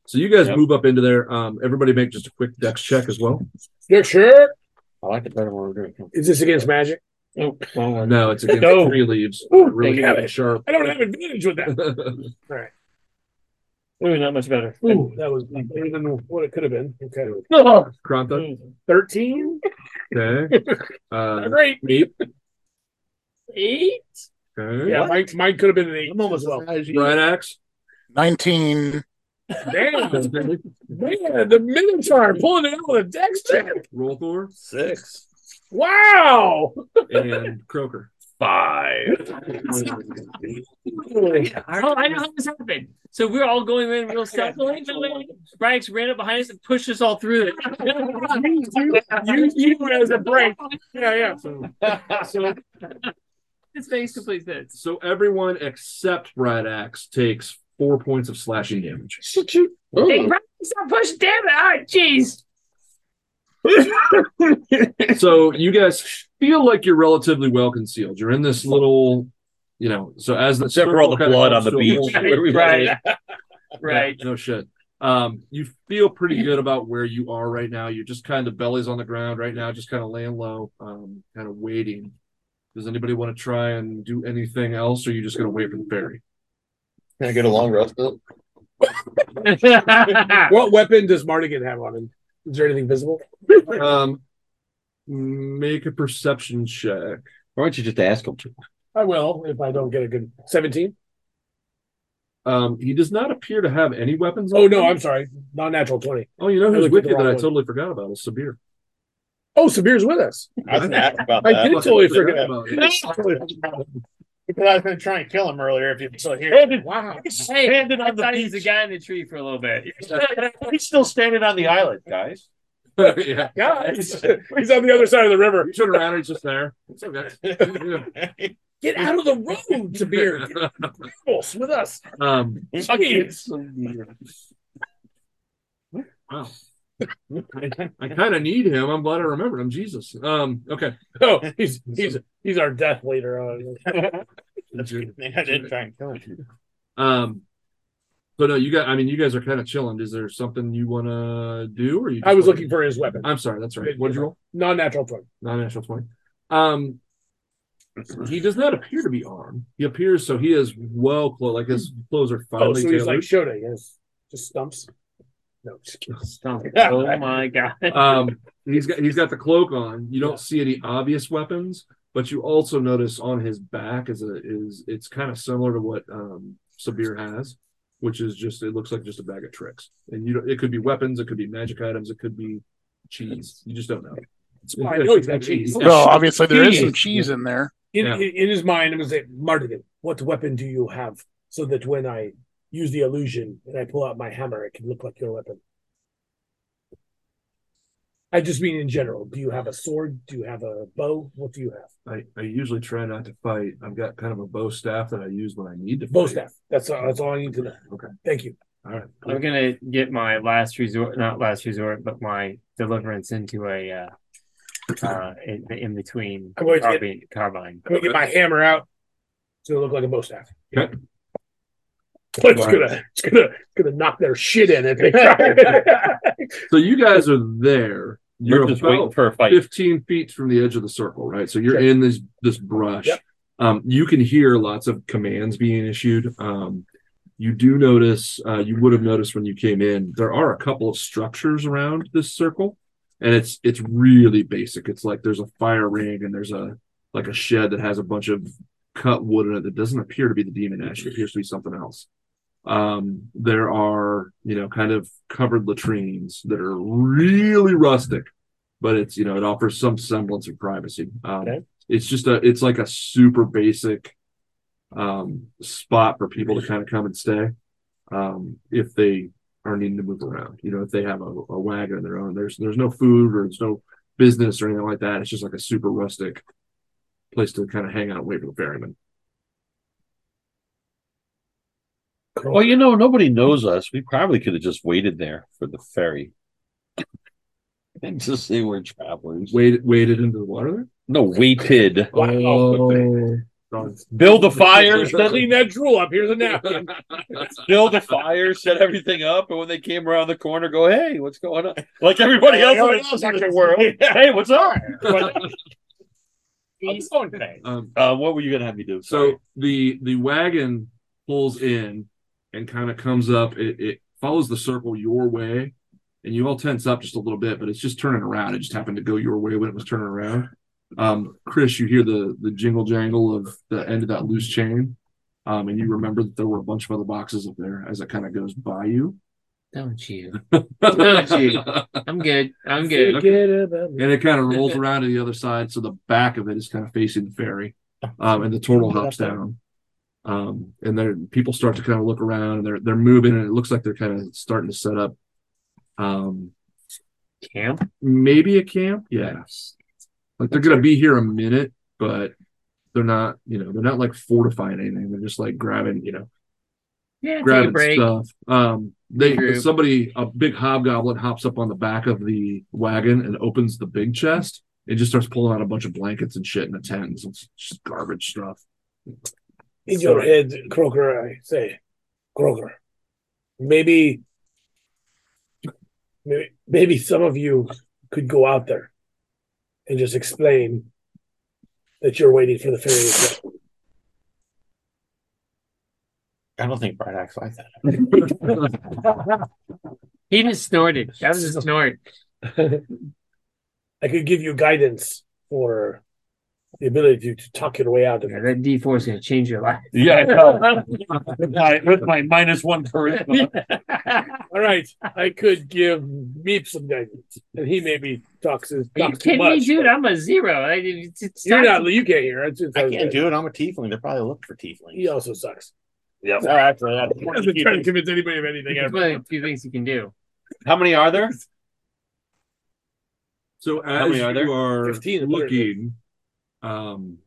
So you guys Yep. move up into there. Um, everybody make just a quick dex check as well. Nick, sure. I like it better when we're doing it. Is this against magic? Nope. No, it's against No. three leaves. Ooh, really damn fucking it. sharp. [LAUGHS] I don't have advantage with that. All right. Ooh, not much better. Ooh, that was better than what it could have been. Okay. [LAUGHS] Kronta. Thirteen. [LAUGHS] Okay. Uh, Great. Meep. Eight. Okay. Yeah, mine, mine could have been an eight. I'm almost well. Brian Axe. 19. [LAUGHS] Damn, man, the Minotaur pulling it out of the deck check. Roll Thor. Six. Wow. And Croaker. Five. Oh, I know how this happened. So we're all going in real stealthily. Brax ran up behind us and pushed us all [LAUGHS] through it. You, you, you as a break. Yeah, yeah. So, so this makes complete sense. So everyone except Brian Axe takes four points of slashing damage. Hey, Brax, stop pushing. Damn it. Ah, jeez. so you guys feel like you're relatively well concealed. You're in this little, you know. So as the Except for all the circle kinda blood on comes the to a beach. point- Where we- Right. Right. [LAUGHS] Right. No shit. Um, you feel pretty good about where you are right now. You're just kind of bellies on the ground right now, just kind of laying low, um, kind of waiting. Does anybody want to try and do anything else, or are you just going to wait for the ferry? Can I get a long rest? Bill? what weapon does Mardigan have on him? Is there anything visible? Um, make a perception check. Why don't you just ask him? to? I will if I don't get a good seventeen. Um, he does not appear to have any weapons. on Oh no, him. I'm sorry, non-natural twenty. Oh, you know I who's looked at with the you that wrong I one. totally forgot about is [LAUGHS] Sabir. Oh, Sabir's with [LAUGHS] us. I was gonna ask about I that. did totally forget. forgot about it. Totally forgot. Because I was going to try and kill him earlier if you were still here. Standing, Wow. [LAUGHS] Hey, standing I on the thought he's the beach. guy in the tree for a little bit. He's still standing on the island, guys. [LAUGHS] yeah. Yeah, he's, he's on the other side of the river. You turn around, it's just there. It's [LAUGHS] okay. Get out of the road, Sabir. Get close with us. [LAUGHS] um, Jeez. wow. I kind of need him. I'm glad I remembered him. Jesus. Um. Okay. [LAUGHS] Oh, he's he's he's our death leader. [LAUGHS] On. That's a good thing I didn't try and kill him. Um. So no, you got. I mean, you guys are kind of chilling. Is there something you want to do, or you? I was looking for his weapon, I'm sorry. That's right. What'd you roll? non-natural twenty. Not national twenty. Um. He does not appear to be armed. He appears so he is well clothed. Like his clothes are Oh, finely so he's like tailored. Shoda. Yes, just stumps. No, just [LAUGHS] kidding. [LAUGHS] Uh, oh my god. um, he's got he's got the cloak on. You don't see any obvious weapons, but you also notice on his back is a is it's kind of similar to what um, Sabir has, which is just it looks like just a bag of tricks. And you don't- it could be weapons, it could be magic items, it could be cheese. You just don't know. why I know he's got cheese. Yeah. Well, obviously, there is some Jeez. cheese in there. In, Yeah. in, in his mind, I'm going to say, Mardigan, what weapon do you have so that when I use the illusion and I pull out my hammer, it can look like your weapon? I just mean in general. Do you have a sword? Do you have a bow? What do you have? I, I usually try not to fight. I've got kind of a bow staff that I use when I need to. Bow fight. staff. That's all, that's all I need to know. Okay. Thank you. All right. cool. I'm gonna get my last resort, not last resort, but my deliverance into a uh, uh in, in between I'm going to get, carbine. carbine. I'm going to get my hammer out. It's going to look like a bow staff. Okay. But [LAUGHS] it's gonna, it's gonna, it's gonna knock their shit in [LAUGHS] if they try. So you guys are there. You're You're just about waiting for a fight. 15 feet from the edge of the circle, right? So you're Sure. in this this brush. Yep. Um, you can hear lots of commands being issued. Um, you do notice, uh, you would have noticed when you came in, there are a couple of structures around this circle, and it's it's really basic. It's like there's a fire ring and there's a like a shed that has a bunch of cut wood in it that doesn't appear to be the demon ash. It appears to be something else. Um, there are you know kind of covered latrines that are really rustic but it's you know it offers some semblance of privacy. Um, Okay. It's just a it's like a super basic um, spot for people to kind of come and stay um, if they are needing to move around. You know, if they have a, a wagon of their own, there's there's no food or there's no business or anything like that. It's just like a super rustic place to kind of hang out and wait for the ferryman. [LAUGHS] Well, you know, nobody knows us. We probably could have just waited there for the ferry. [LAUGHS] And just say we're travelers. Wade waded into the water there. Oh. No, waited. Wow. [LAUGHS] Sorry. [LAUGHS] Build a fire, set, Clean that drool up. Here's a [LAUGHS] napkin. build a fire, set everything up, and when they came around the corner, go, hey, what's going on? Like everybody else, Everybody else in the world. hey, what's up? He's going today. Um, Uh, Um, what were you gonna have me do? So the the wagon pulls in and kind of comes up. It, it follows the circle your way, and you all tense up just a little bit, but it's just turning around. It just happened to go your way when it was turning around. Um, Chris, you hear the the jingle jangle of the end of that loose chain, um, and you remember that there were a bunch of other boxes up there as it kind of goes by you. Don't you? [LAUGHS] Don't you? [LAUGHS] I'm good. I'm good. Forget about me. And it kind of rolls around to the other side, so the back of it is kind of facing the ferry, um, and the turtle hops down. Um, and then people start to kind of look around, and they're they're moving, and it looks like they're kind of starting to set up, um, Camp? maybe a camp. Yeah, like they're gonna be here a minute, but they're not. You know, they're not like fortifying anything. They're just like grabbing. You know, Yeah, [LAUGHS] take a grabbing break. stuff. Um, they Regroup. somebody a big hobgoblin hops up on the back of the wagon and opens the big chest and just starts pulling out a bunch of blankets and shit and a tent and some s- just garbage stuff. In your head, Croker, I say, Croker, maybe, maybe, maybe some of you could go out there and just explain that you're waiting for the ferry. to go. I don't think Brian acts like that. He just snorted. That was a snort. I could give you guidance for the ability to talk your way out of Yeah, it. that D four is gonna change your life. Yeah, I [LAUGHS] know. with, my, with my minus one charisma. [LAUGHS] All right, I could give Meep some guidance, and he maybe talks his Are you talks too kidding me, much. dude? I'm a zero. I, it's, it's You're not. You can't hear. It's just, I can't do it. I'm a tiefling. They're probably looking for tieflings. He also sucks. Yep. Oh, actually, that's He doesn't try to convince anybody of anything. There's Ever. only a few things you can do. How many are there? So How as many are there? you are 15 and looking, um,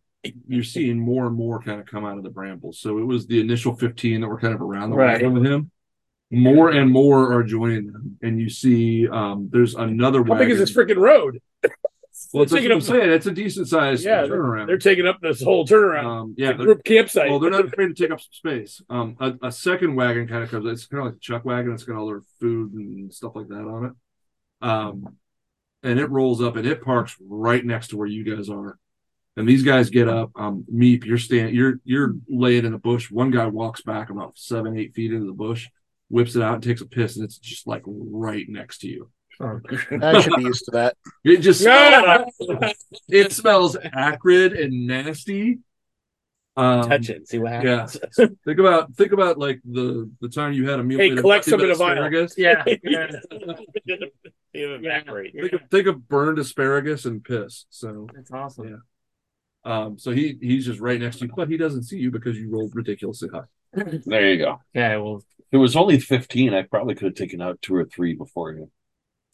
you're seeing more and more kind of come out of the brambles. So it was the initial 15 that were kind of around the Right. wagon with him. More and more are joining them, and you see um, there's another How wagon. big is this freaking road? well, that's They're what taking I'm up- saying. It's a decent sized Yeah, turnaround. They're taking up this whole turnaround. um, yeah, they're- group campsite. well, they're not afraid to take up some space. Um, a, a second wagon kind of comes. It's kind of like a chuck wagon. It's got all their food and stuff like that on it. Um, and it rolls up and it parks right next to where you guys are. And these guys get up. Um, Meep, you're stand, you're you're laying in the bush. One guy walks back about seven, eight feet into the bush, whips it out and takes a piss, and it's just like right next to you. I should be used to that. It just No! it smells acrid and nasty. Um, Touch it and see what yeah. happens. [LAUGHS] Think about think about like the the time you had a meal. Hey, made of collect some nothing in a but vial. asparagus. [LAUGHS] Yeah. It'll evaporate. Think of, think of burned asparagus and piss. So, That's awesome. Yeah. um, so he he's just right next to you, but he doesn't see you because you rolled ridiculously high. There you go. Yeah, well, If it was only 15, I probably could have taken out two or three before you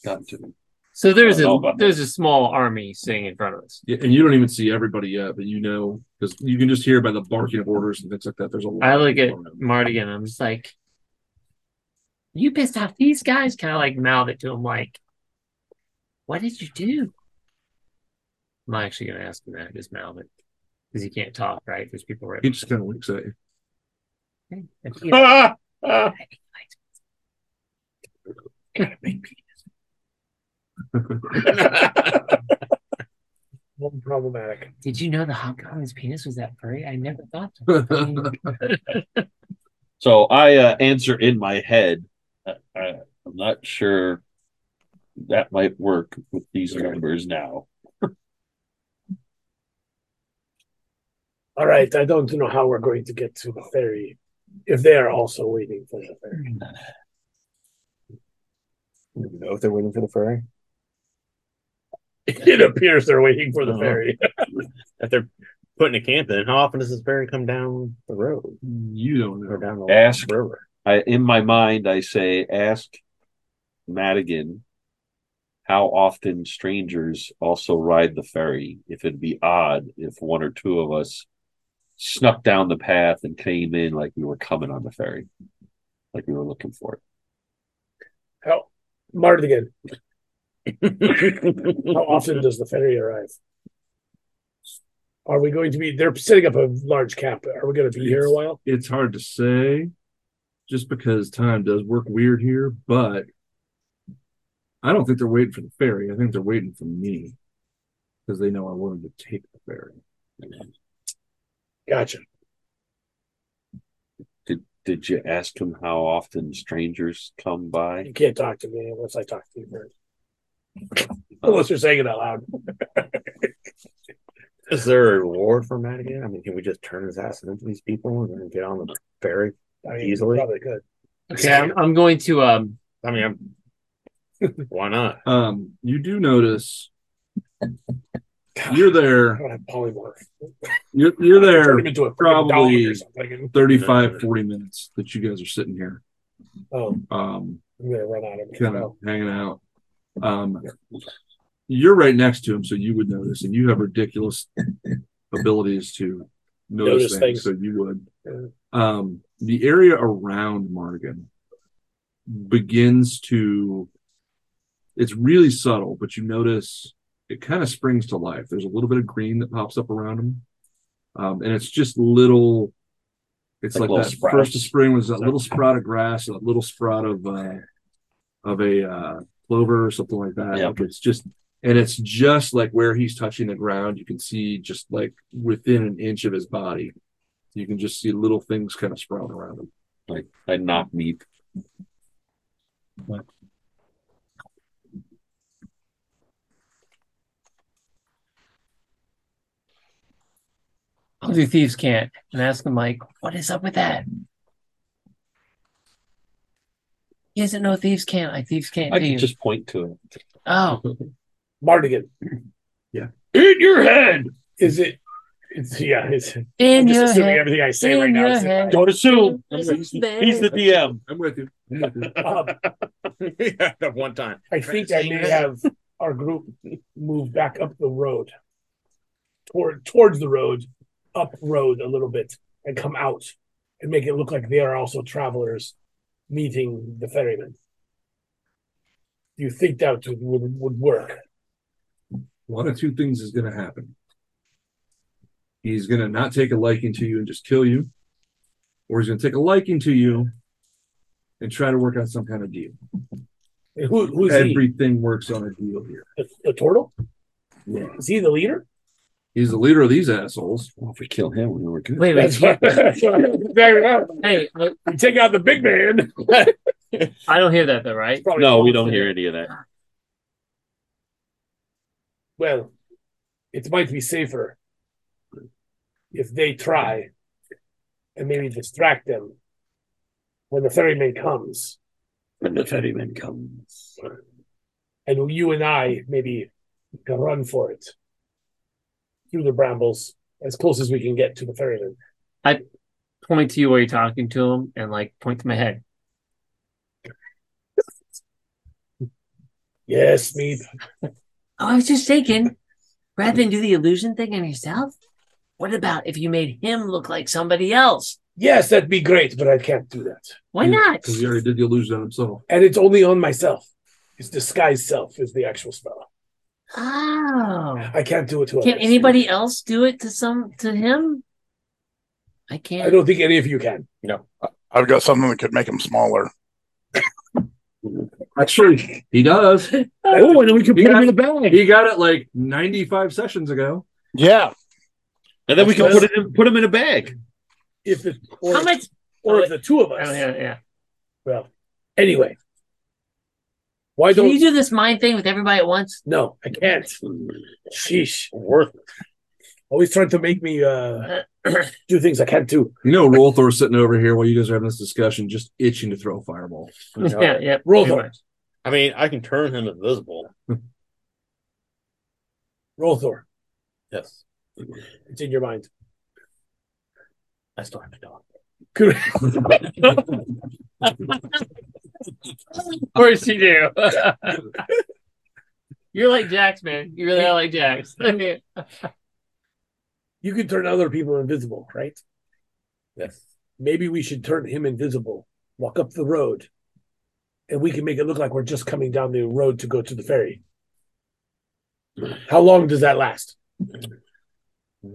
got to me. so there's I don't know a about there's a small army sitting in front of us. Yeah, and you don't even see everybody yet, but you know because you can just hear by the barking of orders and things like that. There's a lot. I look of at people around. Marty and I'm just like, "You pissed off these guys?" Kind of like mouth it to him, like, "What did you do?" I'm not actually gonna ask him that. Just mouth it because he can't talk, right? There's people right. He just kind of winks at you. Ah! Ah! problematic. Did you know the hobgoblin's penis was that furry? I never thought. [LAUGHS] So I uh, answer in my head. Uh, I, I'm not sure that might work with these numbers now. All right, I don't know how we're going to get to the ferry if they are also waiting for the ferry. You know if they're waiting for the furry. It appears they're waiting for the Uh-huh. ferry. [LAUGHS] If they're putting a camp in, how often does this furry come down the road You don't know. or down the Ask. river? I, in my mind, I say, ask Madigan how often strangers also ride the ferry. If it'd be odd if one or two of us snuck down the path and came in like we were coming on the ferry, like we were looking for it. How, [LAUGHS] Mardigan, how often does the ferry arrive? Are we going to be? They're setting up a large camp. Are we going to be here a while? It's hard to say just because time does work weird here, but I don't think they're waiting for the ferry. I think they're waiting for me because they know I wanted to take the ferry. Gotcha. Did Did you ask him how often strangers come by? You can't talk to me unless I talk to you first. unless you're saying it out loud. Is there a reward for Madigan? I mean, can we just turn his ass into these people and then get on the ferry? I mean, Easily. Probably could. Okay, I'm, I'm going to um I mean, I'm, [LAUGHS] [LAUGHS] why not? Um, you do notice you're I there. don't have polymorph. You're, you're Turn him there. into a freaking probably- dog or something. 35, 40 minutes that you guys are sitting here, Oh, um, I'm gonna run out of kind it. Oh, of hanging out. Um, you're right next to him, so you would notice, and you have ridiculous abilities to notice, Notice things, things. so you would. Um, the area around Morgan begins to. It's really subtle, but you notice it kind of springs to life. There's a little bit of green that pops up around him, um, and it's just little. It's Like like, little that sprouts. first of spring was that little sprout of grass, that little sprout of uh, of a uh, clover or something like that. Yeah. Like it's just and it's just like where he's touching the ground. You can see just like within an inch of his body, you can just see little things kind of sprouting around him. Like I knock meat. I'll do thieves can't and ask him like, what is up with that? He doesn't know thieves can't. I thieves can't I do. can just point to it. oh, Mardigan, Eat your head. is it? It's, yeah, it's, I'm in just your assuming head. everything I say In right now. your Is head. Don't assume. This He's is the, bad. he's the DM. I'm with you. I'm with you. [LAUGHS] um, yeah, that one time. I think I may have our group move back up the road, toward towards the road, up road a little bit, and come out and make it look like they are also travelers meeting the ferryman. Do you think that would would, would work? One of two things is going to happen. He's going to not take a liking to you and just kill you, or he's going to take a liking to you and try to work out some kind of deal. And who who's he? Everything works on a deal here. The, the turtle? Yeah. Is he the leader? He's the leader of these assholes. Well, if we kill him, we were good. Wait, wait. That's right. Fair [LAUGHS] enough. [LAUGHS] Hey, I- We take out the big man. [LAUGHS] I don't hear that though, right? Probably No, we close don't to- hear any of that. Well, it might be safer if they try and maybe distract them when the ferryman comes. When the ferryman comes. And you and I maybe can run for it through the brambles as close as we can get to the ferryman. Point to you while you're talking to him, and like point to my head. Yes, Meep. Oh, I was just thinking, rather than do the illusion thing on yourself, What about if you made him look like somebody else? Yes, that'd be great, but I can't do that. Why not? Because he already did the illusion on himself. And it's only on myself. It's disguise self is the actual spell. Oh, I can't do it to can others. anybody else do it to some to him? I can't. I don't think any of you can. I've got something that could make him smaller. Actually, he does. Oh, and we can He got, the bag. he got it like 95 sessions ago. Yeah. And then we can put it in, put him in a bag. If it, or, How much? or if the two of us. I don't hear. Yeah. Well, anyway, why Can don't you do this mind thing with everybody at once? No, I can't. Sheesh, Worth it. always trying to make me uh do things I can't do. You know, Rolthor's sitting over here while you guys are having this discussion, just itching to throw a fireball. yeah. Yeah. Roll pretty them. much. I mean, I can turn him invisible. Rolthor, Yes. it's in your mind. I still have to dog. Could- [LAUGHS] Of course you do. [LAUGHS] You're like Jax, man. You really are like Jax. [LAUGHS] I mean, you can turn other people invisible, right? Yes. Maybe we should turn him invisible, walk up the road, and we can make it look like we're just coming down the road to go to the ferry. How long does that last? I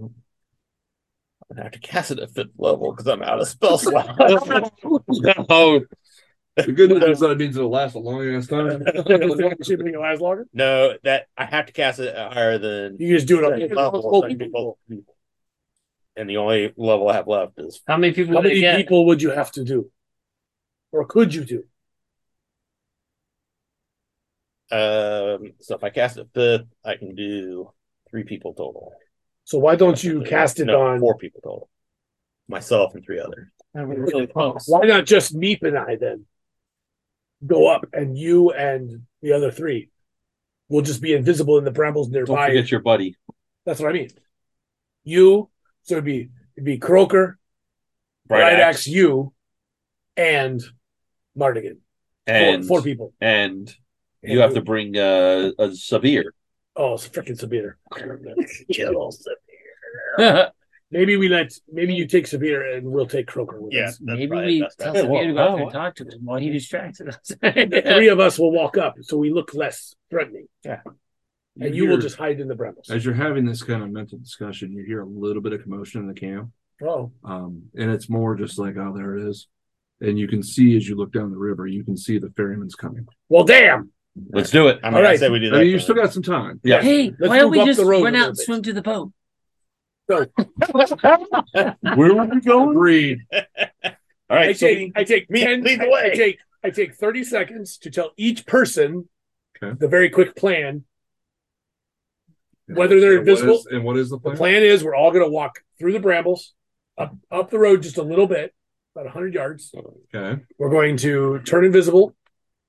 have to cast it at fifth level because I'm out [LAUGHS] of spell slot. Oh, The good news is that it means it'll last a long ass time. Should make it last longer? no, that I have to cast it at higher than You can just do it on level. so I can do both people. and the only level I have left is How many people How did many it get? people would you have to do, or could you do? um. So if I cast a fifth, I can do three people total. So why don't you cast it No, on? four people total? Myself and three others. That was really close. Why not just Meep and I then go up, and you and the other three will just be invisible in the brambles Don't nearby. forget your buddy. That's what I mean. You, so it'd be it'd be Croaker, Bright Bright, Axe. Axe. you, and Mardigan. And four, four people. and you have to bring uh, a Sabir. Oh, it's freaking Sabir. Kill Sabir. Maybe we let maybe you take Sabir and we'll take Croaker with Yeah, us. that's Maybe probably we best. tell bet. Samir to go out there and talk to him while he [LAUGHS] distracted us. [LAUGHS] The three of us will walk up, so we look less threatening. And you will hear- just hide in the brambles. as you're having this kind of mental discussion, you hear a little bit of commotion in the camp. Oh, Um, and it's more just like, oh, there it is. And you can see as you look down the river, you can see the ferryman's coming. well, damn. Let's do it. I mean, All I right. said we do that. I mean, you for- still got some time. Yeah. Hey, Let's why don't move we up just the road a run little out and bit. swim to the boat? Where were we going? Agreed. All I right. So take I take Me, ten, lead the I- way. I take I take thirty seconds to tell each person Okay. the very quick plan. Whether they're And what is- invisible- and what is the The plan? plan is we're all going to walk through the brambles, up up the road just a little bit, about hundred yards. Okay. We're going to turn invisible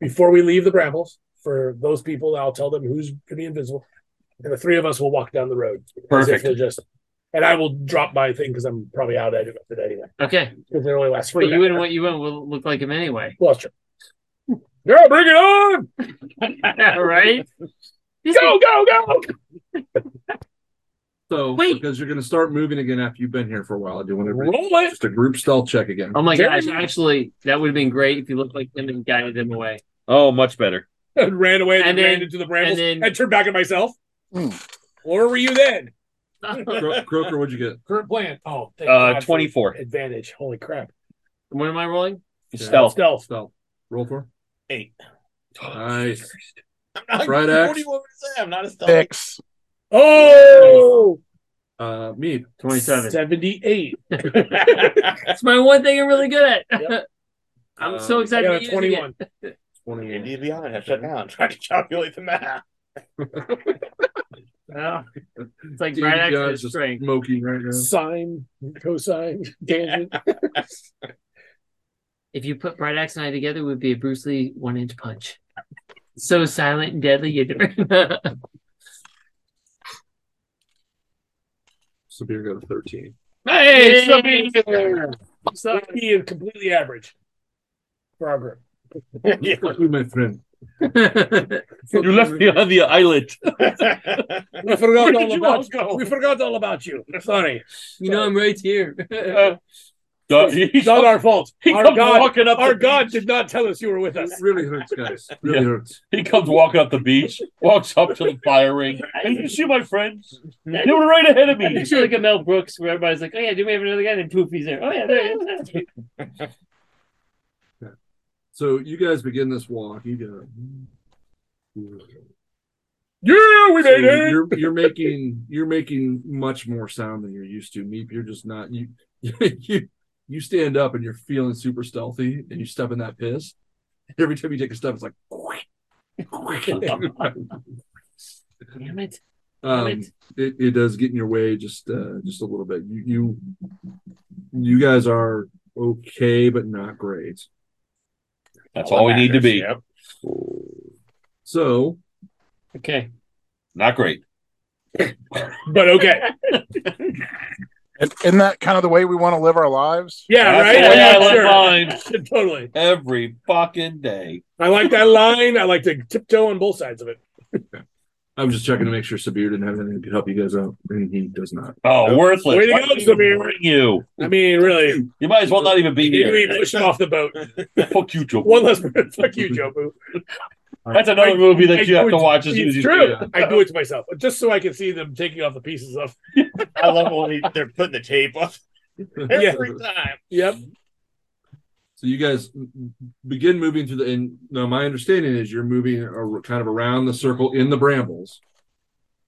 before we leave the brambles. For those people, I'll tell them who's going to be invisible, and the three of us will walk down the road. as if Perfect. we're just, and I will drop my thing because I'm probably out at it anyway okay. because they only last. But for you and what you went will look like [LAUGHS] him anyway. Lost you. [LAUGHS] Yeah, bring it on! right? These Go, go, go! So Wait. because you're going to start moving again after you've been here for a while, I do want to Roll it! just a group stealth check again. Um, Oh my Jeremy- gosh, actually, that would have been great if you looked like him and guided [LAUGHS] him away. oh, much better. [LAUGHS] and ran away and, And then, then- ran into the brambles and, and then- turned back at myself. Mm. Where were you then? Cro- Croaker, what'd you get? Current plan. Oh, thank Uh, God for twenty four advantage. Holy crap! When am I rolling? [LAUGHS] stealth. Stealth. Stealth. Roll for. Eight. Nice. I'm not, Right, what Axe. do you want me to say? I'm not a stealth. Six. Oh, Uh, me. [LAUGHS] 27. seventy-eight. That's my one thing I'm really good at. Yep. [LAUGHS] I'm Uh, so I excited. got to a use it. twenty-one. You Twenty. need to be honest. I shut down. [LAUGHS] Trying to calculate the math. Well, it's like Dude, right you after guys the just string. smoking right now. Sine, cosine, tangent. [LAUGHS] If you put Bright Axe and I together, it would be a Bruce Lee one inch punch. So silent and deadly, [LAUGHS] you do. Sabir got a thirteen. Hey, Yay. Sabir! So he is completely average for our [LAUGHS] group. Yeah. Luckily, my friend. [LAUGHS] You left me on the islet. We forgot [LAUGHS] all I about. was going. We forgot all about you. Sorry, you know I'm right here. Duh, he- it's not our fault. He Our comes God, walking up. our the God beach. did not tell us you were with It us. really hurts, guys. Really Yeah. hurts. He comes walking up the beach, walks up to the fire ring. Hey, you see my friends? They were right ahead of [LAUGHS] I me. picture like a Mel Brooks where everybody's like, "Oh yeah, do we have another guy?" And poof, he's there. Oh yeah, there he is. So you guys begin this walk. You go. Yeah, we So made it. you're you're making you're making much more sound than you're used to. Meep, you're just not you [LAUGHS] you you stand up and you're feeling super stealthy and you step in that piss. Every time you take a step, it's like [LAUGHS] [LAUGHS] Damn it! um, Damn it. it, it does get in your way just uh, just a little bit. You you you guys are okay, but not great. That's all we need to be. Yep. So Okay, Not great. But okay. Isn't- Isn't that kind of the way we want to live our lives? Yeah, That's right? the way Yeah, I live sure. [LAUGHS] mine totally. every fucking day. I like that line. I like to tiptoe on both sides of it. I'm just checking to make sure Sabir didn't have anything that could help you guys out, and he does not. Oh, worthless. Way to Why go, did you Samir. bring You. I mean, really, You might as well not even be maybe we here. push him off the boat. Fuck you, Joe. One less [LAUGHS] fuck [LAUGHS] you, Jobu. That's another I- movie that I you have do to it- watch as soon It's as you true. see it. I do it to myself just so I can see them taking off the pieces of. I love when he- they're putting the tape up [LAUGHS] every time. Yep. So you guys begin moving through the. And now my understanding is you're moving ar- kind of around the circle in the brambles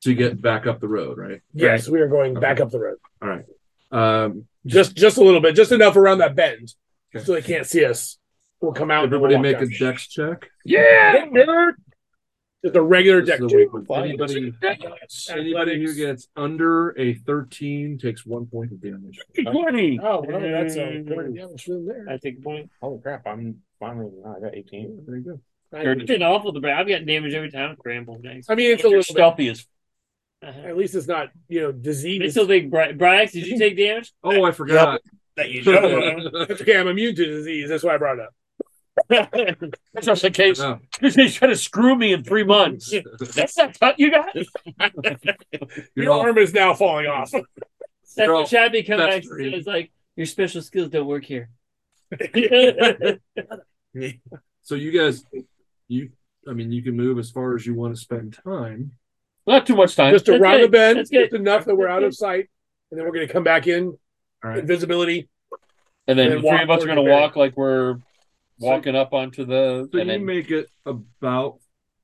to get back up the road, right? Yes, we are going back up the road. Um, Just just a little bit, just enough around that bend, Okay. so they can't see us. We'll come out. and everybody walk make a down. dex check. Yeah, nerd. Just a regular This deck. is a weak one. Anybody, anybody who gets under a 13 takes one point of damage. Twenty. Oh, well, that's [LAUGHS] a Mm. damage from there. I take a point. Holy crap! I'm finally. I got eighteen. There you go. It's been awful. The I've gotten damage every time. with Gramble, guys. I mean, it's a You're little bit. stealthy as Uh-huh. At least it's not you know They disease. [LAUGHS] still think Bri- Brian, did you take damage? Oh, I forgot. That you know. That's okay. I'm immune to disease. That's why I brought it up. just in case No. he's trying to screw me in three months. That's that cut you [LAUGHS] got? Your You're arm is now [LAUGHS] falling off. [LAUGHS] That's Girl, what Chad becomes that's back and great. says, like, your special skills don't work here. [LAUGHS] So you guys, you, I mean, you can move as far as you want to spend time. [LAUGHS] Not too much time. Just That's around good. the bend, That's just good. enough that we're out of sight, and then we're gonna come back in. All right. Invisibility. and then and the three of walk us are going to toward the walk like we're walking up onto the. So and you then make it about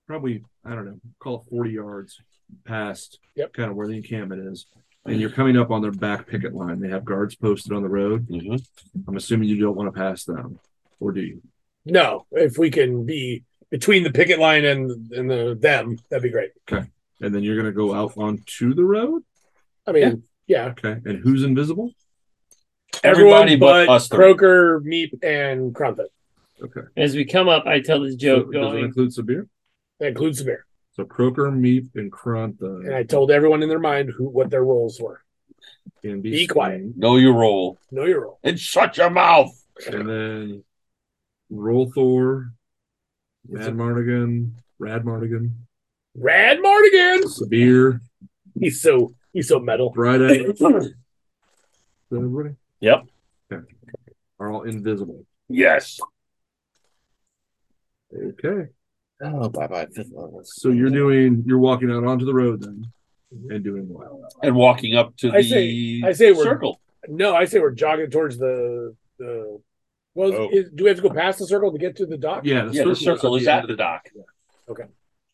probably I don't know, call it forty yards past Yep. kind of where the encampment is, and you're coming up on their back picket line. They have guards posted on the road. Mhm. I'm assuming you don't want to pass them, or do you? No, if we can be between the picket line and and the them, that'd be great. And then you're going to go out onto the road. I mean, yeah, Okay. And who's invisible? everyone Everybody but, but us three. Croker, Meep, and Crumpet. Okay. As we come up, I tell this So joke does it going, include Sabir? That includes the bear. So Croker, Meep, and And Kranta I told everyone in their mind who what their roles were. can be, Be quiet. seen. Know your role Know your role. and shut your mouth. and then Rollthor, Mad Mardigan, Rad Mardigan, Rad Mardigan. Sabir. He's so he's so metal. Friday. Is that everybody? Yep. Okay. Are all invisible. Yes. Okay. Oh, bye bye. Fifth level. So you're doing you're walking out onto the road then Mm-hmm. and doing what? And walking up to I the say- I say we're- circle. No, I say we're jogging towards the the. Well, Oh. is, do we have to go past the circle to get to the dock? Yeah, yeah, the circle is at end the of the- dock. Okay.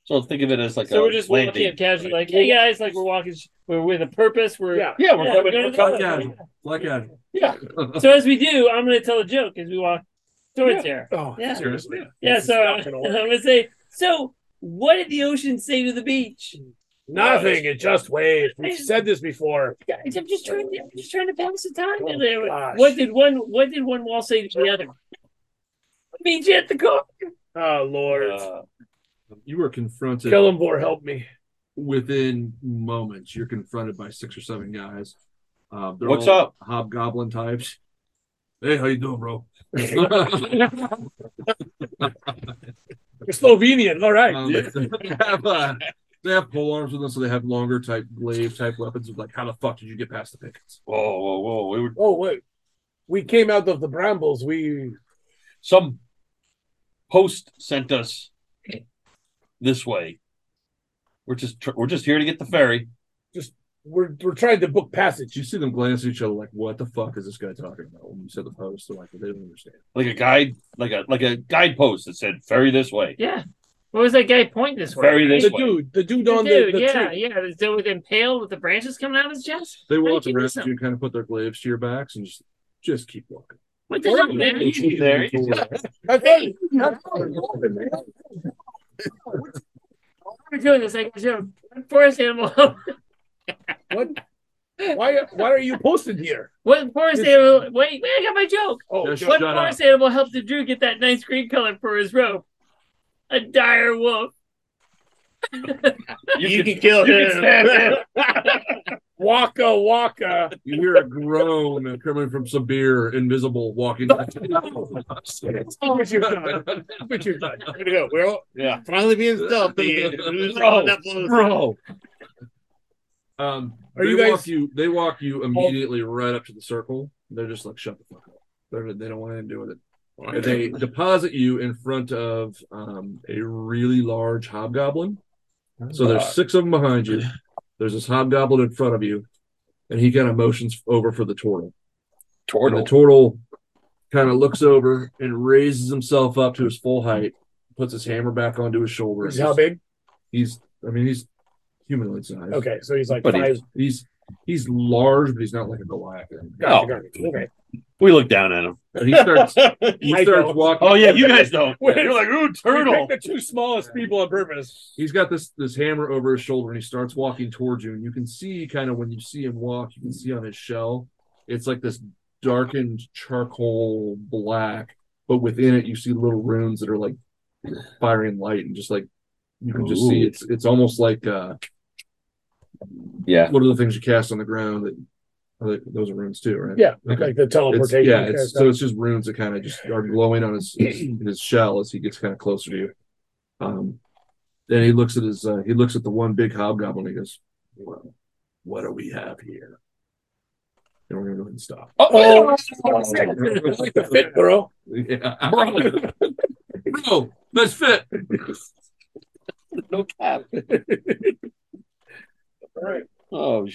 So think of it as like so a we're just landing. walking up casually, right? like, hey guys, like, we're walking, we're with a purpose. We're, Yeah. yeah, we're Yeah, coming. we're We're coming. coming. Black Adam. Black Adam. Yeah. So as we do, I'm going to tell a joke as we walk towards [LAUGHS] there. Oh, Yeah. seriously. Yeah, This is so uh, [LAUGHS] I'm not gonna work. going to say, so what did the ocean say to the beach? Nothing. It just waves. We've said this before. Guys, I'm just trying to, I'm just trying to pass the time. Oh, There. gosh. what did one, what did one wall say to the [LAUGHS] other? Meet you at the car. Oh Lord, Uh, You were confronted Kellumbor, help me. within moments. You're confronted by six or seven guys. Uh, they're What's all up? Hobgoblin types. Hey, how you doing, [LAUGHS] bro? [LAUGHS] Um, You're Slovenian. All right. Um, they have uh, they have pole arms with them, so they have longer type glaive type weapons. Of like, how the fuck did you get past the pickets? Whoa, whoa, whoa! We were oh wait, we came out of the brambles. We some post sent us this way. We're just tr- we're just here to get the ferry. we're we're trying to book Did you passage. see them glance at each other like, what the fuck is this guy talking about? When you said the post, they're like, they don't understand. Like a guide, like a like a guidepost that said ferry this way. [LAUGHS] Yeah. What was that guy pointing this way? Very right? this The way. dude, the dude The on the, dude, the yeah, tree. yeah. The dude with impaled with the branches coming out of his chest. They How walk did you do around something? you, kind of put their glaives to your backs, and just just keep walking. What the hell, man? There. [LAUGHS] Okay. We're doing this. I got you. Forest animal. [LAUGHS] What? Why? Why are you posted here? what forest animal? Wait, wait, I got my joke. Oh, Yes, What Shut up. forest animal helped the Drew get that nice green color for his robe? A dire wolf. You, can, kill you can him. stab him. [LAUGHS] Waka Waka. You hear a groan coming from some beer, invisible, [LAUGHS] walking. What you've [LAUGHS] done. What you've done. Here we go. We're all Yeah. finally being stealthy. Bro, bro. Um, Are they you guys- Oh. walk you? They walk you immediately right up to the circle. They're just like, shut the fuck up. They're, they don't want anything to do with it. And They deposit you in front of um, a really large hobgoblin. So there's six of them behind you. There's this hobgoblin in front of you, and he kind of motions over for the turtle. And the turtle. turtle kind of looks over and raises himself up to his full height, puts his hammer back onto his shoulder. How big? He's, I mean, he's humanoid size. Okay, so he's like But he- five. He's He's large, but he's not like a Goliath. Gotcha, gotcha. Oh. Okay. We look down at him. And he [LAUGHS] starts. He I starts don't. walking. Oh yeah, you guys know. Wait. You're like, ooh, turtle. the two smallest people on purpose. He's got this this hammer over his shoulder, and he starts walking towards you. And you can see kind of when you see him walk, you can see on his shell, it's like this darkened charcoal black, but within it you see little runes that are like firing light, and just like you can just see Ooh. it's it's almost like uh, Yeah. what are the things you cast on the ground that are they- those are runes too, right? Yeah, like, like the It's, teleportation. yeah, kind of it's, stuff. so it's just runes that kind of just are glowing on his his shell as he gets kind of closer to you. Um, then he looks at his uh, he looks at the one big hobgoblin. And he goes, "Well, what do we have here?" And we're gonna go ahead and stop. Oh, [LAUGHS] Uh-oh. It's like the fit, bro. Yeah. [LAUGHS] no, that's fit. No cap. [LAUGHS] All right. Oh